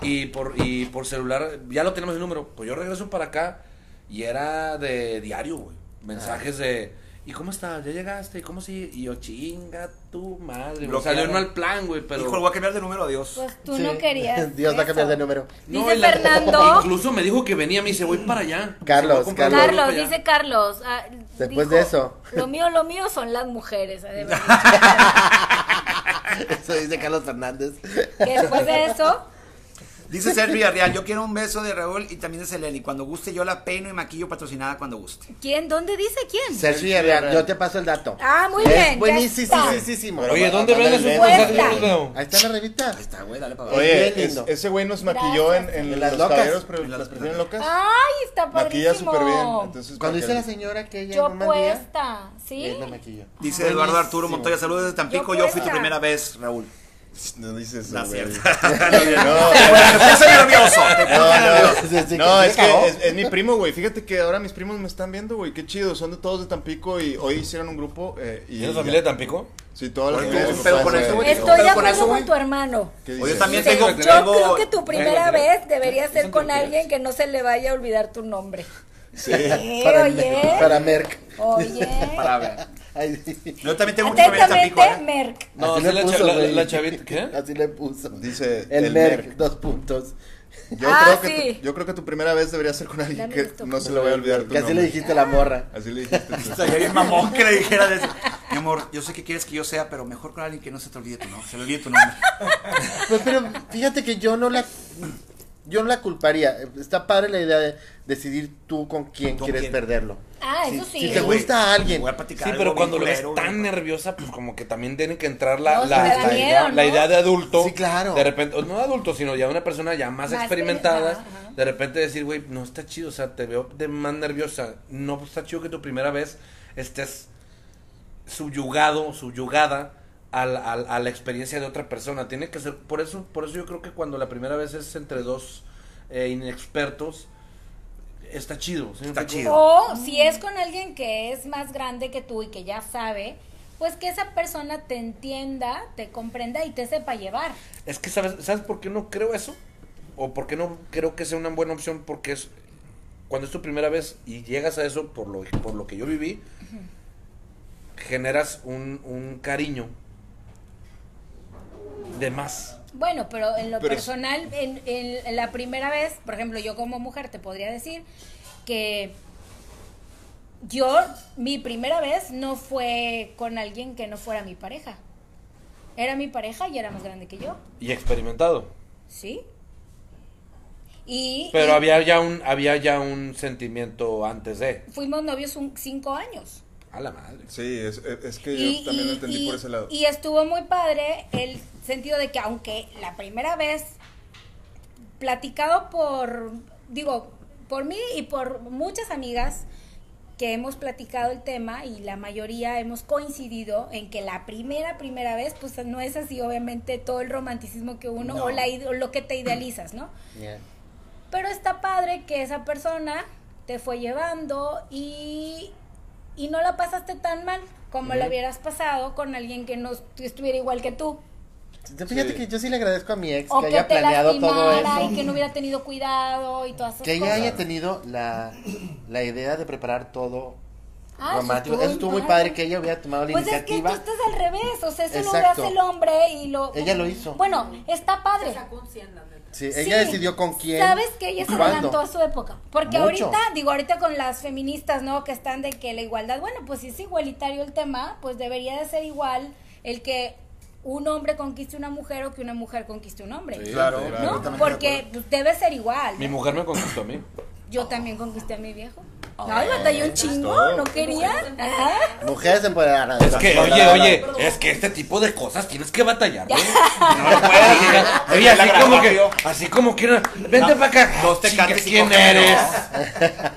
y por, y por celular, ya lo tenemos el número, pues yo regreso para acá y era de diario, güey, mensajes de, ¿y cómo estás? ¿Ya llegaste? ¿Y cómo sí? Y yo, chinga tu madre, güey.
Bloqueado.
salió en mal plan, güey, pero...
Hijo, le voy a cambiar de número a Dios.
Pues tú
Sí.
no querías.
Dios va a cambiar de
eso.
número.
No,
Dice
y la-
Fernando.
Incluso me dijo que venía, me dice, voy para allá.
Carlos,
Voy a comprar
Carlos.
algo
Carlos,
para allá.
dice Carlos. ah,
Después
dijo,
de eso.
Lo mío, lo mío son las mujeres. ha de haber
Eso dice Carlos Fernández.
dicho. Que después de eso,
Dice Ser Villarreal, yo quiero un beso de Raúl y también de Seleni. Cuando guste, yo la peino y maquillo patrocinada cuando guste.
¿quién? ¿Dónde dice quién?
Sergio Villarreal, yo te paso el dato.
Ah, muy
Es
bien. ya
Buenísimo,
está.
sí, sí, sí.
Oye, ¿dónde
Mándale
vendes
el
un
beso.
mensaje,
pasaje? Leo?
Ahí está la revista.
Ahí está, güey, dale para abajo.
bien
Oye, es-
lindo.
ese güey nos maquilló en, en,
En las
las
locas.
locas. Pero
En
las
las-
prefieren locas.
Ay, está
Maquilla
Ah, padrísimo.
súper bien. Entonces,
Cuando
para
dice
que-
la señora que ella
Yo
no mandía,
puesta, ¿sí?
él no maquilló.
Dice Eduardo Arturo
Buenísimo.
Montoya, saludos desde Tampico.
Yo
Yo fui tu
puesta.
primera vez, Raúl.
No dices eso,
No es
güey.
cierto.
No,
Yo soy nervioso. te
No, no,
Sí, sí, que
no. No,
se
es que
cagó.
es, es mi primo, güey. Fíjate que ahora mis primos me están viendo, güey. Qué chido. Son de todos de Tampico y hoy hicieron un grupo. Eh, y
¿Tienes familia de Tampico?
Sí, todas las
Oye,
familias
¿tuvo
de
un pedo
papás,
con
güey.
eso, güey?
Estoy de
Pero con
acuerdo
eso,
con
güey.
tu hermano.
¿Qué
Oye,
dices?
también
Dice,
tengo.
yo
tengo-
creo que tu primera
tengo-
vez debería
Son
ser con
tranquilas.
alguien que no se le vaya a olvidar tu nombre.
Sí.
Eh,
Para,
oye.
para Merck.
Oye.
Para ver.
Ay, sí.
Yo también tengo un chico en Tampico.
Atentamente,
¿eh?
Merck.
No, sí,
Así le
la, cha-
puso,
la-
güey.
la chavita, ¿qué?
Así le puso.
Dice
el,
el
Merck,
Merck.
dos puntos.
Yo,
Ah,
creo que
sí.
tu, yo creo que tu primera vez debería ser con alguien
Dame
que
esto.
no se le vaya a olvidar tu
Que así le
nombre.
dijiste a la morra.
Así le dijiste. tú.
Estaría bien mamón que le dijera de eso. Mi amor, yo sé que quieres que yo sea, pero mejor con alguien que no se te olvide tu nombre. Se le olvide tu nombre.
Pues, pero fíjate que yo no la yo no la culparía. Está padre la idea de decidir tú con quién
¿Con
quieres
quién?
perderlo.
Ah,
Sí,
eso sí.
Si te
güey.
gusta a alguien.
Voy a platicar
Sí,
algo
pero
bien
cuando la ves
culero,
tan
güey.
nerviosa, pues como que también tiene que entrar la,
No,
la,
sí, te da
la
miedo,
idea,
¿no?
la idea de adulto.
Sí, claro.
De repente, o no de adulto, sino ya una persona ya más,
Más
experimentada.
experimentada, ajá.
De repente decir, güey, no está chido, o sea, te veo de más nerviosa. No pues, está chido que tu primera vez estés subyugado, subyugada al- al- a la experiencia de otra persona. Tiene que ser, por eso, por eso yo creo que cuando la primera vez es entre dos eh, inexpertos, está chido. ¿sí me
Está
explico?
chido.
O si es con alguien que es más grande que tú y que ya sabe, pues que esa persona te entienda, te comprenda y te sepa llevar.
Es que, ¿sabes, ¿sabes por qué no creo eso? ¿O por qué no creo que sea una buena opción? Porque es cuando es tu primera vez y llegas a eso, por lo, por lo que yo viví, generas un, un cariño de más.
Bueno, pero en lo
Pero es-
personal, en, en- en la primera vez, por ejemplo, yo como mujer te podría decir que yo, mi primera vez no fue con alguien que no fuera mi pareja. Era mi pareja y era más grande que yo,
Y experimentado.
¿sí? Y,
Pero
y
había ya un, había ya un sentimiento antes de.
fuimos novios un, cinco años.
A la madre.
Sí, es, es- es que yo también lo entendí
y-
por ese lado.
y estuvo muy padre el sentido de que aunque la primera vez platicado por, digo, por mí y por muchas amigas que hemos platicado el tema y la mayoría hemos coincidido en que la primera, primera vez, pues no es así obviamente todo el romanticismo que uno o, la, ide- o lo que te idealizas, ¿no?
Yeah.
Pero está padre que esa persona te fue llevando y, y no la pasaste tan mal como la hubieras pasado con alguien que no estu- estuviera igual que tú.
Fíjate
Sí.
que yo sí le agradezco a mi ex
O
que
que,
haya
te
planeado todo
lastimara
eso.
y que no hubiera tenido cuidado y todas esas
Que ella
cosas.
haya tenido la, la idea de preparar todo
Ah,
romántico. Eso estuvo muy padre que ella hubiera tomado la
Pues es que tú
iniciativa.
estás al revés, o sea, eso lo
Exacto.
hace el hombre y lo...
Ella lo hizo.
Bueno, está padre.
Sacó un 100, la neta.
Sí, ella
Sí.
decidió con quién.
Sabes que ella se
y cuándo.
adelantó a su época. Porque
Mucho.
ahorita, digo, ahorita con las feministas, ¿no? Que están de que la igualdad, bueno, pues si es igualitario el tema, pues debería de ser igual el que un hombre conquiste una mujer o que una mujer conquiste un hombre.
Claro,
¿No?
completamente de
Porque
acuerdo.
pues, debe ser igual.
Mi mujer me conquistó a mí.
Yo también conquisté a mi viejo. Ay, batalló un chingo, no quería. Ajá.
Mujeres empoderadas.
Es que, oye, oye, es que este tipo de cosas tienes que batallar, güey. No lo puedes decir. Oye, así como que, así como quieras. Vente para acá.
dos tecates
Chinga,
y
¿Quién
coca,
eres?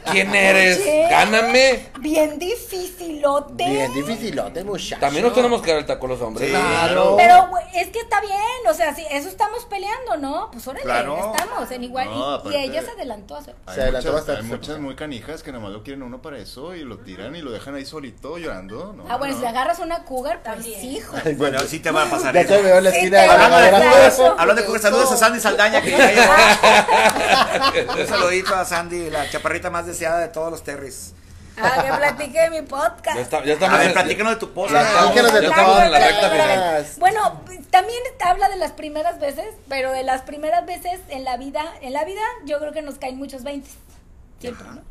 ¿Quién eres?
Oye.
Gáname.
Bien dificilote.
Bien dificilote, muchacho.
También nos tenemos que dar el taco los hombres.
Claro.
Pero güey, es que está bien, o sea, si eso estamos peleando, ¿no? Pues órale,
Claro.
estamos en igual.
No,
y- y,
aparte- Ah,
ella se adelantó. a su-
Se adelantó
muchas,
bastante
hay
su
muchas
época.
muy canijas que nomás lo quieren uno para eso y lo tiran y lo dejan ahí solito llorando. No,
Ah, bueno,
no.
si agarras una cougar, pues
También.
hijo.
Bueno, sí te va a pasar
Ya
eso.
te veo en la
Sí,
esquina de
te
la
va a
lavadora.
pasar eso.
Hablando de Cougar, saludos a Sandy Saldaña que ya llegó. Un saludito a Sandy, la chaparrita más deseada de todos los Terrys.
Ah, que platiqué de mi podcast.
Ya, está- ya
A
estamos.
ver,
en-
platícanos de tu
Ya
posa.
estamos-
Platícanos de
ya
tu
estamos en la
posa.
recta final.
final.
Bueno, también habla de las primeras veces, pero de las primeras veces en la vida, en la vida yo creo que nos caen muchos 20. Siempre, ¿no?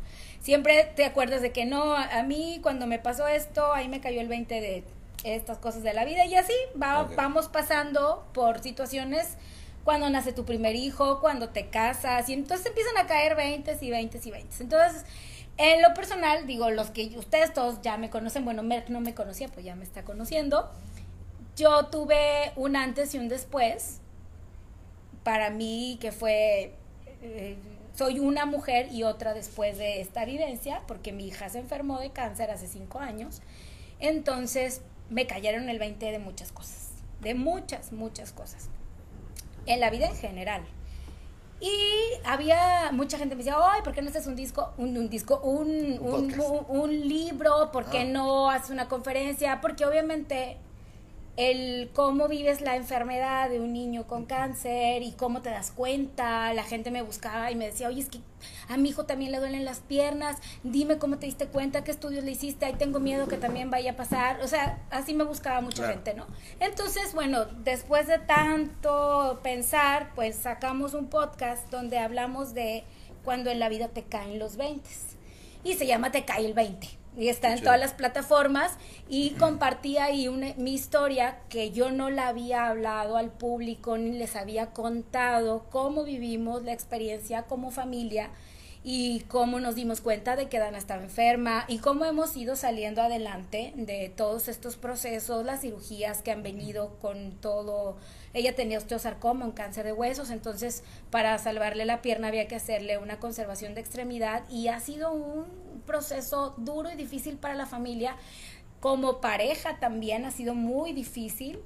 Siempre te acuerdas de que no, a a mí cuando me pasó esto, ahí me cayó el 20 de estas cosas de la vida y así va-
Ok.
vamos pasando por situaciones cuando nace tu primer hijo, cuando te casas y entonces empiezan a caer 20 y 20 y 20. Entonces, en lo personal, digo, los que ustedes todos ya me conocen, bueno, Merck no me conocía, pues ya me está conociendo. Yo tuve un antes y un después. Para mí, que fue. eh, soy una mujer y otra después de esta vivencia, porque mi hija se enfermó de cáncer hace cinco años. Entonces, me cayeron el 20 de muchas cosas. De muchas, muchas cosas. En la vida en general. Y había mucha gente que me decía, ay, ¿por qué no haces un disco, un, un disco, un, un,
podcast.
un- un libro? ¿Por qué no haces una conferencia? Porque obviamente el cómo vives la enfermedad de un niño con cáncer y cómo te das cuenta. La gente me buscaba y me decía, oye, es que a mi hijo también le duelen las piernas, dime cómo te diste cuenta, qué estudios le hiciste, ahí tengo miedo que también vaya a pasar. O sea, así me buscaba mucha
Claro.
gente, ¿no? Entonces, bueno, después de tanto pensar, pues sacamos un podcast donde hablamos de cuando en la vida te caen los 20. Y se llama Te cae el 20. Y está en
chido.
todas las plataformas. Y compartí ahí una- mi historia que yo no la había hablado al público, ni les había contado cómo vivimos la experiencia como familia y cómo nos dimos cuenta de que Dana estaba enferma y cómo hemos ido saliendo adelante de todos estos procesos, las cirugías que han venido con todo. Ella tenía osteosarcoma, un cáncer de huesos, entonces para salvarle la pierna había que hacerle una conservación de extremidad y ha sido un proceso duro y difícil para la familia. Como pareja también ha sido muy difícil.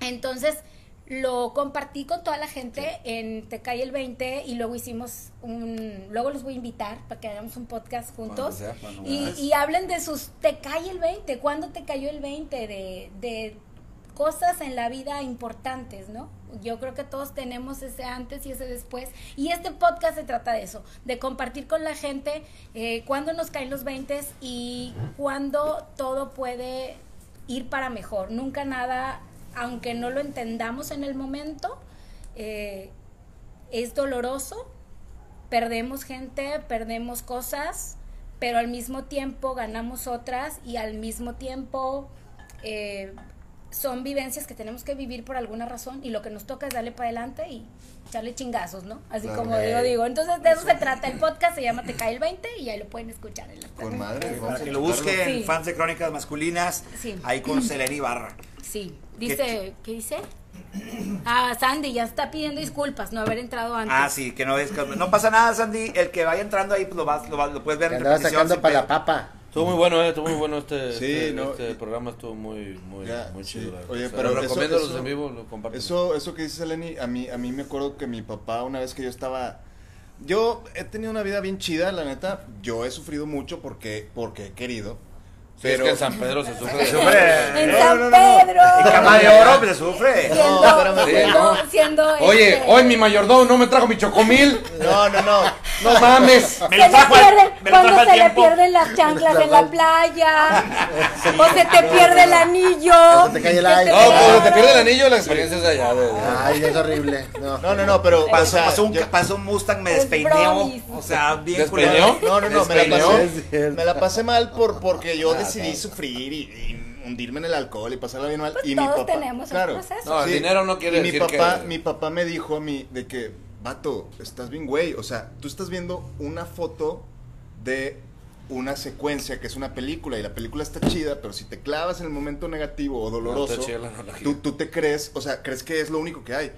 Entonces lo compartí con toda la gente en Te Cae el 20 y luego hicimos un... Luego los voy a invitar para que hagamos un podcast juntos.
sea, cuando
y,
veas.
y hablen de sus... Te cae el 20, ¿cuándo te cayó el 20? De, de cosas en la vida importantes, ¿no? Yo creo que todos tenemos ese antes y ese después. Y este podcast se trata de eso, de compartir con la gente eh, cuándo nos caen los 20 y cuándo todo puede ir para mejor. Nunca nada, aunque no lo entendamos en el momento, eh, es doloroso, perdemos gente, perdemos cosas, pero al mismo tiempo ganamos otras y al mismo tiempo eh, son vivencias que tenemos que vivir por alguna razón y lo que nos toca es darle para adelante y echarle chingazos, ¿no? Así
Claro.
como yo digo. Entonces de eso se trata. El podcast se llama Te cae el 20 y ahí lo pueden escuchar en la
Con madre. vamos
Para
a
que lo
checarlo.
busquen,
Sí.
fans de crónicas masculinas,
Sí.
ahí con Seleni Barra.
Sí, dice, ¿qué dice? Ah, Sandy ya está pidiendo disculpas no haber entrado antes.
Ah, sí, que no es. No pasa nada, Sandy. El que vaya entrando ahí pues, lo, vas, lo, vas- lo puedes ver
Que
en
andaba
repetición.
sacando
sin
para la
pedo.
papa.
Estuvo muy bueno, eh, estuvo muy bueno este,
Sí,
este,
no,
este
y-
programa, estuvo muy, muy,
Ya,
muy
sí.
chido. la verdad.
Oye,
O sea,
pero
lo
eso-
recomiendo los
eso-
en vivo, lo comparto.
Eso, eso que dice Eleni, a mí, a mí me acuerdo que mi papá, una vez que yo estaba. Yo he tenido una vida bien chida, la neta. Yo he sufrido mucho porque, porque he querido.
pero es
Pero.
que en San Pedro se sufre.
Sí, hombre.
en
No,
San
no, no, no.
Pedro.
En cama de oro pues, se sufre.
Siendo,
No, espérame,
siendo, siendo,
Oye,
este,
hoy mi mayordomo no me trajo mi chocomil.
No, no, no.
No mames.
Me
se
lo
le
trajo al-
pierden-
me lo
cuando
trajo al
se le
tiempo.
pierden las chanclas en la playa, o se te pierde el anillo,
se te cae el aire.
No, cuando te pierde el anillo, la experiencia es de allá. de- de-
Ay, es horrible. No.
No, no, no, pero.
Pasó,
o sea,
pasó un,
yo-
pasó un Mustang, me
Es
despeineó.
bromis.
O sea, bien
¿Despeineó?
culero.
No, no, no, me la
Despeinó.
Es
pasé,
cierto. Ah,
me la pasé mal por, porque yo decidí sufrir y, y hundirme en el alcohol y pasarla bien mal.
Pues
y mi
todos
papá,
tenemos el
claro,
proceso.
No, el dinero no quiere
y
decir
mi papá,
que-
Mi papá me dijo a mí de que, vato, estás bien güey. O sea, tú estás viendo una foto de una secuencia que es una película y la película está chida, pero si te clavas en el momento negativo o doloroso,
está chida la analogía.
tú, tú te crees, o sea, crees que es lo único que hay.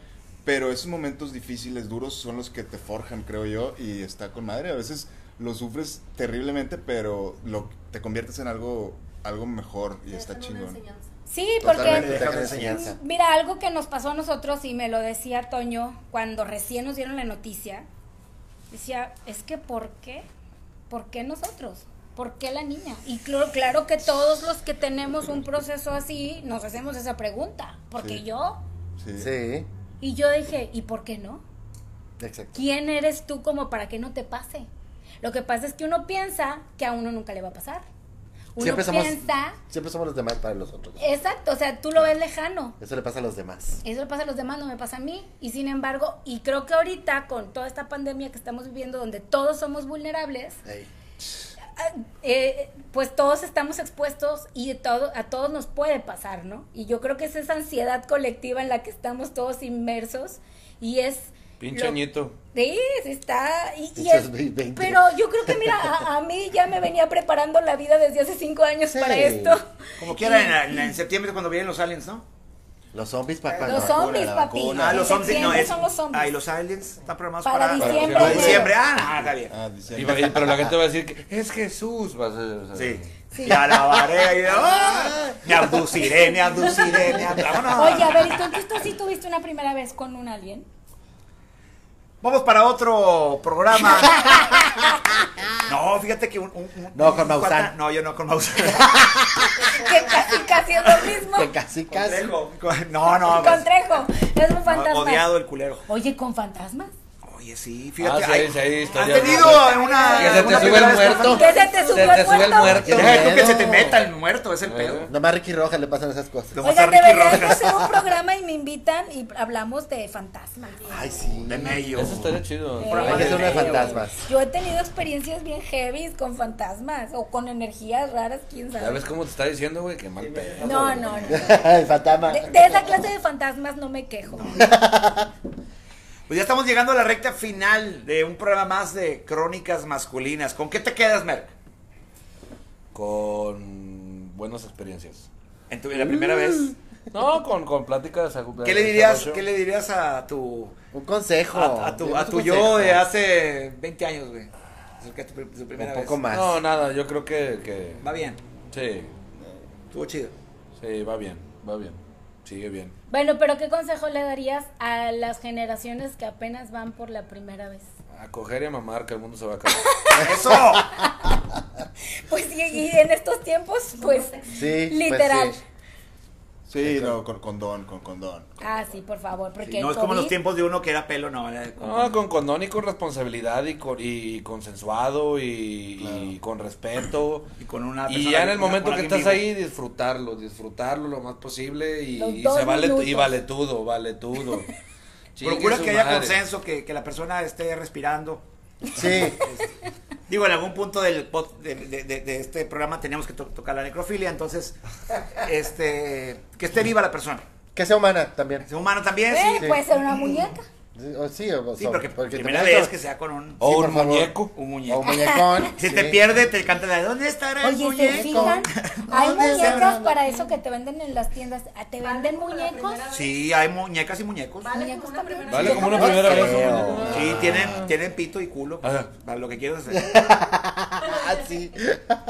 Pero esos momentos difíciles, duros, son los que te forjan, creo yo, y está con madre. A veces lo sufres terriblemente, pero lo, te conviertes en algo, algo mejor y está chingón.
Sí,
Totalmente,
porque
te dejan
enseñanza.
mira, algo que nos pasó a nosotros y me lo decía Toño cuando recién nos dieron la noticia, decía, es que ¿por qué? ¿Por qué nosotros? ¿Por qué la niña? Y claro, claro que todos los que tenemos un proceso así nos hacemos esa pregunta, porque
Sí.
yo
Sí.
Sí,
y yo dije, ¿y por qué no?
exacto.
¿Quién eres tú como para que no te pase? Lo que pasa es que uno piensa que a uno nunca le va a pasar. Uno
Siempre somos,
piensa,
siempre somos los demás para los otros.
exacto, o sea, tú lo ves lejano.
Eso le pasa a los demás.
Eso le pasa a los demás, no me pasa a mí. Y sin embargo, y creo que ahorita con toda esta pandemia que estamos viviendo, donde todos somos vulnerables,
Ey.
ah, eh, pues todos estamos expuestos y de todo, a todos nos puede pasar, ¿no? Y yo creo que es esa ansiedad colectiva en la que estamos todos inmersos y es...
Pinche
lo-
añito.
Sí, sí está. Y, y
Dices,
es-
"Ve- veinte".
pero yo creo que, mira, a, a mí ya me venía preparando la vida desde hace cinco años
Sí.
para esto.
Como quiera, en, en- en septiembre cuando vienen los aliens, ¿no?
Los zombies, papá.
Los
no.
zombies, papi.
Ah, los
En
zombies no
septiembre
es.
son los zombies.
Ah, y los aliens están programados
Para
para,
diciembre.
para diciembre. Ah, no, está bien.
Ah, dice-
Y va- y- pero la gente va a decir que es Jesús. Va a ser, o sea, Ah,
Sí.
Sí.
Y alabaré. Y, ¡ah! Me abduciré, me abduciré, me abduciré.
Oye, a ver, ¿y tú entonces tú sí tuviste una primera vez con un alien?
Vamos para otro programa. No, fíjate que un. un- un-
No, con
un
Maussan.
cuata- No, yo no con Maussan.
Que casi, casi es lo mismo.
Que casi, casi.
Trejo. Con- No, no.
Con Trejo. Es un
pues,
fantasma.
Odiado el culero.
Oye, ¿con fantasmas?
Oye, sí, fíjate.
Ah, sí,
ay,
sí, hay
¿Has
historias.
tenido una.
Que se te
una
sube
primera
el
vez con-
muerto.
Que se te
Se
sube
te
el
sube el
muerto.
muerto.
Deja tú que
Bueno.
se te meta el muerto, es el pedo.
Nomás a Ricky Rojas le pasan esas cosas.
No.
Oigan,
Vas a Ricky
deberían de
Rojas.
hacer un programa y me invitan y hablamos de fantasmas.
Ay, sí.
De mello.
Eso estaría chido.
Eh,
Hay que hacer una de fantasmas.
Yo he tenido experiencias bien heavy con fantasmas o con energías raras, quién
¿Ya
sabe.
ves cómo te está diciendo, güey? Qué mal pedo.
No, no, no.
El fantasma.
De, de esa clase de fantasmas no me quejo.
Pues ya estamos llegando a la recta final de un programa más de crónicas masculinas. ¿Con qué te quedas, Merck?
Con buenas experiencias.
En tu en la
Mm.
primera vez.
No, con, con pláticas.
¿Qué le dirías, ¿qué le dirías a tu
Un consejo.
a, a tu, a
Un
tu yo
consejo.
de hace 20 años, güey? Acerca de tu, pri- su primera
Un poco
vez.
más.
No, nada, yo creo que, que...
Va bien.
Sí,
Estuvo chido.
sí, va bien, va bien. Sigue bien.
Bueno, pero ¿qué consejo le darías a las generaciones que apenas van por la primera vez?
A coger y a mamar que el mundo se va a acabar.
Eso.
Pues y, y en estos tiempos, pues
Sí, pues
literal.
sí.
Sí, no, con condón, con condón.
Ah, sí, por favor, porque
Sí, no
el
es como los
COVID-
tiempos de uno que era pelo, no. era como-
No, con condón y con responsabilidad y, con, y consensuado y, y con respeto.
Y con una
Y
persona
ya en
que-
el
con-
momento
con
que
alguien
estás
vivo.
ahí, disfrutarlo, disfrutarlo lo más posible y,
Los
y
dos
se vale, y
minutos.
vale todo, vale todo. Chingue
Procura
su
que haya
madre.
consenso, que, que la persona esté respirando.
Sí.
Digo, en algún punto del pod- de, de- de- de este programa teníamos que to- tocar la necrofilia, entonces, este, que esté viva la persona.
Que sea humana también.
Es humano también,
Eh,
sí.
Sí.
Puede ser una muñeca.
Sí, o sí, o-
Sí,
o-
porque,
porque
primera
también
vez
eso-
que sea con un,
O
Sí,
un
por favor.
muñeco.
un
O
muñeco.
un muñecón.
Si
sí.
te pierde, te canta la de ¿dónde estará el
Oye, este, ¿se
muñeco?
fijan? Hay
¿Dónde
muñecas
estará?
para eso que te venden en las tiendas. Ah, ¿Te venden muñecos?
Sí, hay muñecas y muñecos.
Vale
Muñecos
como una
también.
primera
Vale
Yo
como una
jamás
primera vez.
creo.
¿no?
Sí, tienen, tienen pito y culo, pues,
Ajá.
para lo que quieras hacer.
Ah, sí.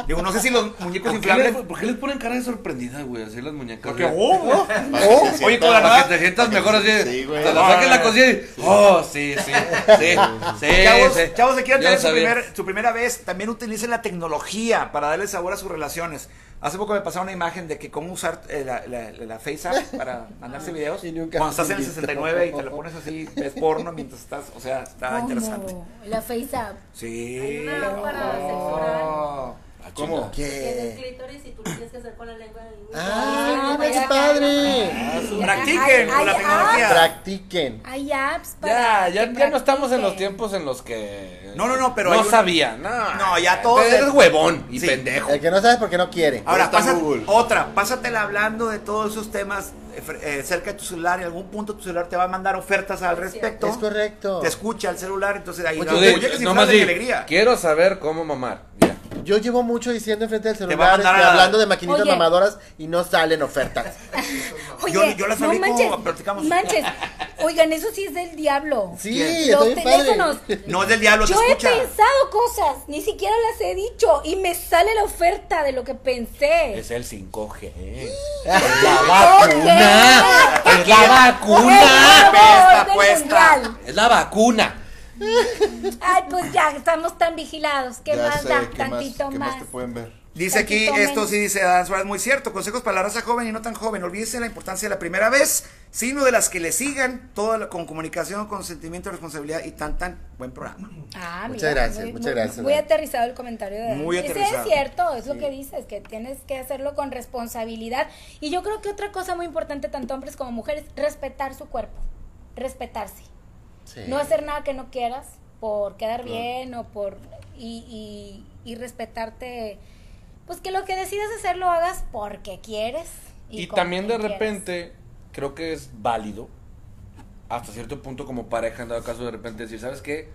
Digo, no sé si los muñecos
¿Por qué, le-
inflables...
por qué les ponen cara de sorprendida, güey? Así las muñecas.
Porque,
güey.
oh,
Para que se
Oye,
sienta-
con la
Para
nada.
que te sientas mejor así.
Sí, güey.
Te la
Ah,
saques la
no,
cosilla y. Oh, sí, sí. Sí, sí.
Chavos,
sí.
chavos, si quieren
Yo
tener su,
sabía.
primer- su primera vez, también utilicen la tecnología para darle sabor a sus relaciones. Hace poco me pasaron una imagen de que cómo usar eh, la, la, la Face App para mandarse videos.
Y nunca
Cuando estás en el
se
69 y te la pones así, ves porno mientras estás, o sea, está
¿Cómo?
Ah, interesante.
Ah, La face up.
Sí.
Hay una para sexo
Oh.
¿Cómo?
Que es el
¿Qué?
clítoris y tú lo tienes que hacer con la lengua. del-
Ah,
Ay,
qué
no,
padre.
Practiquen con la
Ay,
tecnología.
Practiquen.
Hay apps
Ya,
para.
ya,
que
ya no estamos en los
practiquen.
tiempos en los que.
No, no, no, pero hay
No
una-
sabía, no.
No, ya todos-
Eres huevón y
Sí.
pendejo.
El que no sabe es porque no quiere.
Ahora,
Está en
pásate-
Google.
otra, pásatela hablando de todos esos temas eh, fre- eh, cerca de tu celular. En algún punto tu celular te va a mandar ofertas al respecto.
Es correcto.
Te escucha el celular, entonces ahí
Tú
no,
di-
muñecas y
nomás
flores de
di,
alegría.
Quiero saber cómo mamar. Ya.
Yo llevo mucho diciendo enfrente del
va a
celular,
mandar
este,
a la-
hablando de maquinitas
Oye.
mamadoras y no salen ofertas.
Oye,
Yo- yo las
no
abrí como
manches,
platicamos.
Manches. Oigan, eso sí es del diablo.
Sí,
Bien.
está
Los
bien padre.
teléfonos.
No es del diablo,
Yo
te
he
escucha.
pensado cosas, ni siquiera las he dicho y me sale la oferta de lo que pensé.
Es el 5G.
vacuna.
Es la
¡Es
vacuna.
la
Apuesta,
apuesta!
Es la vacuna.
Ay, pues ya, estamos tan vigilados. ¿Qué
Ya
más
sé,
da?
¿qué más-
Tantito
¿Qué
más.
más te pueden ver?
Dice aquí,
Tantito
esto
menos.
sí dice Adán Suárez, muy cierto, consejos para la raza joven y no tan joven, olvídense la importancia de la primera vez, sino de las que le sigan, todo lo- con comunicación, consentimiento, responsabilidad y tan tan, buen programa.
Ah,
Muchas gracias, muchas gracias,
Muy
Dani.
aterrizado el comentario de Dani.
Muy
Y sí,
aterrizado.
es cierto, es lo que dices, que tienes que hacerlo con responsabilidad. Y yo creo que otra cosa muy importante, tanto hombres como mujeres, respetar su cuerpo, respetarse.
Sí.
No hacer nada que no quieras por quedar bien o por... Y, y, y respetarte, pues que lo que decidas hacer lo hagas porque quieres.
Y,
con
también de
quien quieras.
repente, creo que es válido, hasta cierto punto como pareja, en dado caso de repente decir, ¿sabes qué?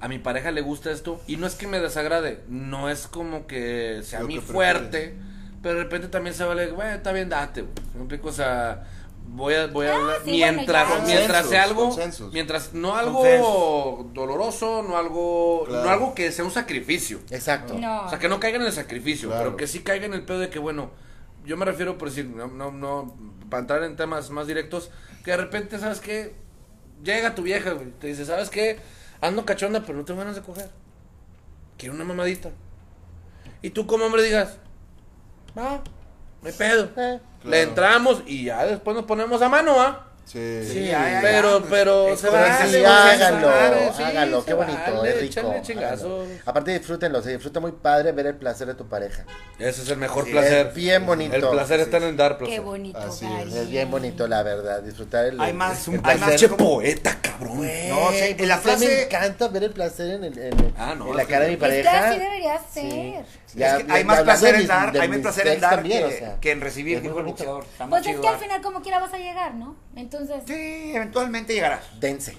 A mi pareja le gusta esto y no es que me desagrade, no es como que sea
Lo
mi
que
fuerte, pero de repente también se vale, bueno, está bien, date, güey". ¿Me explico? O sea, voy a, voy a hablar-
Ah, sí, bueno,
mientras,
ya.
mientras sea
Consensos,
algo,
consensos.
mientras no algo
Consensos.
doloroso, no algo,
Claro.
no algo que sea un sacrificio.
Exacto.
No.
O sea, que no caigan en el sacrificio,
Claro.
pero que sí caigan en el pedo de que, bueno, yo me refiero por decir, no, no, no, para entrar en temas más directos, que de repente, ¿sabes qué? Llega tu vieja, güey, te dice, ¿sabes qué? Ando cachonda, pero no tengo ganas de coger. Quiero una mamadita. Y tú como hombre digas, va, me pedo.
Eh,
Eh. Le entramos y ya después nos ponemos a mano, ¿ah?
Sí.
Sí, ay, ay,
Pero,
ay, pues,
pero,
es
se
correcto.
vale,
Sí,
güey,
háganlo,
se vale, sí,
háganlo,
se
qué bonito,
vale,
es rico.
échale
háganlo.
chingazos.
Aparte disfrútenlo, se disfruta muy padre ver el placer de tu pareja.
Ese es el mejor
Sí,
placer.
es bien bonito.
El placer está en el dar placer.
Qué bonito,
Así
Gary.
Es bien bonito, la verdad, disfrutar el
Hay más,
el
hay
placer.
más che
poeta, cabrón.
No,
Eh,
sí,
Güey,
la
pues, es
frase-
que Me encanta ver el placer en, el, en,
Ah, no,
en la
sí.
cara de mi
Es
Es que
pareja.
Este así debería
Sí.
ser.
Ya-
Es que
ya-
hay
ya
más
hablando
placer
de
en
mis-
dar,
de
hay más
mis
placer en
ex
dar
también,
que,
o sea,
que en recibir,
es muy
dijo el
bonito.
boxeador. Está muy
Pues es
chido
que al
dar.
final como quiera vas a llegar, ¿no? Entonces,
Sí, eventualmente llegará.
Dense.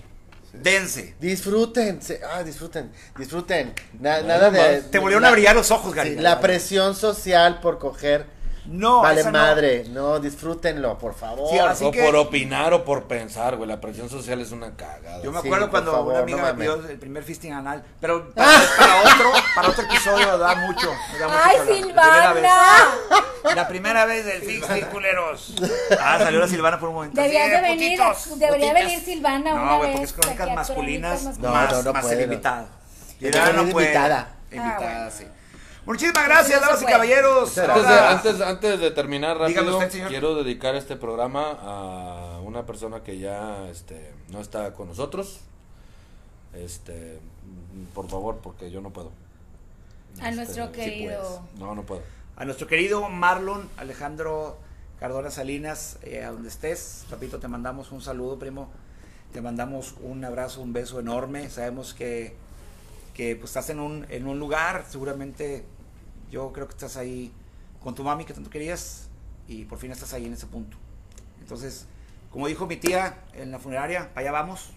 Dense.
Disfruten, se- ah, disfruten, disfruten. Na- nada de.
Te volvieron
la-
a brillar los ojos, Gary.
sí, la presión social por coger.
No,
vale
esa no.
madre, no. disfrútenlo, por favor.
Sí, así
o
que-
por opinar o por pensar, güey. La presión social es una cagada.
Yo me
Sí,
acuerdo
por
cuando
favor,
una amiga
no
me
mames.
pidió el primer fisting anal, pero para, para otro, para otro episodio da mucho. da mucho
¡Ay,
que hablar. La primera
Silvana!
vez- La primera vez del fisting, culeros. Ah, salió la Silvana por un momento.
Deberías
Sí,
de venir, a-
putitos,
debería
putitas.
venir Silvana una
No, güey, porque
vez
es crónicas
aquí a
masculinas
Crónicas
No,
más,
no, no
más
puede, no.
invitada.
Tiene
Ya
que venir
puede.
invitada.
Invitada,
Ah, bueno.
sí. Muchísimas gracias,
No se
damas y
puede.
caballeros.
Antes de,
Ahora-
antes, antes de terminar
Dígame
rápido,
usted, señor.
quiero dedicar este programa a una persona que ya este, no está con nosotros. Este, mm, por favor, porque yo no puedo. Este,
A nuestro
sí
querido-
puedes. no, no puedo.
A nuestro querido Marlon Alejandro Cardona Salinas, eh, a donde estés, papito, te mandamos un saludo, primo. Te mandamos un abrazo, un beso enorme. Sabemos que, que, pues, estás en un, en un lugar, seguramente yo creo que estás ahí con tu mami que tanto querías y por fin estás ahí en ese punto. Entonces, como dijo mi tía en la funeraria, para allá vamos.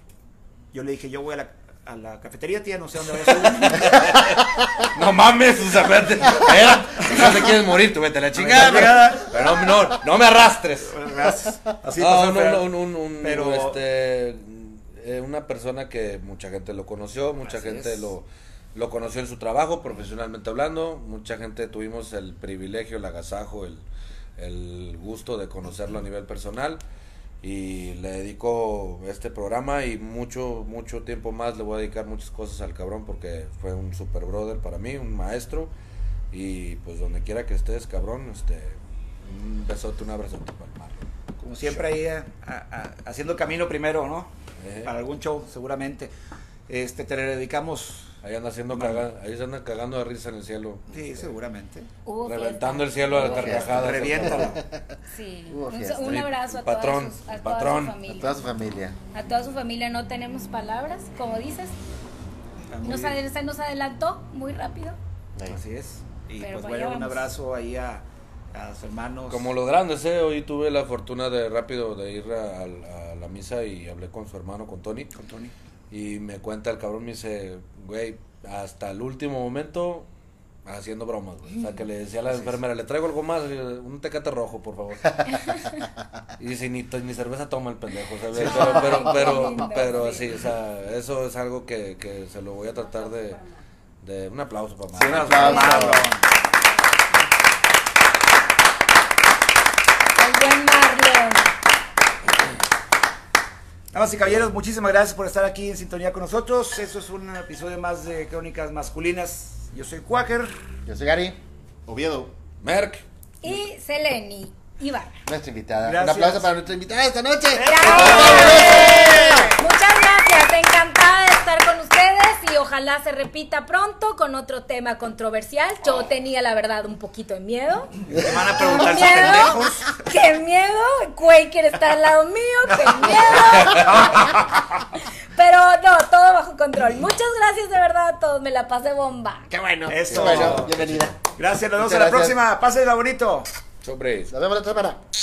Yo le dije, yo voy a la, a la cafetería, tía, no sé dónde vayas. tú".
No mames, o sea, espérate. espérate, No te quieres morir, tú vete a la chingada.
chingada.
Pero no, no, no me arrastres.
Gracias. Así
Ah,
pasó,
un-
pero-
un- un- un-
pero-
este, eh, una persona que mucha gente lo conoció, mucha
Así
gente
es.
lo, lo conoció en su trabajo, profesionalmente hablando, mucha gente tuvimos el privilegio, el agasajo, el, el gusto de conocerlo a nivel personal y le dedico este programa y mucho, mucho tiempo más le voy a dedicar muchas cosas al cabrón porque fue un super brother para mí, un maestro y pues donde quiera que estés, cabrón, este, un besote, un abrazote para el Marlon.
Como siempre ahí eh, a- a- haciendo camino primero, ¿no?
Eh.
Para algún show, seguramente. Este, te le dedicamos.
Ahí anda haciendo caga- ahí se andan cagando de risa en el cielo.
Sí, seguramente.
Hubo fiesta.
Reventando el cielo a las
Hubo fiesta.
carcajadas.
Reviéntalo.
Sí.
Hubo
Un,
fiesta.
un abrazo a,
Patrón,
todas sus- a
patrón,
toda
A
su familia.
toda su familia.
A toda su familia no tenemos palabras, como dices.
Está muy
Nos,
bien.
adel- se nos adelantó muy rápido.
Así es. Y
Pero
pues
para
bueno,
allá
un
vamos.
abrazo ahí a, a sus hermanos.
Como los grandes, ¿eh? Hoy tuve la fortuna de rápido de ir a, a- a la misa y hablé con su hermano, con Tony.
con Tony.
Y me cuenta el cabrón, me dice, güey, hasta el último momento haciendo bromas, güey. O sea, que le decía a la enfermera, le traigo algo más, eh, un tecate rojo, por favor. y dice, ni, to- ni cerveza toma el pendejo, o sea, pero, pero,
Qué
pero,
lindo,
pero
sí.
sí, o sea, eso es algo que, que se lo voy a tratar de... de- un aplauso para
un
Marlon.
aplauso.
Marlon.
El buen Marlon.
Damas y caballeros, muchísimas gracias por estar aquí en sintonía con nosotros. Eso es un episodio más de Crónicas Masculinas. Yo soy Quaker.
Yo soy Gary,
Oviedo.
Merck.
Y Seleni. Iván.
nuestra invitada.
Gracias.
Un aplauso para nuestra invitada esta noche.
Muchas gracias, encantada de estar con ustedes y ojalá se repita pronto con otro tema controversial. Yo tenía la verdad un poquito de miedo.
Te van a
¡Qué
preguntar si
miedo!
pendejos.
¡Qué miedo! Quaker está al lado mío, ¡qué miedo! Pero no, todo bajo control. Muchas gracias de verdad a todos, me la pasé bomba.
Eso.
Bueno, bienvenida.
Gracias, nos vemos en
Muchas
la
gracias.
próxima. Pásenla bonito.
Sobre eso.
Nos vemos la otra semana.